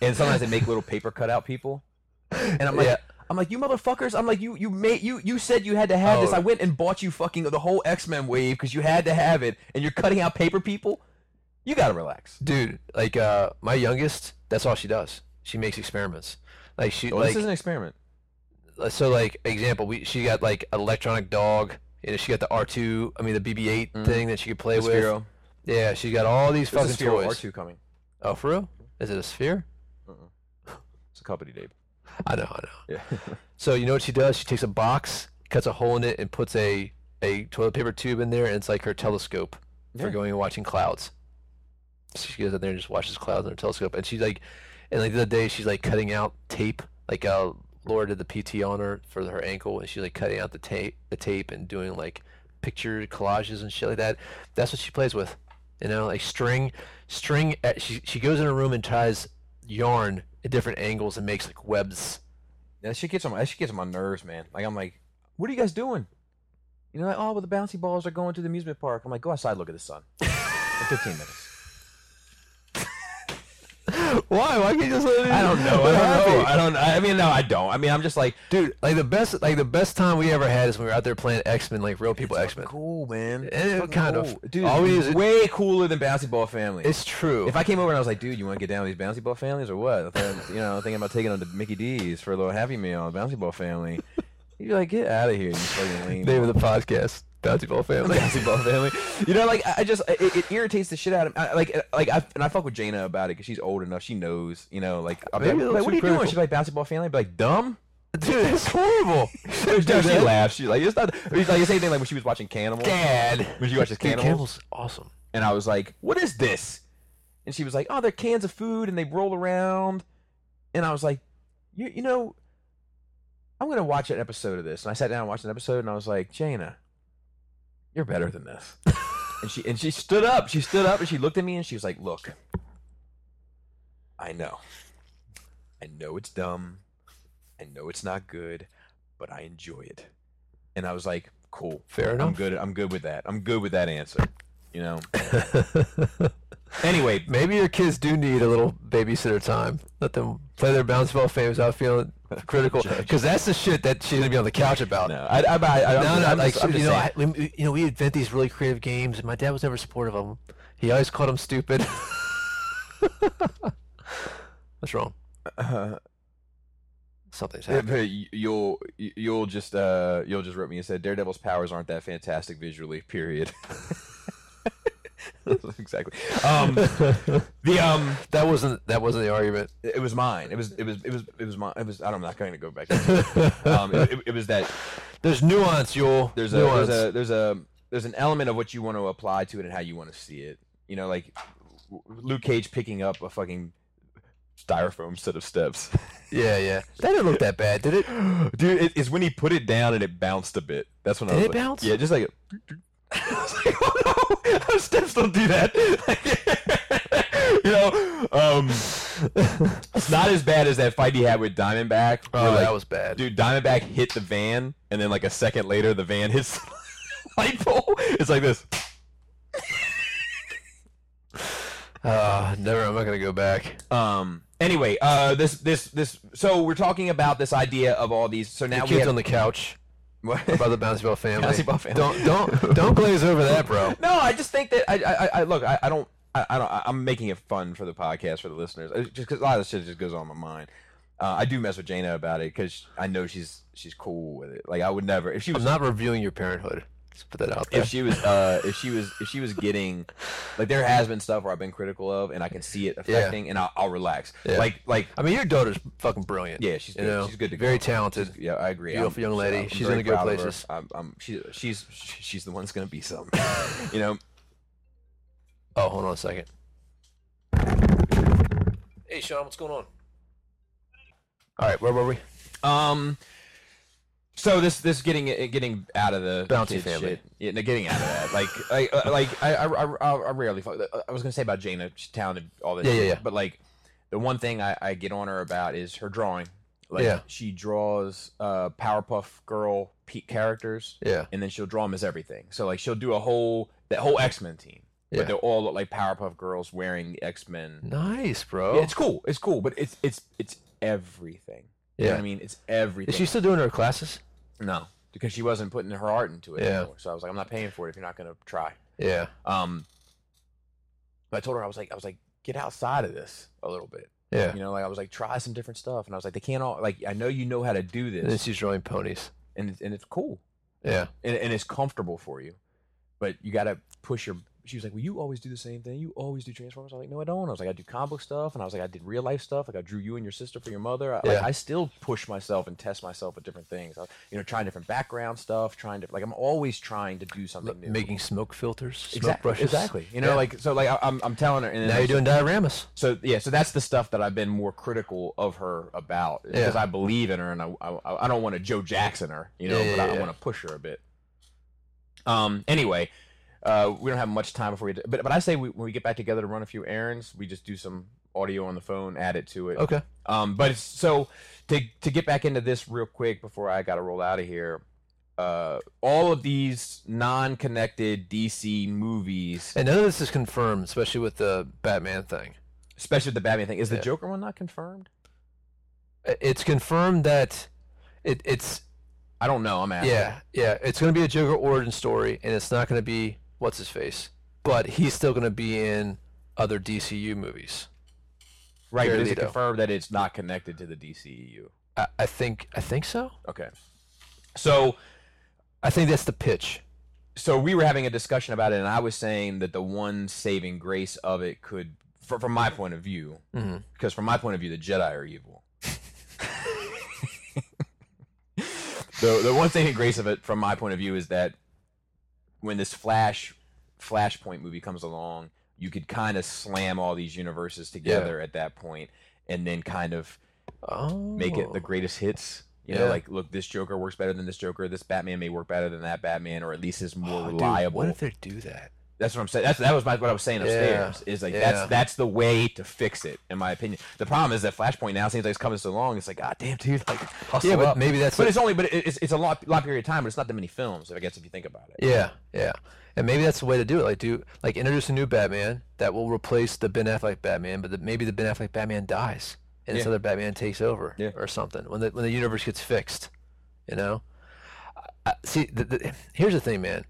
Speaker 3: and sometimes they make little paper cutout people, and I'm like.
Speaker 2: Yeah.
Speaker 3: I'm like you motherfuckers! I'm like you. You made you. You said you had to have this.
Speaker 2: Oh.
Speaker 3: I went and bought you fucking the whole X Men wave because you had to have it, and you're cutting out paper people. You gotta relax.
Speaker 2: dude like uh my youngest that's all she does she makes experiments like she
Speaker 3: Oh,
Speaker 4: Well, Oh,
Speaker 2: like uh,
Speaker 4: this is an experiment.
Speaker 2: so like example we she got like an electronic dog you know she got the r2 i mean the bb8 thing that she could play
Speaker 4: Mm-hmm. The
Speaker 2: with
Speaker 4: Sphero.
Speaker 2: yeah she got all these
Speaker 4: There's
Speaker 2: fucking
Speaker 4: a Sphero
Speaker 2: toys
Speaker 4: R2 coming.
Speaker 2: oh for real is it a sphere
Speaker 4: It's a company name.
Speaker 2: i know i know
Speaker 4: Yeah.
Speaker 2: So you know what she does? She takes a box, cuts a hole in it, and puts a a toilet paper tube in there, and it's like her telescope for
Speaker 4: Yeah.
Speaker 2: going and watching clouds. So she goes in there and just watches clouds in her telescope, and she's like, and like the other day she's like cutting out tape, like uh, Laura did the PT on her for her ankle, and she's like cutting out the tape, the tape, and doing like picture collages and shit like that. That's what she plays with, you know, like string, string. uh, She she goes in her room and ties yarn at different angles and makes like webs.
Speaker 4: Yeah, that shit gets on my that shit gets on my nerves, man. Like I'm like, what are you guys doing? You know, like, oh well the bouncy balls are going to the amusement park. I'm like, go outside, look at the sun. In fifteen minutes.
Speaker 2: Why? Why can't you just let it?
Speaker 3: I don't know. I don't know. I don't. I mean, no, I don't. I mean, I'm just like,
Speaker 2: Dude, like the best, like the best time we ever had is when we were out there playing X Men, like real people X Men.
Speaker 3: cool, man.
Speaker 2: Eh,
Speaker 3: It's fucking
Speaker 2: kind of.
Speaker 3: cool. dude.
Speaker 2: Always-
Speaker 3: Always way cooler than Bouncy Ball Family.
Speaker 2: It's true.
Speaker 3: if I came over and I was like, dude, you want to get down with these bouncy ball families or what? I thought, you know, I'm thinking about taking them to Mickey D's for a little happy meal, on bouncy ball family. You'd be like, get out of here, you fucking lame.
Speaker 2: Name of the podcast, Bouncy Ball Family.
Speaker 3: bouncy ball family. You know, like I I just it, it irritates the shit out of me. I, like, uh, like I and I fuck with Jaina about it because she's old enough. She knows, you know. Like, I'm
Speaker 2: Maybe
Speaker 3: like,
Speaker 2: they're
Speaker 3: like,
Speaker 2: too
Speaker 3: what are you
Speaker 2: critical.
Speaker 3: doing? She's like bouncy ball family. I'd be like, dumb.
Speaker 2: Dude, it's horrible.
Speaker 3: Dude, she
Speaker 2: that-
Speaker 3: laughs. She like it's not. It's like the same thing like when she was watching Cannibal.
Speaker 2: Dad.
Speaker 3: When she watches
Speaker 2: Dude,
Speaker 3: Cannibal.
Speaker 2: Campbell's awesome.
Speaker 3: and I was like, "What is this?" And she was like, "Oh, they're cans of food, and they roll around." And I was like, "You, you know, I'm gonna watch an episode of this." And I sat down and watched an episode, and I was like, "Jaina, you're better than this." and she and she stood up. She stood up and she looked at me and she was like, "Look, I know, I know it's dumb, I know it's not good, but I enjoy it." And I was like, "Cool,
Speaker 2: Fair
Speaker 3: I'm
Speaker 2: enough.
Speaker 3: good. I'm good with that. I'm good with that answer." You know. Anyway,
Speaker 2: Maybe your kids do need a little babysitter time. Let them play their bounce ball fame without feeling critical, because that's the shit that she's gonna be on the couch about.
Speaker 3: no, I, I, I, I
Speaker 2: No, no,
Speaker 3: I'm
Speaker 2: like
Speaker 3: just, I'm
Speaker 2: you
Speaker 3: just
Speaker 2: know,
Speaker 3: saying.
Speaker 2: I, we- you know, we invent these really creative games, and my dad was never supportive of them. He always called them stupid. What's wrong?
Speaker 3: Uh,
Speaker 2: Something's
Speaker 3: yeah,
Speaker 2: happening.
Speaker 3: but you- you'll you- you'll just uh you'll just wrote me and said Daredevil's powers aren't that fantastic visually. Period. exactly. Um, the um,
Speaker 2: That wasn't that wasn't the argument.
Speaker 3: it was mine. It was it was it was it was mine. It was. I don't, I'm not going to go back. To it. um, it, it, it was that
Speaker 2: There's nuance, Yule.
Speaker 3: there's a
Speaker 2: nuance.
Speaker 3: there's a there's a there's an element of what you want to apply to it and how you want to see it. You know, like w- Luke Cage picking up a fucking styrofoam set of steps.
Speaker 2: yeah, yeah. That didn't look that bad, did it?
Speaker 3: Dude, it, it's when he put it down and it bounced a bit. That's when I
Speaker 2: Did
Speaker 3: was
Speaker 2: it
Speaker 3: like,
Speaker 2: bounce?
Speaker 3: Yeah, just like. A, I was like, oh no, our steps don't do that. you know, um, it's not as bad as that fight he had with Diamondback.
Speaker 2: Oh,
Speaker 3: where, like,
Speaker 2: that was bad.
Speaker 3: Dude, Diamondback hit the van, and then like a second later, the van hits light pole. It's like this.
Speaker 2: Ah, never. I'm not gonna go back.
Speaker 3: Um. Anyway, uh, this this this. So we're talking about this idea of all these. So now
Speaker 2: The
Speaker 3: we
Speaker 2: kids
Speaker 3: have.
Speaker 2: on the couch
Speaker 3: What?
Speaker 2: about the bouncy ball family.
Speaker 3: Bouncy Ball Family.
Speaker 2: Don't don't don't glaze over that, bro.
Speaker 3: no, I just think that I I, I look I, I don't I, I don't I- I'm making it fun for the podcast for the listeners It's just because a lot of this shit just goes on my mind. Uh, I do mess with Jaina about it because I know she's she's cool with it. Like I would never if she
Speaker 2: I'm
Speaker 3: was
Speaker 2: not reviewing your parenthood. Let's put that out there.
Speaker 3: if she was uh if she was if she was getting like there has been stuff where I've been critical of and I can see it affecting and I'll, I'll relax.
Speaker 2: Yeah.
Speaker 3: Like like
Speaker 2: I mean, your daughter's fucking brilliant.
Speaker 3: Yeah, she's
Speaker 2: you
Speaker 3: good.
Speaker 2: know,
Speaker 3: She's good to
Speaker 2: very
Speaker 3: go.
Speaker 2: talented.
Speaker 3: yeah I agree. I'm-
Speaker 2: Beautiful young lady. She's gonna
Speaker 3: very
Speaker 2: go
Speaker 3: proud of her.
Speaker 2: places.
Speaker 3: I'm, I'm she, she's she's the one that's gonna be something. you know.
Speaker 2: Oh, hold on a second. Hey, Sean, what's going on? All right, where were we?
Speaker 3: Um. So this this getting uh, getting out of the
Speaker 2: Bouncy
Speaker 3: kid
Speaker 2: family.
Speaker 3: shit. yeah, no, getting out of that. Like like uh, like I I, I I rarely fuck. I was gonna say about Jaina she's talented all this.
Speaker 2: Yeah, yeah,
Speaker 3: shit,
Speaker 2: yeah.
Speaker 3: But like the one thing I, I get on her about is her drawing. Like
Speaker 2: Yeah.
Speaker 3: she draws uh Powerpuff Girl Pete characters,
Speaker 2: Yeah,
Speaker 3: and then she'll draw them as everything. So like she'll do a whole that whole X Men team,
Speaker 2: Yeah.
Speaker 3: but they'll all look like Powerpuff Girls wearing X Men
Speaker 2: nice, bro.
Speaker 3: yeah, it's cool. It's cool, but it's it's it's everything. You know
Speaker 2: Yeah.
Speaker 3: what I mean, it's everything.
Speaker 2: Is she still doing her classes?
Speaker 3: no, because she wasn't putting her heart into it
Speaker 2: Yeah.
Speaker 3: anymore. So I was like, I'm not paying for it if you're not gonna try.
Speaker 2: Yeah,
Speaker 3: Um, but I told her I was like, I was like, get outside of this a little bit.
Speaker 2: yeah.
Speaker 3: You know, like I was like, try some different stuff, and I was like, they can't all like. I know you know how to do
Speaker 2: And then
Speaker 3: this,
Speaker 2: she's drawing ponies.
Speaker 3: and it's, and it's cool,
Speaker 2: Yeah,
Speaker 3: and, and it's comfortable for you, but you gotta push your. She was like, "Well, you always do the same thing. You always do Transformers." I was like, "No, I don't." I was like, "I do comic book stuff," and I was like, "I did real life stuff. Like, I drew you and your sister for your mother." I, like,
Speaker 2: Yeah.
Speaker 3: I still push myself and test myself at different things. I, you know, trying different background stuff, trying to like, I'm always trying to do something new.
Speaker 2: making smoke filters, smoke
Speaker 3: exactly,
Speaker 2: brushes.
Speaker 3: exactly. You know,
Speaker 2: Yeah.
Speaker 3: like so, like I, I'm, I'm telling her, and then
Speaker 2: now
Speaker 3: I
Speaker 2: you're doing dioramas.
Speaker 3: so yeah, so that's the stuff that I've been more critical of her about because
Speaker 2: Yeah.
Speaker 3: I believe in her and I I, I don't want to Joe Jackson her, you know,
Speaker 2: Yeah,
Speaker 3: but
Speaker 2: yeah,
Speaker 3: I,
Speaker 2: yeah.
Speaker 3: want to push her a bit. Um. Anyway, uh, we don't have much time before we, d- but but I say we, when we get back together to run a few errands, we just do some audio on the phone, add it to it.
Speaker 2: Okay.
Speaker 3: Um, but it's, so to to get back into this real quick before I gotta roll out of here, uh, all of these non-connected DC movies.
Speaker 2: And none of this is confirmed, especially with the Batman thing.
Speaker 3: especially with the Batman thing. Is the
Speaker 2: Yeah.
Speaker 3: Joker one not confirmed?
Speaker 2: It's confirmed that it, it's
Speaker 3: I don't know. I'm asking.
Speaker 2: yeah yeah it's going to be a Joker origin story, and it's not going to be what's his face, but he's still going to be in other DCU movies.
Speaker 3: Right, but is it
Speaker 2: Carlito.
Speaker 3: confirmed that it's not connected to the DCEU?
Speaker 2: I, I think I think so.
Speaker 3: Okay. So
Speaker 2: I think that's the pitch.
Speaker 3: so we were having a discussion about it, and I was saying that the one saving grace of it could, fr- from my point of view,
Speaker 2: Mhm.
Speaker 3: because from my point of view, the Jedi are evil. the the one saving grace of it, from my point of view, is that when this Flash Flashpoint movie comes along, you could kind of slam all these universes together at that point, and then kind of
Speaker 2: Oh,
Speaker 3: make it the greatest hits. You know,
Speaker 2: Yeah.
Speaker 3: like look, this Joker works better than this Joker. This Batman may work better than that Batman, or at least is more
Speaker 2: Oh, dude,
Speaker 3: reliable.
Speaker 2: what if they do that?
Speaker 3: that's what I'm saying. That's that was my, what I was saying
Speaker 2: Yeah.
Speaker 3: upstairs. Is like
Speaker 2: Yeah.
Speaker 3: that's that's the way to fix it, in my opinion. The problem is that Flashpoint now seems like it's coming so long. It's like, God damn, dude, like hustle
Speaker 2: yeah, but
Speaker 3: up.
Speaker 2: maybe that's
Speaker 3: But
Speaker 2: a-
Speaker 3: it's only but it- it's it's a lot lot period of time. But it's not that many films. I guess if you think about it.
Speaker 2: Yeah, yeah, and maybe that's the way to do it. Like, do like introduce a new Batman that will replace the Ben Affleck Batman, but the, maybe the Ben Affleck Batman dies and this
Speaker 3: Yeah.
Speaker 2: other Batman takes over,
Speaker 3: Yeah.
Speaker 2: or something. When the when the universe gets fixed, you know. I, I, see, the, the, here's the thing, man.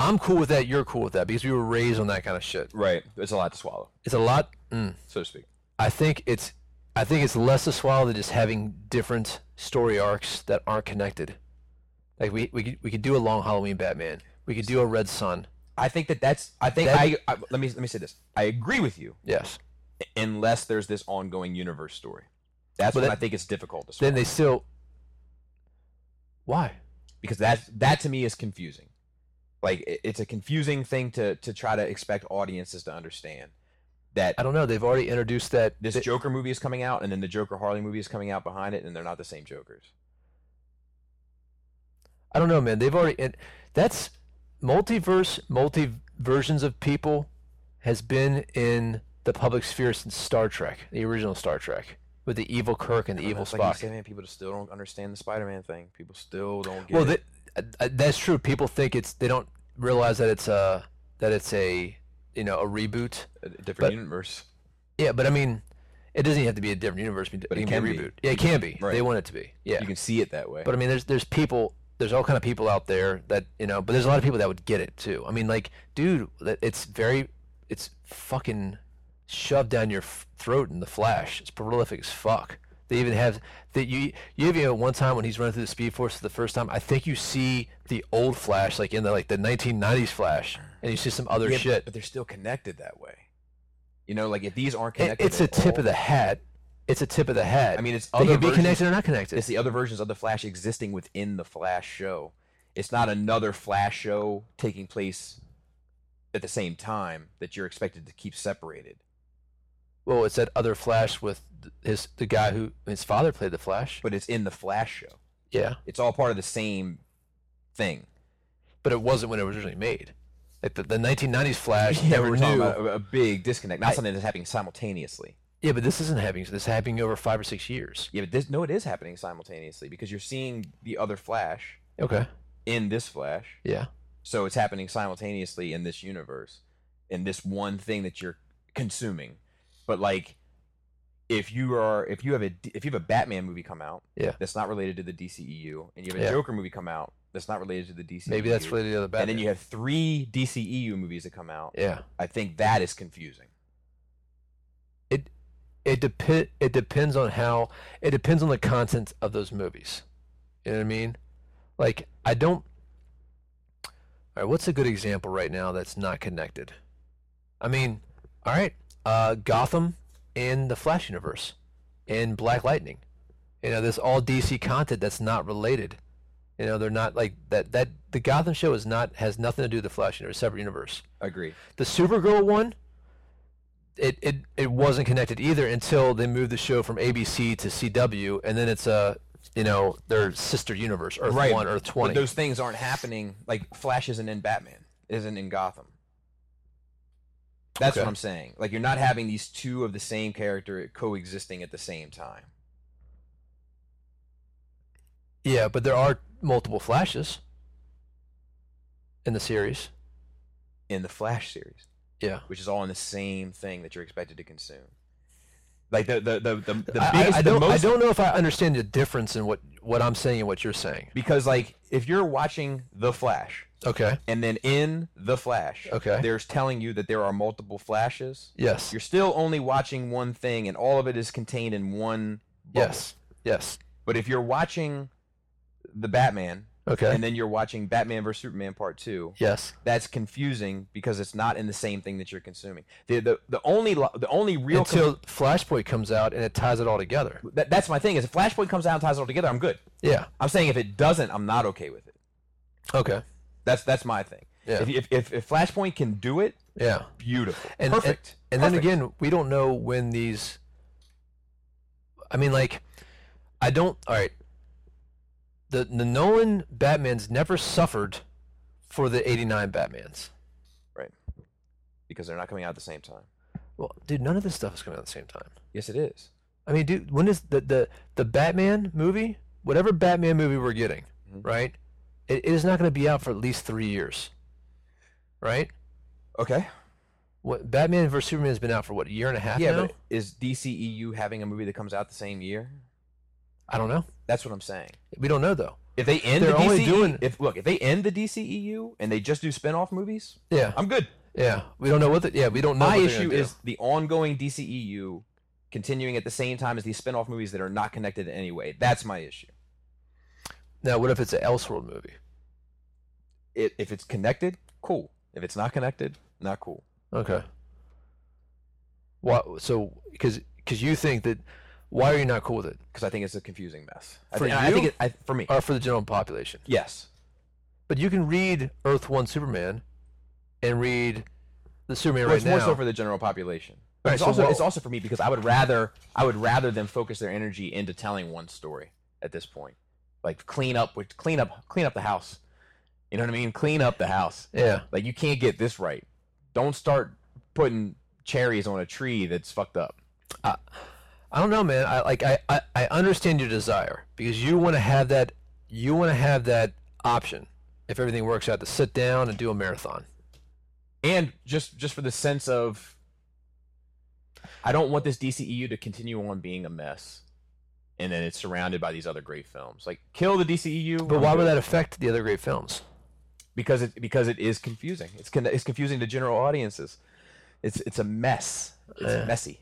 Speaker 2: I'm cool with that. You're cool with that because we were raised on that kind of shit.
Speaker 3: Right. It's a lot to swallow,
Speaker 2: It's a lot. Mm,
Speaker 3: so to speak.
Speaker 2: I think it's I think it's less to swallow than just having different story arcs that aren't connected. Like we we could, we could do a long Halloween Batman. We could do a Red Sun.
Speaker 3: I think that that's. I think
Speaker 2: That-
Speaker 3: I, I let me let me say this. I agree with you,
Speaker 2: Yes.
Speaker 3: unless there's this ongoing universe story. That's
Speaker 2: But
Speaker 3: when
Speaker 2: that-
Speaker 3: I think it's difficult to swallow.
Speaker 2: Then they still. Why?
Speaker 3: because that that to me is confusing. Like it- it's a confusing thing to to try to expect audiences to understand that
Speaker 2: I don't know. They've already introduced that.
Speaker 3: this
Speaker 2: that-
Speaker 3: Joker movie is coming out, and then the Joker Harley movie is coming out behind it, and they're not the same Jokers.
Speaker 2: I don't know, man. They've already. It, that's multiverse, multi versions of people has been in the public sphere since Star Trek, the original Star Trek, with the evil Kirk and the evil
Speaker 3: It's Oh, like you
Speaker 2: Spock.
Speaker 3: said, man, people still don't understand the Spider-Man thing. People still don't get
Speaker 2: Well,
Speaker 3: it.
Speaker 2: th- uh, uh, that's true. People think it's they don't realize that it's a that it's a you know a reboot.
Speaker 3: a
Speaker 2: but-
Speaker 3: different universe.
Speaker 2: Yeah, but I mean, it doesn't even have to be a different universe. But
Speaker 3: it can
Speaker 2: be a
Speaker 3: be.
Speaker 2: reboot. Yeah, it can be.
Speaker 3: Right.
Speaker 2: They want it to be. Yeah,
Speaker 3: You can see it that way.
Speaker 2: but I mean, there's there's people. There's all kind of people out there that you know, but there's a lot of people that would get it too. I mean, like, dude, that- it's very, it's fucking shoved down your f- throat in the Flash. It's prolific as fuck. They even have that you you even at one time when he's running through the Speed Force for the first time. I think you see the old Flash, like in the like the 1990s Flash, and you see some other
Speaker 3: Yeah, but-
Speaker 2: shit.
Speaker 3: But they're still connected that way. You know, like if these aren't
Speaker 2: It-
Speaker 3: connected,
Speaker 2: it's a
Speaker 3: at
Speaker 2: tip
Speaker 3: all-
Speaker 2: of the hat. It's a tip of the hat.
Speaker 3: I mean, it's
Speaker 2: they
Speaker 3: other
Speaker 2: could be
Speaker 3: versions-
Speaker 2: connected or not connected.
Speaker 3: It's the other versions of the Flash existing within the Flash show. It's not another Flash show taking place at the same time that you're expected to keep separated.
Speaker 2: Well, it's that other Flash with th- his the guy who his father played the Flash.
Speaker 3: But it's in the Flash show.
Speaker 2: Yeah,
Speaker 3: It's all part of the same thing.
Speaker 2: but it wasn't when it was originally made. Like the, the 1990s Flash never
Speaker 3: we're
Speaker 2: knew.
Speaker 3: talking about a, a big disconnect, not something that's happening simultaneously.
Speaker 2: Yeah, but this isn't happening. This is happening over five or six years.
Speaker 3: Yeah, but this, no, it is happening simultaneously because you're seeing the other Flash
Speaker 2: Okay.
Speaker 3: in this Flash,
Speaker 2: Yeah.
Speaker 3: so it's happening simultaneously in this universe, in this one thing that you're consuming. But like, if you are if you have a D- if you have a Batman movie come out,
Speaker 2: Yeah.
Speaker 3: that's not related to the DCEU, and you have a
Speaker 2: Yeah.
Speaker 3: Joker movie come out that's not related to the DCEU,
Speaker 2: Maybe that's related to the other
Speaker 3: and
Speaker 2: Batman.
Speaker 3: then you have three DCEU movies that come out.
Speaker 2: yeah.
Speaker 3: I think that is confusing.
Speaker 2: It it depe- it depends on how it depends on the content of those movies. You know what I mean? Like I don't. All right. What's a good example right now that's not connected? I mean, all right. Uh, Gotham in the Flash universe, in Black Lightning. You know, there's all DC content that's not related. You know, they're not like that. That the Gotham show is not has nothing to do with the Flash universe, separate universe
Speaker 3: Agree.
Speaker 2: the Supergirl one, it, it it wasn't connected either until they moved the show from ABC to CW, and then it's a you know their sister universe, Earth One, Earth Twenty.
Speaker 3: But those things aren't happening. Like Flash isn't in Batman. Isn't in Gotham. That's
Speaker 2: Okay.
Speaker 3: what I'm saying. Like you're not having these two of the same character coexisting at the same time.
Speaker 2: yeah, but there are multiple flashes in the series.
Speaker 3: in the Flash series.
Speaker 2: Yeah.
Speaker 3: which is all in the same thing that you're expected to consume. Like the the the the, the
Speaker 2: I- I-
Speaker 3: biggest
Speaker 2: I,
Speaker 3: the
Speaker 2: don't,
Speaker 3: most
Speaker 2: I don't know if I understand the difference in what, what I'm saying and what you're saying.
Speaker 3: because like if you're watching The Flash
Speaker 2: Okay.
Speaker 3: and then in The Flash,
Speaker 2: Okay.
Speaker 3: there's telling you that there are multiple flashes.
Speaker 2: Yes.
Speaker 3: You're still only watching one thing, and all of it is contained in one. Bubble.
Speaker 2: Yes. Yes.
Speaker 3: But if you're watching the Batman
Speaker 2: Okay.
Speaker 3: and then you're watching Batman vs Superman Part Two,
Speaker 2: yes.
Speaker 3: that's confusing because it's not in the same thing that you're consuming. The the, the only lo- the only real com-
Speaker 2: Until Flashpoint comes out and it ties it all together.
Speaker 3: that, that's my thing is if Flashpoint comes out and ties it all together, I'm good.
Speaker 2: Yeah.
Speaker 3: I'm saying if it doesn't, I'm not okay with it.
Speaker 2: Okay.
Speaker 3: That's that's my thing.
Speaker 2: Yeah.
Speaker 3: If, if, if if Flashpoint can do it,
Speaker 2: Yeah.
Speaker 3: beautiful,
Speaker 2: And, and-
Speaker 3: perfect.
Speaker 2: And,
Speaker 3: Perfect.
Speaker 2: then again, we don't know when these. I mean, like, I don't. All right. The the Nolan Batman's never suffered for the '89 Batmans.
Speaker 3: because they're not coming out at the same time.
Speaker 2: Well, dude, none of this stuff is coming out at the same time.
Speaker 3: Yes, it is.
Speaker 2: I mean, dude, when is the the the Batman movie? Whatever Batman movie we're getting,
Speaker 3: Mhm.
Speaker 2: right? It, it is not going to be out for at least three years, right?
Speaker 3: Okay.
Speaker 2: What Batman vs Superman has been out for what a year and a half
Speaker 3: Yeah,
Speaker 2: now?
Speaker 3: but is DCEU having a movie that comes out the same year?
Speaker 2: I don't know.
Speaker 3: That's what I'm saying.
Speaker 2: We don't know though.
Speaker 3: If they end
Speaker 2: They're
Speaker 3: the
Speaker 2: only
Speaker 3: DCE
Speaker 2: doing-
Speaker 3: if look, if they end the DCEU and they just do spin-off movies,
Speaker 2: Yeah,
Speaker 3: I'm good.
Speaker 2: yeah. We don't know what the yeah. We don't know.
Speaker 3: My
Speaker 2: what they're gonna
Speaker 3: issue
Speaker 2: do.
Speaker 3: is the ongoing DCEU continuing at the same time as these spin-off movies that are not connected in any way. That's my issue.
Speaker 2: Now, what if it's an Elseworld movie?
Speaker 3: It, if it's connected, cool. If it's not connected, not cool.
Speaker 2: Okay. Why? So, because because you think that why are you not cool with it?
Speaker 3: Because I think it's a confusing mess. I
Speaker 2: For
Speaker 3: thi- I think
Speaker 2: you?
Speaker 3: it, I, for me,
Speaker 2: Or for the general population?
Speaker 3: yes.
Speaker 2: But you can read Earth One Superman, and read the Superman
Speaker 3: Well,
Speaker 2: right
Speaker 3: it's
Speaker 2: now.
Speaker 3: more so for the general population. But
Speaker 2: Right,
Speaker 3: it's
Speaker 2: so
Speaker 3: also
Speaker 2: what-
Speaker 3: it's also for me because I would rather I would rather them focus their energy into telling one story at this point, like clean up with clean up clean up the house. You know what I mean? Clean up the house.
Speaker 2: yeah,
Speaker 3: Like you can't get this right. Don't start putting cherries on a tree that's fucked up.
Speaker 2: I don't know, man. I like I I, I understand your desire because you want to have that you want to have that option if everything works out to sit down and do a marathon.
Speaker 3: And just just for the sense of I don't want this DCEU to continue on being a mess. And then it's surrounded by these other great films. Like kill the DCEU.
Speaker 2: But
Speaker 3: I'm
Speaker 2: why
Speaker 3: good.
Speaker 2: would that affect the other great films?
Speaker 3: because it because it is confusing. It's con- it's confusing to general audiences. It's it's a mess. It's
Speaker 2: Yeah.
Speaker 3: messy.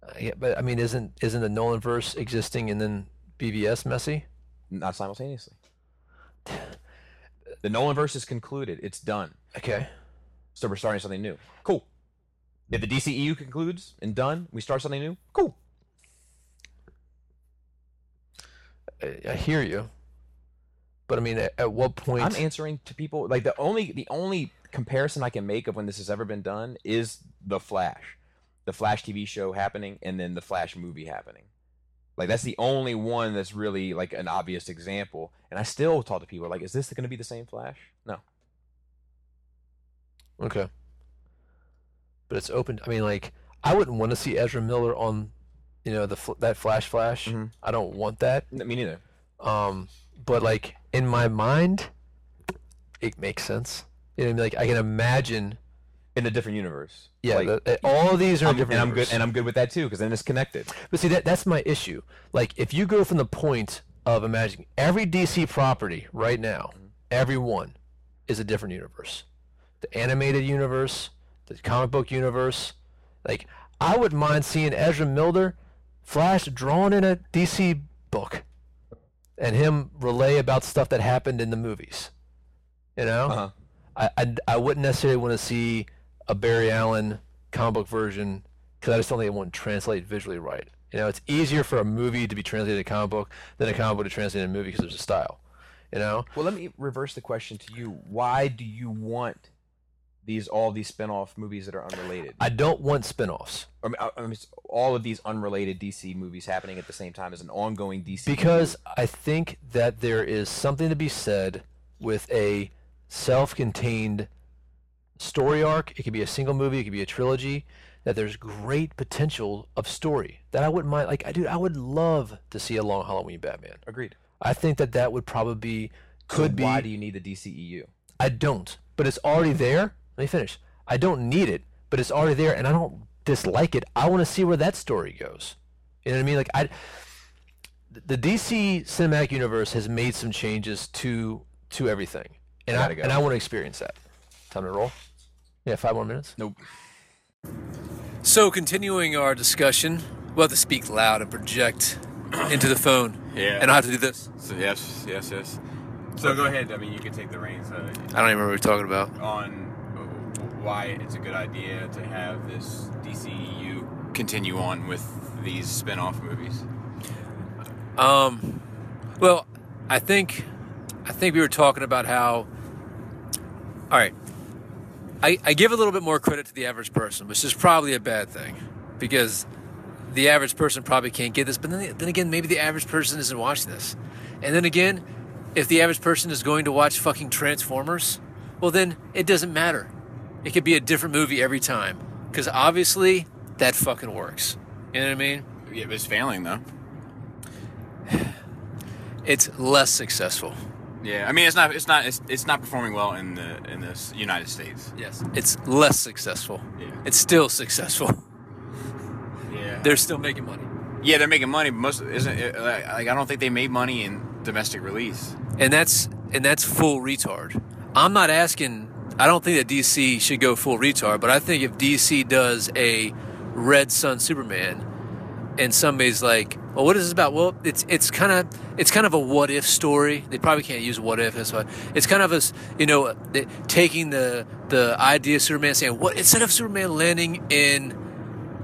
Speaker 2: Uh, yeah, but I mean, isn't isn't the Nolan verse existing and then BVS messy?
Speaker 3: Not simultaneously. The Nolan verse is concluded. It's done.
Speaker 2: Okay.
Speaker 3: So we're starting something new. Cool. If the DCEU concludes and done, we start something new. Cool.
Speaker 2: I, I hear you. But I mean, at, at what point?
Speaker 3: I'm answering to people like the only the only comparison I can make of when this has ever been done is the Flash, the Flash TV show happening, and then the Flash movie happening. Like that's the only one that's really like an obvious example. And I still talk to people like, is this going to be the same Flash? No.
Speaker 2: okay. But it's open. I mean, like, I wouldn't want to see Ezra Miller on, you know, the fl- that Flash Flash.
Speaker 3: Mhm.
Speaker 2: I don't want that.
Speaker 3: N- Me neither.
Speaker 2: Um, but like in my mind, it makes sense. You know, what I mean? like I can imagine.
Speaker 3: In a different universe.
Speaker 2: Yeah,
Speaker 3: Like,
Speaker 2: the- all these are
Speaker 3: I'm-
Speaker 2: different.
Speaker 3: and I'm good.
Speaker 2: universe.
Speaker 3: And I'm good with that too because then it's connected.
Speaker 2: But see, that that's my issue. Like, if you go from the point of imagining every DC property right now, every one is a different universe. The animated universe, the comic book universe. Like, I wouldn't mind seeing Ezra Miller, Flash, drawn in a DC book, and him relay about stuff that happened in the movies. You know,
Speaker 3: Uh-huh.
Speaker 2: I, I I wouldn't necessarily want to see a Barry Allen comic book version because I just don't think it won't translate visually right. You know, it's easier for a movie to be translated in a comic book than a comic book to translate in a movie because there's a style. You know,
Speaker 3: Well, let me reverse the question to you. Why do you want these all these spin-off movies that are unrelated?
Speaker 2: I don't want spin-offs
Speaker 3: I mean, I, I mean, it's all of these unrelated DC movies happening at the same time as an ongoing DC.
Speaker 2: because I think that there is something to be said with a self-contained story arc. It could be a single movie, it could be a trilogy. That there's great potential of story that I wouldn't mind. Like, I dude, I would love to see a long Halloween Batman.
Speaker 3: agreed
Speaker 2: I think that that would probably be
Speaker 3: So
Speaker 2: could be.
Speaker 3: Why do you need the E DCEU?
Speaker 2: I don't, but it's already there. Let me finish.
Speaker 6: I don't need it, but it's already there, and I don't dislike it. I want to see where that story goes. You know what I mean? Like I, the DC cinematic universe has made some changes to to everything, and I
Speaker 3: Gotta go.
Speaker 6: and I want to experience that. Time to roll. Yeah, five more minutes.
Speaker 3: Nope.
Speaker 2: So, continuing our discussion, we'll have to speak loud and project into the phone.
Speaker 7: Yeah.
Speaker 2: And I'll have to do this.
Speaker 7: So, yes, yes, yes. So go ahead. I mean, you can take the reins uh,
Speaker 2: I don't even remember what we're talking about.
Speaker 7: on w- why it's a good idea to have this DCEU continue on with these spin-off movies.
Speaker 2: Um, well, I think, I think we were talking about how. All right, I, I give a little bit more credit to the average person, which is probably a bad thing, because the average person probably can't get this. But then, then again, maybe the average person isn't watching this, and then again, if the average person is going to watch fucking Transformers, well, then it doesn't matter. It could be a different movie every time, because obviously that fucking works. You know what I mean?
Speaker 7: Yeah, but it's failing though.
Speaker 2: It's less successful.
Speaker 7: Yeah, I mean, it's not, it's not, it's, it's not performing well in the in the United States.
Speaker 2: Yes. It's less successful.
Speaker 7: Yeah.
Speaker 2: It's still successful.
Speaker 7: Yeah,
Speaker 2: They're still making money.
Speaker 7: yeah, they're making money, but most isn't it, like like, I don't think they made money in domestic release.
Speaker 2: And that's and that's full retard. I'm not asking I don't think that DC should go full retard, but I think if DC does a Red Sun Superman and somebody's like, "Well, what is this about?" Well, it's it's kind of it's kind of a what if story. They probably can't use what if. That's why it's kind of a s- you know the, taking the the idea of Superman saying what instead of Superman landing in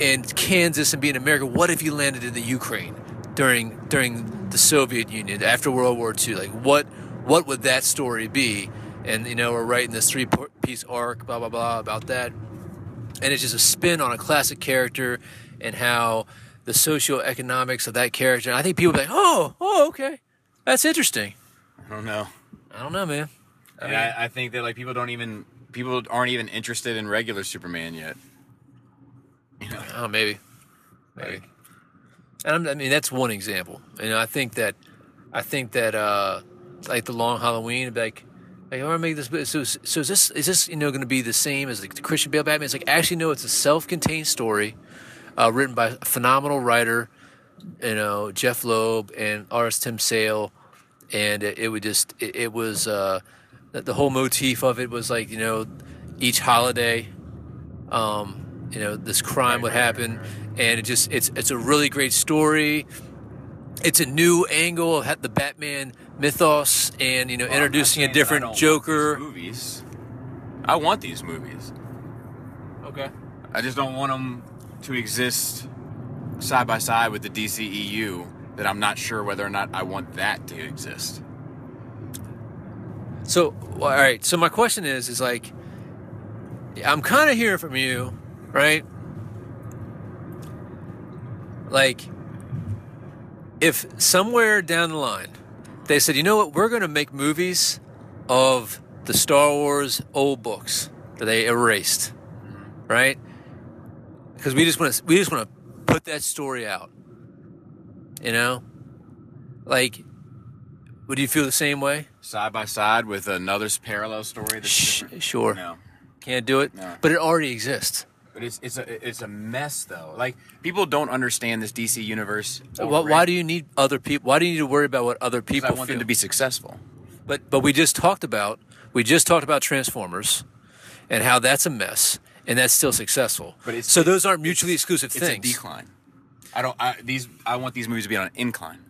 Speaker 2: in Kansas and being America, what if he landed in the Ukraine during during the Soviet Union after World War II? Like what what would that story be? And you know we're writing this three piece arc, blah blah blah about that and it's just a spin on a classic character and how the socioeconomics of that character. And I think people be like, oh, oh, okay, that's interesting.
Speaker 7: I don't know.
Speaker 2: I don't know, man.
Speaker 7: And I, I think that like people don't even people aren't even interested in regular Superman yet.
Speaker 2: Oh, maybe, maybe. And I'm, I mean, that's one example. You know, I think that, I think that, uh, like the Long Halloween, like, like I want to make this. So, so is this is this you know going to be the same as like the Christian Bale Batman? It's like actually no, it's a self-contained story, uh, written by a phenomenal writer, you know, Jeff Loeb and artist Tim Sale, and it, it would just it, it was uh, the the whole motif of it was like you know, each holiday um, you know this crime would happen and it just it's it's a really great story it's a new angle of ha- the batman mythos and you know introducing a different joker
Speaker 7: movies. I want these movies.
Speaker 2: okay
Speaker 7: I just don't want them to exist side by side with the DCEU that I'm not sure whether or not I want that to exist.
Speaker 2: so well, all right so my question is is like i'm kind of hearing from you right like if somewhere down the line they said you know what we're going to make movies of the star wars old books that they erased right because we just want to we just want to put that story out you know like would you feel the same way
Speaker 7: Side by side with another s- parallel story. That's
Speaker 2: Sh-
Speaker 7: different.
Speaker 2: sure.
Speaker 7: No.
Speaker 2: Can't do it.
Speaker 7: No.
Speaker 2: But it already exists.
Speaker 7: But it's it's a it's a mess though. Like people don't understand this DC universe.
Speaker 2: Why, why do you need other people? Why do you need to worry about what other people
Speaker 7: Oh, I want
Speaker 2: feel?
Speaker 7: them to be successful?
Speaker 2: but but we just talked about we just talked about Transformers, and how that's a mess, and that's still successful.
Speaker 7: But it's-
Speaker 2: so
Speaker 7: it's-
Speaker 2: those aren't mutually exclusive
Speaker 7: It's a
Speaker 2: things.
Speaker 7: decline. I don't. I, these I want these movies to be on an incline.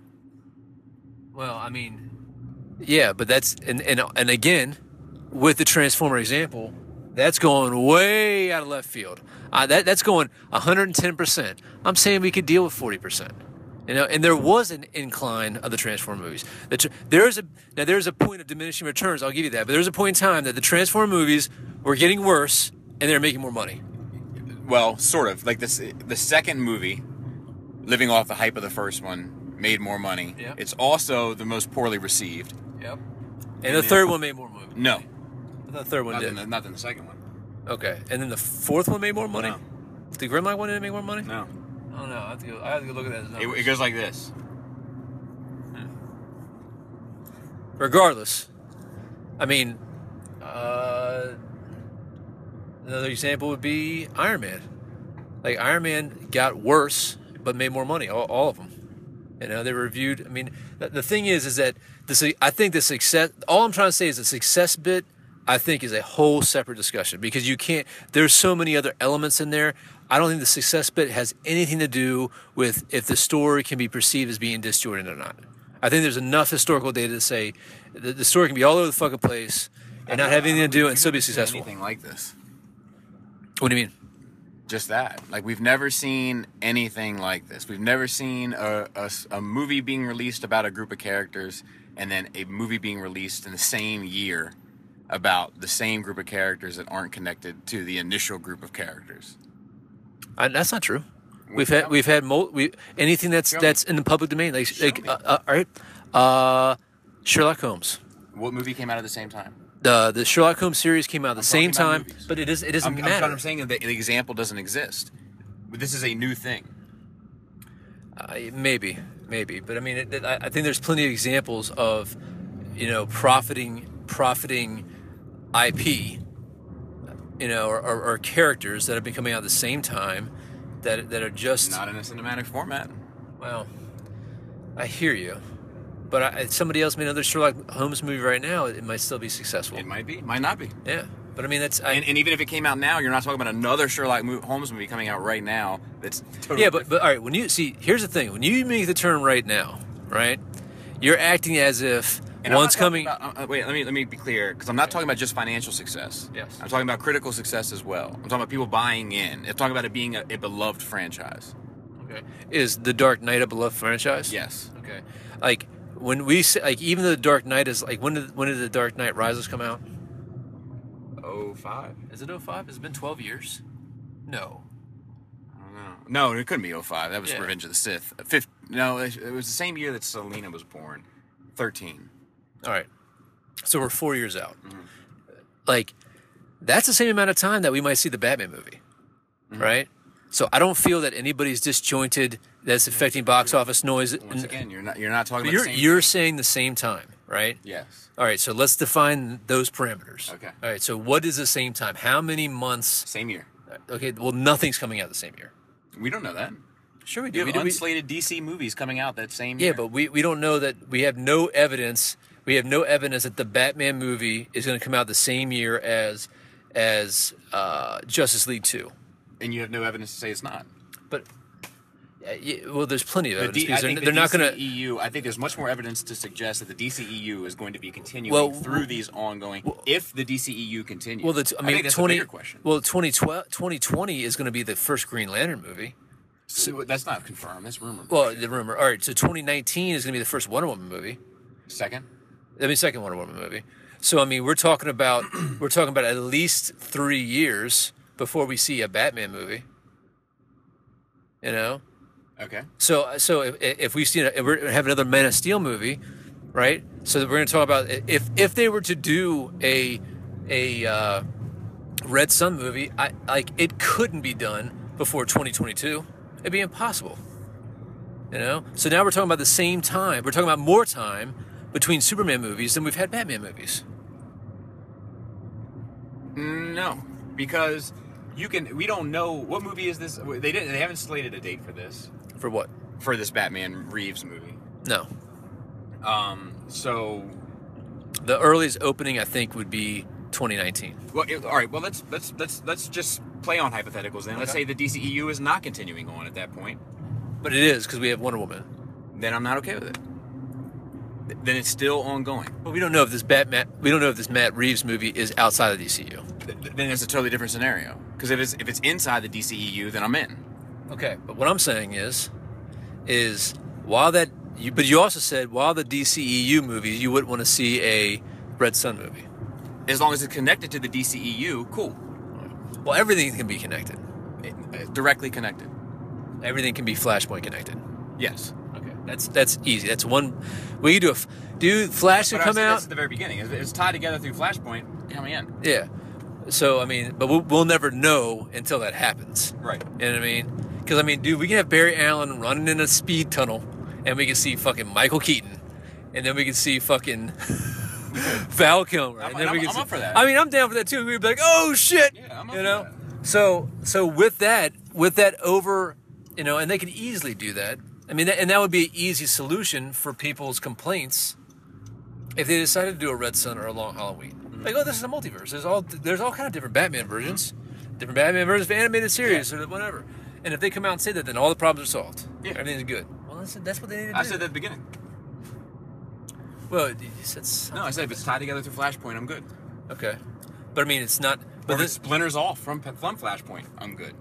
Speaker 2: Well, I mean, yeah, but that's and and and again, with the transformer example, that's going way out of left field. Uh, that that's going 110. percent I'm saying we could deal with 40 percent. You know, and there was an incline of the Transformer movies. The tr- there's a now there's a point of diminishing returns. I'll give you that, but there's a point in time that the Transformer movies were getting worse and they're making more money.
Speaker 7: well, sort of. Like this, the second movie, living off the hype of the first one, made more money.
Speaker 2: Yeah.
Speaker 7: It's also the most poorly received.
Speaker 2: Yep. And Mm-hmm. the third one made more money.
Speaker 7: No,
Speaker 2: The third one
Speaker 7: not
Speaker 2: did.
Speaker 7: than, the, not than the second one.
Speaker 2: Okay. And then the fourth one made more money.
Speaker 7: No.
Speaker 2: The Grimlock one didn't make more money.
Speaker 7: No,
Speaker 2: I don't know. I have to go, I have to go look at that.
Speaker 7: it, it goes like this.
Speaker 2: Regardless, I mean, uh, Another example would be Iron Man. Like Iron Man got worse, but made more money. All, all of them. You know, they were reviewed. I mean, the, the thing is, is that this. I think the success. All I'm trying to say is the success bit. I think is a whole separate discussion because you can't. There's so many other elements in there. I don't think the success bit has anything to do with if the story can be perceived as being disjointed or not. I think there's enough historical data to say the, the story can be all over the fucking place and not have anything to do and still be successful.
Speaker 7: Anything like this.
Speaker 2: What do you mean?
Speaker 7: just that. Like we've never seen anything like this. We've never seen a, a s- a movie being released about a group of characters and then a movie being released in the same year about the same group of characters that aren't connected to the initial group of characters.
Speaker 2: I, that's not true. We've had we've had mul- we anything that's
Speaker 7: Show me.
Speaker 2: that's in the public domain like like
Speaker 7: me.
Speaker 2: uh, uh, all right, uh, Sherlock Holmes.
Speaker 7: What movie came out at the same time?
Speaker 2: The the Sherlock Holmes series came out at the same
Speaker 7: talking about
Speaker 2: time,
Speaker 7: movies.
Speaker 2: but it is it doesn't
Speaker 7: I'm, I'm,
Speaker 2: matter.
Speaker 7: I'm saying that the, the example doesn't exist. This is a new thing.
Speaker 2: I- Uh, maybe, maybe, but I mean, it, it- I, I think there's plenty of examples of, you know, profiting profiting IP, you know, or, or, or characters that have been coming out at the same time, that that are just
Speaker 7: Not in a cinematic format.
Speaker 2: well. I hear you, but I, if somebody else made another Sherlock Holmes movie right now, it, might still be successful.
Speaker 7: It might be, might not be.
Speaker 2: yeah, but I mean, that's I,
Speaker 7: And, and even if it came out now, you're not talking about another Sherlock Mo- Holmes movie coming out right now. That's totally
Speaker 2: yeah, but but all right. When you see, here's the thing: when you make the turn right now, right, you're acting as if
Speaker 7: And I'm
Speaker 2: one's
Speaker 7: not talking
Speaker 2: coming.
Speaker 7: about- uh, uh, wait, let me let me be clear because I'm not talking about just financial success.
Speaker 2: Yes.
Speaker 7: I'm talking about critical success as well. I'm talking about people buying in. I'm talking about it being a, a beloved franchise.
Speaker 2: is the Dark Knight a beloved franchise?
Speaker 7: Yes.
Speaker 2: Okay. Like when we say, like even though the Dark Knight is like when did when did the Dark Knight Rises come out?
Speaker 7: Oh five.
Speaker 2: Is it 05? Has it been 12 years? No.
Speaker 7: No, it couldn't be oh five. That was
Speaker 2: Yeah.
Speaker 7: Revenge of the Sith. Fifth. No, it it was the same year that Selena was born. Thirteen.
Speaker 2: All right. So we're 4 years out. Like that's the same amount of time that we might see the Batman movie.
Speaker 7: Mm-hmm.
Speaker 2: Right? So I don't feel that anybody's disjointed that's affecting box office noise.
Speaker 7: Once again, you're not Mm. you're not talking about
Speaker 2: you're
Speaker 7: the same.
Speaker 2: you're saying the same time, right?
Speaker 7: yes.
Speaker 2: All right, so let's define those parameters.
Speaker 7: Okay.
Speaker 2: All right, so what is the same time? How many months
Speaker 7: Same year.
Speaker 2: Okay, well, nothing's coming out the same year.
Speaker 7: We don't know that.
Speaker 2: Sure, we
Speaker 7: You
Speaker 2: do.
Speaker 7: have
Speaker 2: We do- we-
Speaker 7: unslated DC movies coming out that same
Speaker 2: yeah,
Speaker 7: year.
Speaker 2: but we, we don't know that we have no evidence. We have no evidence that the Batman movie is going to come out the same year as as uh, Justice League Two.
Speaker 7: and you have no evidence to say it's not.
Speaker 2: But uh, y- well, there's plenty of
Speaker 7: The
Speaker 2: evidence.
Speaker 7: D- E I
Speaker 2: because they're,
Speaker 7: think the
Speaker 2: they're not going to.
Speaker 7: DCEU, I think there's much more evidence to suggest that the DCEU is going to be continuing
Speaker 2: Well,
Speaker 7: through these ongoing. if the DCEU continues,
Speaker 2: Well, the, t- I mean,
Speaker 7: think that's a
Speaker 2: 20,
Speaker 7: bigger question.
Speaker 2: well, 2012, 2020 is going to be the first Green Lantern movie.
Speaker 7: So that's not confirmed. That's rumor.
Speaker 2: Well, the rumor. All right, so 2019 is going to be the first Wonder Woman movie.
Speaker 7: Second,
Speaker 2: I mean, second Wonder Woman movie. So I mean, we're talking about we're talking about at least three years before we see a Batman movie. You know,
Speaker 7: okay.
Speaker 2: so so if, if we see if we're gonna have another Man of Steel movie, right? So that we're going to talk about if if they were to do a a uh, Red Sun movie, I like it couldn't be done before 2022. It'd be impossible. You know. So now we're talking about the same time. We're talking about more time between Superman movies than we've had Batman movies.
Speaker 7: No, because you can. We don't know what movie is this. They didn't. They haven't slated a date for this
Speaker 2: For what?
Speaker 7: for this Batman Reeves movie.
Speaker 2: No.
Speaker 7: Um. So,
Speaker 2: The earliest opening I think would be 2019.
Speaker 7: well, it- all right. Well, let's let's let's let's just play on hypotheticals then. Let's say the DCEU is not continuing on at that point.
Speaker 2: But it is because we have Wonder Woman.
Speaker 7: then I'm not okay with it. Th- Then it's still ongoing.
Speaker 2: But we don't know if this Batman we don't know if this Matt Reeves movie is outside of E DCU.
Speaker 7: Th- th- Then it's a totally different scenario. Because if it's if it's inside the DCEU, then I'm in.
Speaker 2: Okay, but what I'm saying is, is while that, you, but you also said while the DCEU movies, you wouldn't want to see a Red Sun movie.
Speaker 7: As long as it's connected to the DCEU, cool.
Speaker 2: Well, everything can be connected.
Speaker 7: It- uh, directly connected.
Speaker 2: Everything can be Flashpoint connected.
Speaker 7: Yes.
Speaker 2: Okay, that's that's easy. That's one. We could do a f- dude. Flash
Speaker 7: But
Speaker 2: can
Speaker 7: I
Speaker 2: come
Speaker 7: said
Speaker 2: out.
Speaker 7: That's at the very beginning. If it's tied together through Flashpoint, yeah, I'm in.
Speaker 2: yeah. So I mean, but we'll, we'll never know until that happens.
Speaker 7: Right.
Speaker 2: You know what I mean? Because I mean, dude, we can have Barry Allen running in a speed tunnel, and we can see fucking Michael Keaton, and then we can see fucking Val Kilmer.
Speaker 7: I'm-
Speaker 2: and then
Speaker 7: I'm-
Speaker 2: we can
Speaker 7: I'm
Speaker 2: see-
Speaker 7: up for that.
Speaker 2: I mean, I'm down for that too. We'd be like, oh shit,
Speaker 7: Yeah, I'm up
Speaker 2: you
Speaker 7: for
Speaker 2: know. So so with that with that over, you know, and they could easily do that. I mean, that, and that would be an easy solution for people's complaints if they decided to do a Red Sun or a Long Halloween. Like, oh, this is a multiverse. There's all there's all kind of different Batman versions, different Batman versions of animated series or whatever. And if they come out and say that, then all the problems are solved.
Speaker 7: Yeah.
Speaker 2: everything's good. Well, that's, that's what they need to do.
Speaker 7: I said that at the beginning.
Speaker 2: Well, you said something.
Speaker 7: No, I said if it's tied together through Flashpoint, I'm good.
Speaker 2: Okay, but I mean, it's not.
Speaker 7: But
Speaker 2: But
Speaker 7: if it
Speaker 2: this,
Speaker 7: splinters off from from Flashpoint, I'm good.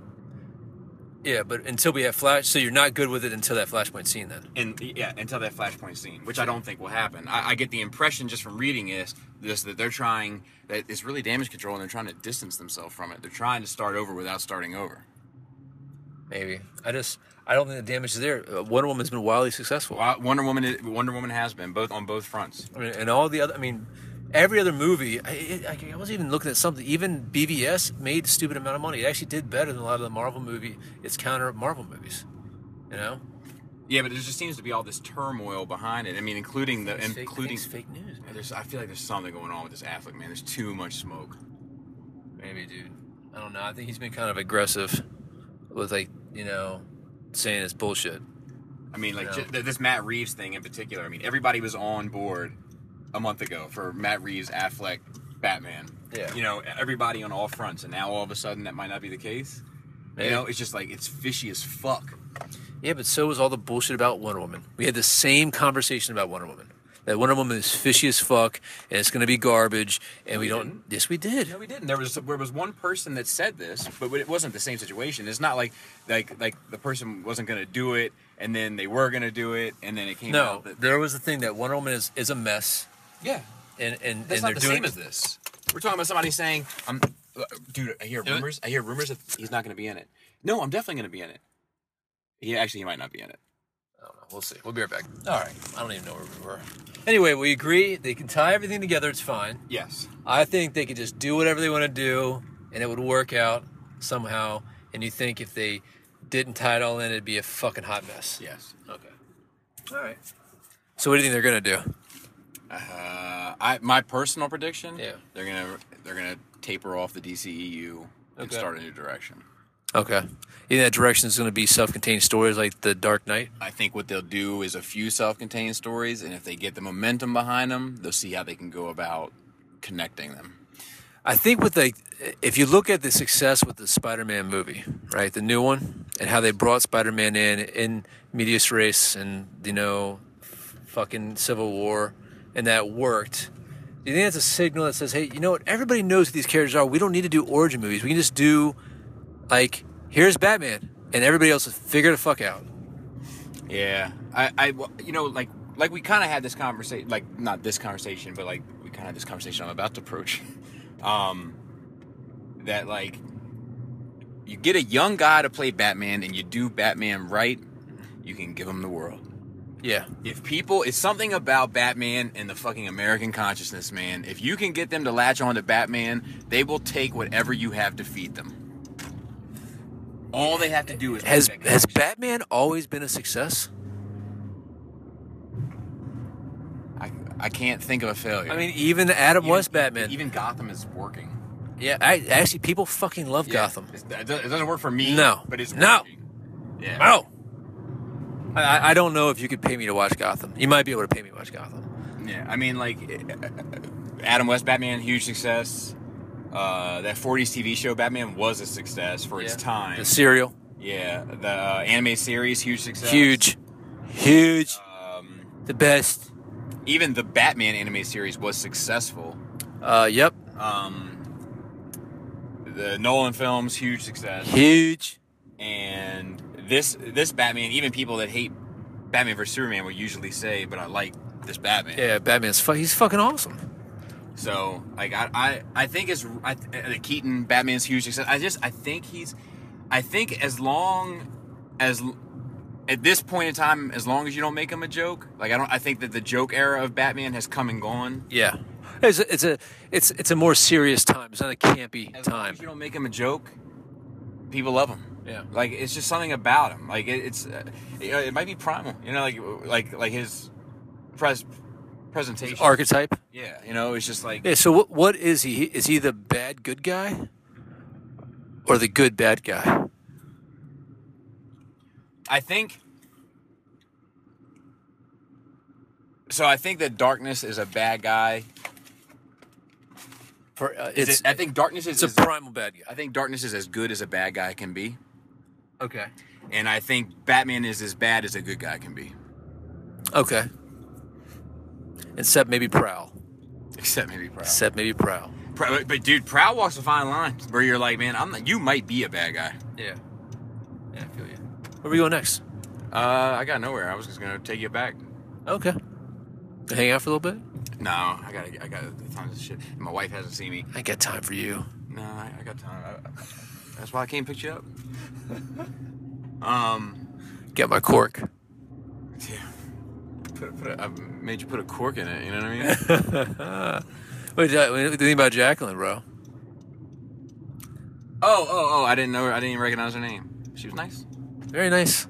Speaker 2: yeah, but until we have Flash, so you're not good with it until that Flashpoint scene. Then
Speaker 7: And yeah, until that Flashpoint scene, which I don't think will happen. I, I get the impression just from reading this, this that they're trying that it's really damage control, and they're trying to distance themselves from it. They're trying to start over without starting over.
Speaker 2: maybe I just I don't think the damage is there. Uh, Wonder Woman's been wildly successful.
Speaker 7: Wa- Wonder Woman, is- Wonder Woman has been both on both fronts.
Speaker 2: I mean, and all the other, I mean, every other movie. I, I, I was even looking at something. Even BVS made a stupid amount of money. It actually did better than a lot of the Marvel movie. Its counter Marvel movies. You know,
Speaker 7: Yeah, but there just seems to be all this turmoil behind it. I mean, including the
Speaker 2: It's fake- I think
Speaker 7: including
Speaker 2: it's fake news. man.
Speaker 7: There's, I feel like there's something going on with this Affleck man. There's too much smoke.
Speaker 2: Maybe, dude. I don't know. I think he's been kind of aggressive with like you know saying it's bullshit.
Speaker 7: I mean, like
Speaker 2: Yeah.
Speaker 7: ju- th this Matt Reeves thing in particular. I mean, everybody was on board a month ago for Matt Reeves, Affleck, Batman.
Speaker 2: Yeah.
Speaker 7: You know, everybody on all fronts, and now all of a sudden that might not be the case.
Speaker 2: Maybe.
Speaker 7: You know, it's just like it's fishy as fuck.
Speaker 2: Yeah, but so was all the bullshit about Wonder Woman. We had the same conversation about Wonder Woman. That Wonder Woman is fishy as fuck, and it's going to be garbage, and we don't. Yes, we did.
Speaker 7: No, we didn't. There was there was one person that said this, but it wasn't the same situation. It's not like like like the person wasn't gonna do it, and then they were gonna do it, and then it came
Speaker 2: No,
Speaker 7: out. That,
Speaker 2: there was a thing that Wonder Woman is, is a mess,
Speaker 7: yeah,
Speaker 2: and and,
Speaker 7: That's
Speaker 2: and they're
Speaker 7: not the
Speaker 2: doing
Speaker 7: same as this. We're talking about somebody saying, "I'm, uh, dude. I hear rumors. I hear rumors that he's not going to be in it. No, I'm definitely going to be in it. Yeah, actually, he might not be in it.
Speaker 2: I don't know. We'll see. We'll be right back. All right. I don't even know where we were. Anyway, we agree they can tie everything together. It's fine.
Speaker 7: Yes.
Speaker 2: I think they could just do whatever they want to do, and it would work out somehow. And you think if they didn't tie it all in, it'd be a fucking hot mess.
Speaker 7: Yes.
Speaker 2: Okay. All right. So what do you think they're gonna do?
Speaker 7: Uh, I my personal prediction.
Speaker 2: Yeah.
Speaker 7: They're gonna they're gonna taper off the DCEU and
Speaker 2: Okay.
Speaker 7: start a new direction.
Speaker 2: Okay. In that direction is going to be self-contained stories like The Dark Knight.
Speaker 7: I think what they'll do is a few self-contained stories, and if they get the momentum behind them, they'll see how they can go about connecting them.
Speaker 2: I think with the if you look at the success with the Spider-Man movie, right, the new one, and how they brought Spider-Man in in Medias Race and you know, fucking Civil War, and that worked. Do you think that's a signal that says, hey, you know what? Everybody knows who these characters are. We don't need to do origin movies. We can just do like here's Batman, and everybody else is figure the fuck out.
Speaker 7: Yeah, I, I, well, you know, like, like we kind of had this conversation, like not this conversation, but like we kind of had this conversation I'm about to approach. um, that like, you get a young guy to play Batman, and you do Batman right, you can give him the world.
Speaker 2: Yeah.
Speaker 7: If people, it's something about Batman and the fucking American consciousness, man. If you can get them to latch on to Batman, they will take whatever you have to feed them. All they have to do is
Speaker 2: Has
Speaker 7: make that
Speaker 2: has
Speaker 7: connection.
Speaker 2: Batman always been a success?
Speaker 7: I, I can't think of a failure.
Speaker 2: I mean, even Adam
Speaker 7: Even-
Speaker 2: West Batman.
Speaker 7: Even Gotham is working.
Speaker 2: yeah, I, actually, people fucking love Gotham.
Speaker 7: It's- It doesn't it doesn't work for me.
Speaker 2: No.
Speaker 7: But it's
Speaker 2: No.
Speaker 7: working. Yeah.
Speaker 2: No. I- I, I don't know if you could pay me to watch Gotham. You might be able to pay me to watch Gotham.
Speaker 7: Yeah. I mean, like uh, Adam West Batman, huge success. Uh, that 40s TV show Batman was a success for its time.
Speaker 2: The serial,
Speaker 7: Yeah. The uh, anime series, huge success.
Speaker 2: huge, huge,
Speaker 7: Um,
Speaker 2: the best.
Speaker 7: even the Batman anime series was successful.
Speaker 2: Uh, yep,
Speaker 7: Um, the Nolan films, huge success.
Speaker 2: huge.
Speaker 7: and this this Batman, even people that hate Batman vs Superman will usually say, "But I like this Batman."
Speaker 2: Yeah, Batman's fu- he's fucking awesome.
Speaker 7: So, like, I I, I think it's I, th- the Keaton Batman's huge success. I just I think he's, I think as long as l- at this point in time, as long as you don't make him a joke, like I don't, I think that the joke era of Batman has come and gone.
Speaker 2: Yeah, it's a, it's a it's it's a more serious time. It's not a campy
Speaker 7: As long
Speaker 2: time.
Speaker 7: as you don't make him a joke, people love him.
Speaker 2: Yeah.
Speaker 7: Like it's just something about him. Like it, it's, uh, you know, it might be primal. You know, like like like his pres- presentation.
Speaker 2: archetype.
Speaker 7: yeah, you know, it's just like
Speaker 2: Yeah. So what what is he? Is he the bad good guy, or the good bad guy?
Speaker 7: I think. So I think that darkness is a bad guy.
Speaker 2: For uh,
Speaker 7: Is
Speaker 2: it's
Speaker 7: it- I think darkness is.
Speaker 2: it's a
Speaker 7: is-
Speaker 2: primal bad
Speaker 7: I
Speaker 2: guy.
Speaker 7: think darkness is as good as a bad guy can be,
Speaker 2: Okay.
Speaker 7: and I think Batman is as bad as a good guy can be,
Speaker 2: Okay. Except maybe Prowl.
Speaker 7: except maybe Prowl.
Speaker 2: Except maybe Prowl.
Speaker 7: Prowl- but dude, Prowl walks a fine line where you're like, man, I'm not, you might be a bad guy.
Speaker 2: Yeah. Yeah, I feel you. Where we going next?
Speaker 7: Uh, I got nowhere. I was just gonna take you back.
Speaker 2: Okay. Hang out for a little bit.
Speaker 7: No, I got I got tons of shit. My wife hasn't seen me.
Speaker 2: I ain't got time for you.
Speaker 7: No, I, I got time. I, I- that's why I came pick you up. Um,
Speaker 2: Get my cork.
Speaker 7: yeah. Put, a- put a, I made you put a cork in it. You know what I mean?
Speaker 2: Wait, uh, what do you think about Jacqueline, bro?
Speaker 7: oh, oh, oh! I didn't know. Her, I didn't even recognize her name. She was nice.
Speaker 2: Very nice.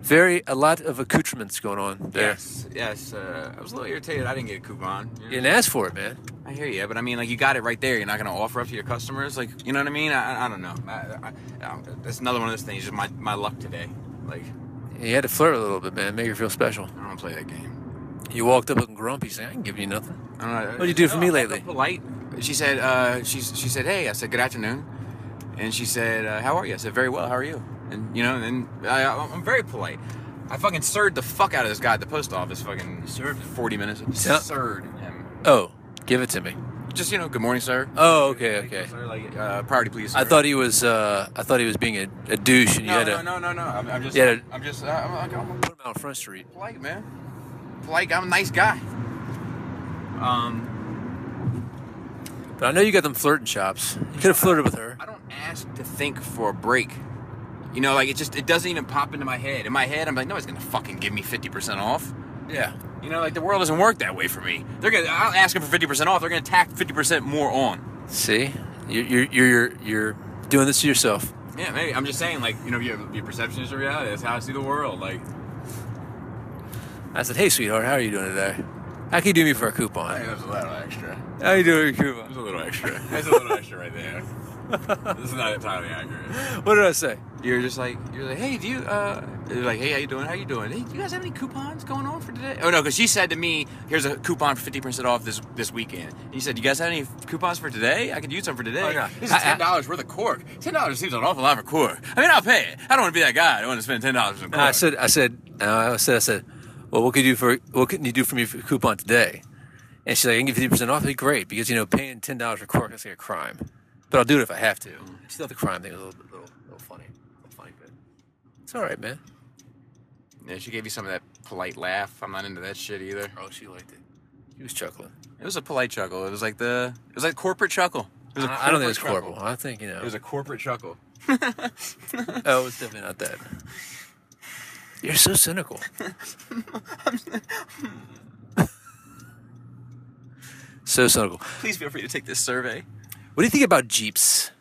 Speaker 2: Very a lot of accoutrements going on there.
Speaker 7: Yes, yes. Uh, I was a little irritated. I didn't get a coupon. you know?
Speaker 2: You didn't ask for it, man.
Speaker 7: I hear you, but I mean, like, you got it right there. You're not gonna offer up to your customers, like, you know what I mean? I, I- I don't know. I, I, I, that's another one of those things. Just my, my luck today. Like,
Speaker 2: You had to flirt a little bit, man. Make her feel special.
Speaker 7: I don't play that game.
Speaker 2: You walked up looking grumpy, saying, "I can give you nothing."
Speaker 7: I don't know.
Speaker 2: What'd you do for me
Speaker 7: I'm
Speaker 2: lately?
Speaker 7: Polite. She said, uh, she, she said, hey. I said, good afternoon. And she said, uh, how are you? I said, very well. How are you? And you know, and then I, I- I'm very polite. I fucking served the fuck out of this guy at the post office. Fucking served 40 minutes.
Speaker 2: Yeah.
Speaker 7: Served him.
Speaker 2: Oh, give it to me.
Speaker 7: Just you know, good morning, sir.
Speaker 2: Oh, okay, okay.
Speaker 7: Sir, like, uh, priority, please.
Speaker 2: I
Speaker 7: sir.
Speaker 2: thought he was. Uh, I thought he was being a, a douche, and you
Speaker 7: No,
Speaker 2: had
Speaker 7: no,
Speaker 2: to
Speaker 7: no, no, no. I'm, I'm just,
Speaker 2: You had to-
Speaker 7: I'm just, uh, I'm, I'm, I'm
Speaker 2: put him out on Front Street.
Speaker 7: polite, man. Polite. I'm a nice guy. Um,
Speaker 2: But I know you got them flirting chops. You could have flirted with her.
Speaker 7: I don't ask to think for a break. You know, like it just, it doesn't even pop into my head. In my head, I'm like, no, it's gonna fucking give me 50% off.
Speaker 2: Yeah.
Speaker 7: You know, like the world doesn't work that way for me. They're gonna, I'll ask them for 50% off. They're gonna tack 50% more on.
Speaker 2: See, you're you're you're, you're doing this to yourself.
Speaker 7: Yeah, maybe. I'm just saying, like, you know, your, your perception is your reality. That's how I see the world. Like,
Speaker 2: I said, "Hey, sweetheart, how are you doing today? How can you do me for a coupon?
Speaker 7: that was a little extra.
Speaker 2: How you doing for a coupon?
Speaker 7: There's a little extra. That's a little extra right there. This is not entirely accurate.
Speaker 2: What did I say?
Speaker 7: you're just like you're like hey do you uh they're like hey how you doing how you doing hey do you guys have any coupons going on for today oh no because she said to me here's a coupon for 50% off this this weekend and you said do you guys have any coupons for today i could use some for today
Speaker 2: Oh, yeah.
Speaker 7: this is ten dollars worth of cork ten dollars seems an awful lot for cork i mean i'll pay it i don't want to be that guy i don't want to spend ten dollars on cork
Speaker 2: And I said, I said, no, I said, I said, well, what could you do for what can you do for me for a coupon today? And she's like, I can give fifty percent off. That'd be great because you know paying ten dollars for cork is like a crime, but I'll do it if I have to. She thought the crime thing was a little, little, little funny, little funny bit. It's all right, man.
Speaker 7: yeah she gave you some of that polite laugh i'm not into that shit either
Speaker 2: Oh, she liked it. She was chuckling.
Speaker 7: it was a polite chuckle it was like the it was like corporate chuckle it was a
Speaker 2: I, I don't think it's
Speaker 7: chuckle.
Speaker 2: horrible. I think you know.
Speaker 7: it was a corporate chuckle
Speaker 2: oh, it's definitely not that. You're so cynical. so cynical.
Speaker 7: please feel free to take this survey
Speaker 2: What do you think about Jeeps?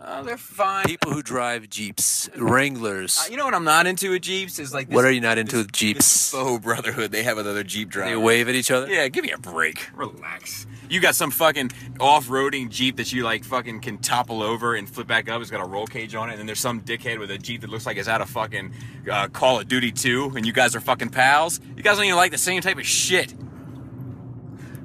Speaker 7: uh, they're fine
Speaker 2: People who drive Jeeps, Wranglers.
Speaker 7: Uh, you know what I'm not into with Jeeps is like this,
Speaker 2: What are you not into with Jeeps?
Speaker 7: faux brotherhood they have with other Jeep drivers.
Speaker 2: They wave at each other.
Speaker 7: Yeah, give me a break. Relax. You got some fucking off-roading Jeep that you like fucking can topple over and flip back up. It's got a roll cage on it, and then there's some dickhead with a Jeep that looks like it's out of fucking uh, Call of Duty 2, and you guys are fucking pals. You guys don't even like the same type of shit.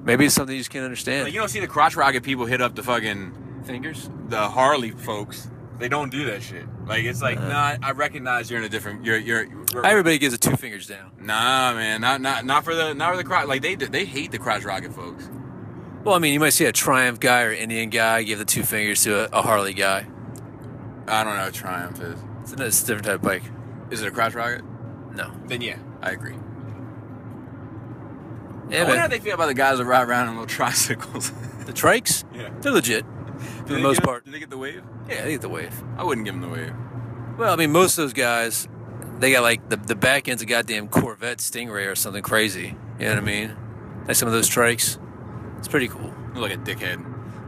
Speaker 2: Maybe it's something you just can't understand.
Speaker 7: Like you don't see the crotch rocket people hit up the fucking
Speaker 2: fingers.
Speaker 7: the Harley folks. They don't do that shit. Like it's
Speaker 2: Uh.
Speaker 7: like, nah, I recognize you're in a different. You're you're. we're-
Speaker 2: Everybody gives a two fingers down.
Speaker 7: Nah, man, not not not for the not for the crotch. Like they they hate the crotch rocket folks.
Speaker 2: Well, I mean, you might see a Triumph guy or Indian guy give the two fingers to a, a Harley guy.
Speaker 7: I don't know. what Triumph is
Speaker 2: It's a, it's a different type of bike.
Speaker 7: is it a crotch rocket?
Speaker 2: No.
Speaker 7: Then yeah, I agree.
Speaker 2: Yeah,
Speaker 7: I wonder how
Speaker 2: man.
Speaker 7: they feel about the guys that ride around on little tricycles.
Speaker 2: The trikes?
Speaker 7: Yeah.
Speaker 2: They're legit.
Speaker 7: Do
Speaker 2: For the
Speaker 7: they
Speaker 2: most
Speaker 7: get-
Speaker 2: part.
Speaker 7: do they get the wave?
Speaker 2: Yeah, they get the wave.
Speaker 7: I wouldn't give them the wave.
Speaker 2: Well, I mean, most of those guys, they got like the, the back end's a goddamn Corvette Stingray or something crazy. You know what I mean? Like some of those trikes. It's pretty cool.
Speaker 7: Look like a dickhead.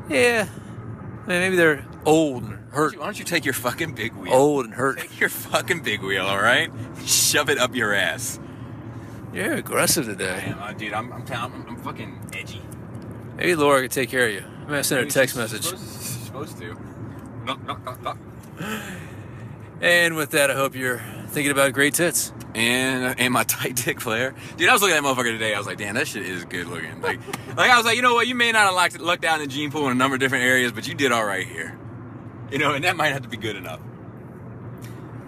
Speaker 2: Yeah. I mean, maybe they're old and hurt.
Speaker 7: Why
Speaker 2: Oh.
Speaker 7: don't you- why don't you take your fucking big wheel?
Speaker 2: Old and hurt.
Speaker 7: Take your fucking big wheel, all right? Shove it up your ass.
Speaker 2: You're aggressive
Speaker 7: I
Speaker 2: today.
Speaker 7: am, uh, dude. I'm, I'm, telling- I'm, I'm fucking edgy.
Speaker 2: Maybe Laura could take care of you. I'm gonna send her a text message.
Speaker 7: She's supposed to. Knock, knock, knock, knock.
Speaker 2: And with that, I hope you're thinking about great tits.
Speaker 7: and uh, and my tight dick flare. Dude, I was looking at that motherfucker today. I was like, damn, that shit is good looking. Like, like I was like, you know what? You may not have locked, lucked out in the gene pool in a number of different areas, but you did all right here. You know, and that might have to be good enough.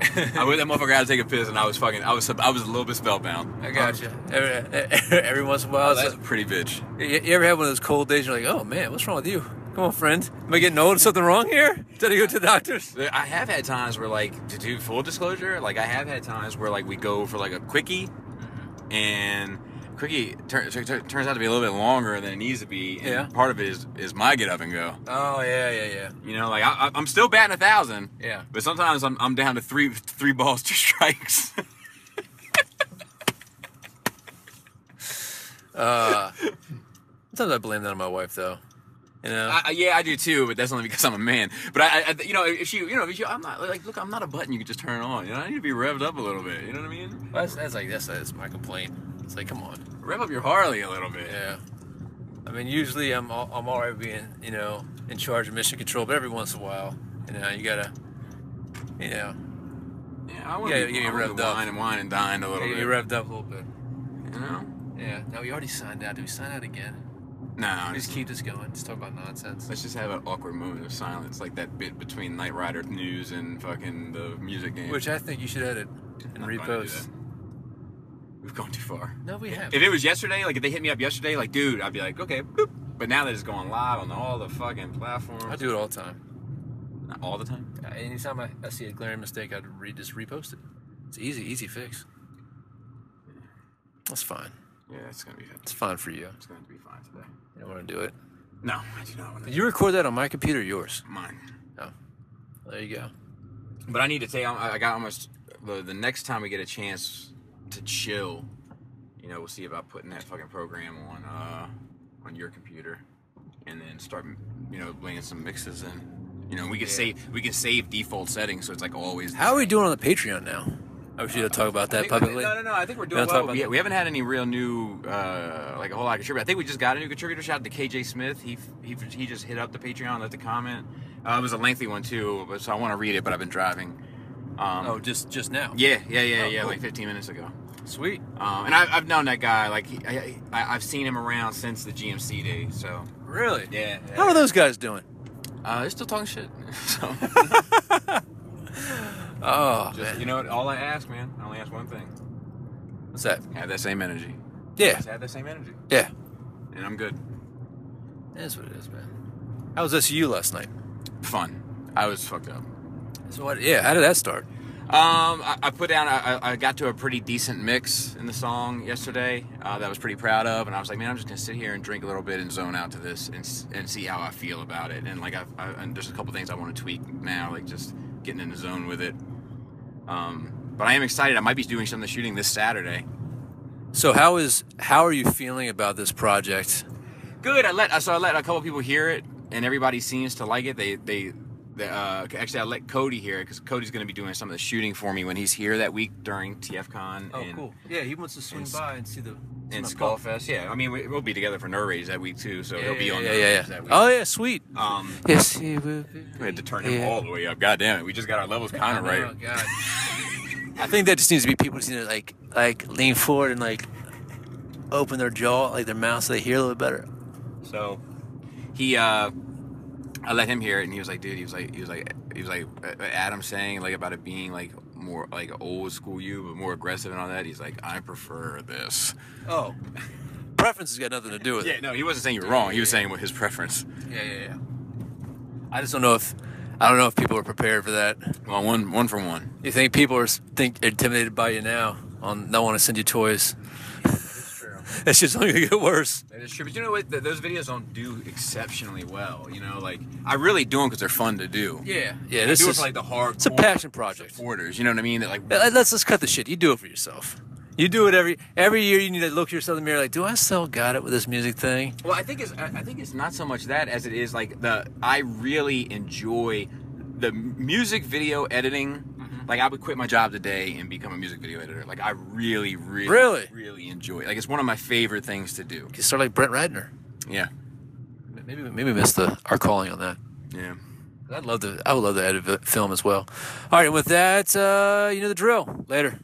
Speaker 7: I went that motherfucker out to take a piss, and I was fucking, I was, I was a little bit spellbound.
Speaker 2: I gotcha. Um, Every, every once in a while,
Speaker 7: Oh,
Speaker 2: it's
Speaker 7: that's a
Speaker 2: like-
Speaker 7: pretty bitch.
Speaker 2: you, you ever have one of those cold days? You're like, oh man, what's wrong with you? Come on, friend. Am I getting old? Something wrong here? Did I go to the doctors?
Speaker 7: I have had times where, like, to do full disclosure, like I have had times where, like, we go for like a quickie, and quickie tur- tur- tur- turns out to be a little bit longer than it needs to be. And
Speaker 2: Yeah.
Speaker 7: Part of it is is my get up and go.
Speaker 2: Oh yeah, yeah, yeah.
Speaker 7: You know, like I, I- I'm still batting a thousand.
Speaker 2: Yeah.
Speaker 7: But sometimes I'm, I'm down to three three balls, two strikes.
Speaker 2: Sometimes I blame that on my wife, though. You know,
Speaker 7: I, I- yeah, I do too, but that's only because I'm a man. But I, I you know, if she, you know, if you, I'm not like, look, I'm not a button you can just turn on. You know, I need to be revved up a little bit. You know what I mean?
Speaker 2: that's, that's like that's, that's my complaint. It's like, come on.
Speaker 7: Rev up your Harley a little bit.
Speaker 2: Yeah. I mean, usually I'm all, I'm all right being you know in charge of mission control, but every once in a while, you know, you gotta, you know,
Speaker 7: Yeah, I want
Speaker 2: Yeah, you
Speaker 7: to be
Speaker 2: get
Speaker 7: I wanna
Speaker 2: revved
Speaker 7: be
Speaker 2: up.
Speaker 7: wine and wine and dine a little
Speaker 2: you
Speaker 7: bit.
Speaker 2: you revved up a little bit.
Speaker 7: you know?
Speaker 2: Yeah. Now we already signed out. Do we sign out again?
Speaker 7: No,
Speaker 2: Just
Speaker 7: just,
Speaker 2: keep this going. Just talk about nonsense.
Speaker 7: let's just have an awkward moment of silence, like that bit between Knight Rider news and fucking the music game.
Speaker 2: Which I think you should edit and
Speaker 7: I'm not gonna do
Speaker 2: repost.
Speaker 7: that. We've gone too far.
Speaker 2: No, we haven't.
Speaker 7: If it was yesterday, like if they hit me up yesterday, like dude, I'd be like, okay, boop. But now that it's going live on all the fucking
Speaker 2: I
Speaker 7: platforms,
Speaker 2: do it all the time.
Speaker 7: Not all the time.
Speaker 2: Uh, Anytime I, I see a glaring mistake, I'd re- just repost it. It's easy, easy fix. That's fine.
Speaker 7: Yeah, it's gonna be fine.
Speaker 2: It's fine for you.
Speaker 7: It's gonna be fine today.
Speaker 2: You don't want to do it.
Speaker 7: No, I do not want to.
Speaker 2: Did you record that on my computer or yours?
Speaker 7: Mine.
Speaker 2: No. There you go.
Speaker 7: But I need to take. I I got almost the, the next time we get a chance to chill. You know, we'll see about putting that fucking program on uh, on your computer, and then start you know laying some mixes in. You know, we can save we can save default settings, so it's like always. the
Speaker 2: How are we
Speaker 7: same.
Speaker 2: doing on the Patreon now? I wish you would talk about that
Speaker 7: I think- I think-
Speaker 2: publicly.
Speaker 7: No, no, no. I think we're
Speaker 2: Yeah,
Speaker 7: doing
Speaker 2: talk
Speaker 7: well.
Speaker 2: about
Speaker 7: We,
Speaker 2: that.
Speaker 7: we haven't had any real new, uh, like a whole lot of contributor. I think we just got a new contributor. Shout out to KJ Smith. He he, he just hit up the Patreon, left a comment. Uh, it was a lengthy one too, but so I want to read it, but I've been driving. Um,
Speaker 2: Oh, just just now.
Speaker 7: yeah, yeah, yeah,
Speaker 2: Oh,
Speaker 7: yeah.
Speaker 2: cool.
Speaker 7: Like 15 minutes ago.
Speaker 2: Sweet.
Speaker 7: Um, and I, I've known that guy. Like he, I, I, I've seen him around since the GMC days. So
Speaker 2: Really?
Speaker 7: yeah. yeah.
Speaker 2: How are those guys doing?
Speaker 7: Uh, they're still talking shit. so
Speaker 2: Oh,
Speaker 7: just,
Speaker 2: man.
Speaker 7: you know, what? all I ask, man. I only ask one thing.
Speaker 2: What's that?
Speaker 7: Have that same energy.
Speaker 2: Yeah.
Speaker 7: Just have that same energy,
Speaker 2: Yeah.
Speaker 7: and I'm good.
Speaker 2: That's what it is, man. How was SU last night?
Speaker 7: Fun. I was fucked up.
Speaker 2: So what? Yeah. How did that start?
Speaker 7: Um, I, I put down. I, I- I got to a pretty decent mix in the song yesterday. Uh, that I was pretty proud of, and I was like, man, I'm just gonna sit here and drink a little bit and zone out to this and s- and see how I feel about it. And like, I've, I and there's a couple things I want to tweak now, like just getting in the zone with it. Um, but I am excited. I might be doing some of the shooting this Saturday.
Speaker 2: So how is how are you feeling about this project?
Speaker 7: good. I let so I let a couple people hear it, and everybody seems to like it. They they, they uh, actually I let Cody hear it because Cody's going to be doing some of the shooting for me when he's here that week during TFCon. and,
Speaker 2: Oh, Yeah, he wants to swing
Speaker 7: and-
Speaker 2: by and see the
Speaker 7: And Skullfest, yeah. I mean, we, we'll be together for Nerd Rage that week too, so
Speaker 2: Yeah,
Speaker 7: he'll be
Speaker 2: yeah,
Speaker 7: on
Speaker 2: yeah,
Speaker 7: Nerd
Speaker 2: yeah,
Speaker 7: Rage
Speaker 2: yeah.
Speaker 7: that week.
Speaker 2: Oh yeah, sweet.
Speaker 7: Um,
Speaker 2: Yes, he will. Be.
Speaker 7: we had to turn him
Speaker 2: Yeah.
Speaker 7: all the way up. God damn it, we just got our levels kind of
Speaker 2: I know,
Speaker 7: right.
Speaker 2: God. Oh, I think that just needs to be people just need to like like lean forward and like open their jaw, like their mouth, so they hear a little better.
Speaker 7: So he, uh, I let him hear it, and he was like, dude, he was like, he was like, he was like, uh, Adam saying like about it being like more like old school you, but more aggressive and all that. He's like, I prefer this.
Speaker 2: Oh, preference has got nothing to do with
Speaker 7: Yeah,
Speaker 2: it.
Speaker 7: no, he wasn't saying you were wrong. He was saying what his preference.
Speaker 2: Yeah, yeah, yeah. I just don't know if I don't know if people are prepared for that.
Speaker 7: Well, one one for one.
Speaker 2: You think people are think intimidated by you now? On they want to send you toys. That's just only gonna get worse.
Speaker 7: That is true, but you know what? Th- Those videos don't do exceptionally well. You know, like I really do them because they're fun to do.
Speaker 2: Yeah, yeah.
Speaker 7: I
Speaker 2: This
Speaker 7: do
Speaker 2: is
Speaker 7: it for like the hard.
Speaker 2: it's a passion project.
Speaker 7: Supporters, you know what I mean? That like
Speaker 2: Let- Uh, Let's just cut the shit. You do it for yourself. You do it every every year. You need to look yourself in the mirror. Like, do I still got it with this music thing?
Speaker 7: Well, I think it's I I think it's not so much that as it is like the I really enjoy the music video editing
Speaker 2: Mm-hmm.
Speaker 7: Like I would quit my job today and become a music video editor. Like I really, really,
Speaker 2: Really?
Speaker 7: really enjoy it. Like it's one of my favorite things to do.
Speaker 2: You start like Brent Ratner.
Speaker 7: Yeah,
Speaker 2: Maybe maybe miss the our calling on that.
Speaker 7: yeah.
Speaker 2: I'd love to. I would love to edit a film as well. All right, and with that, uh, you know the drill. Later.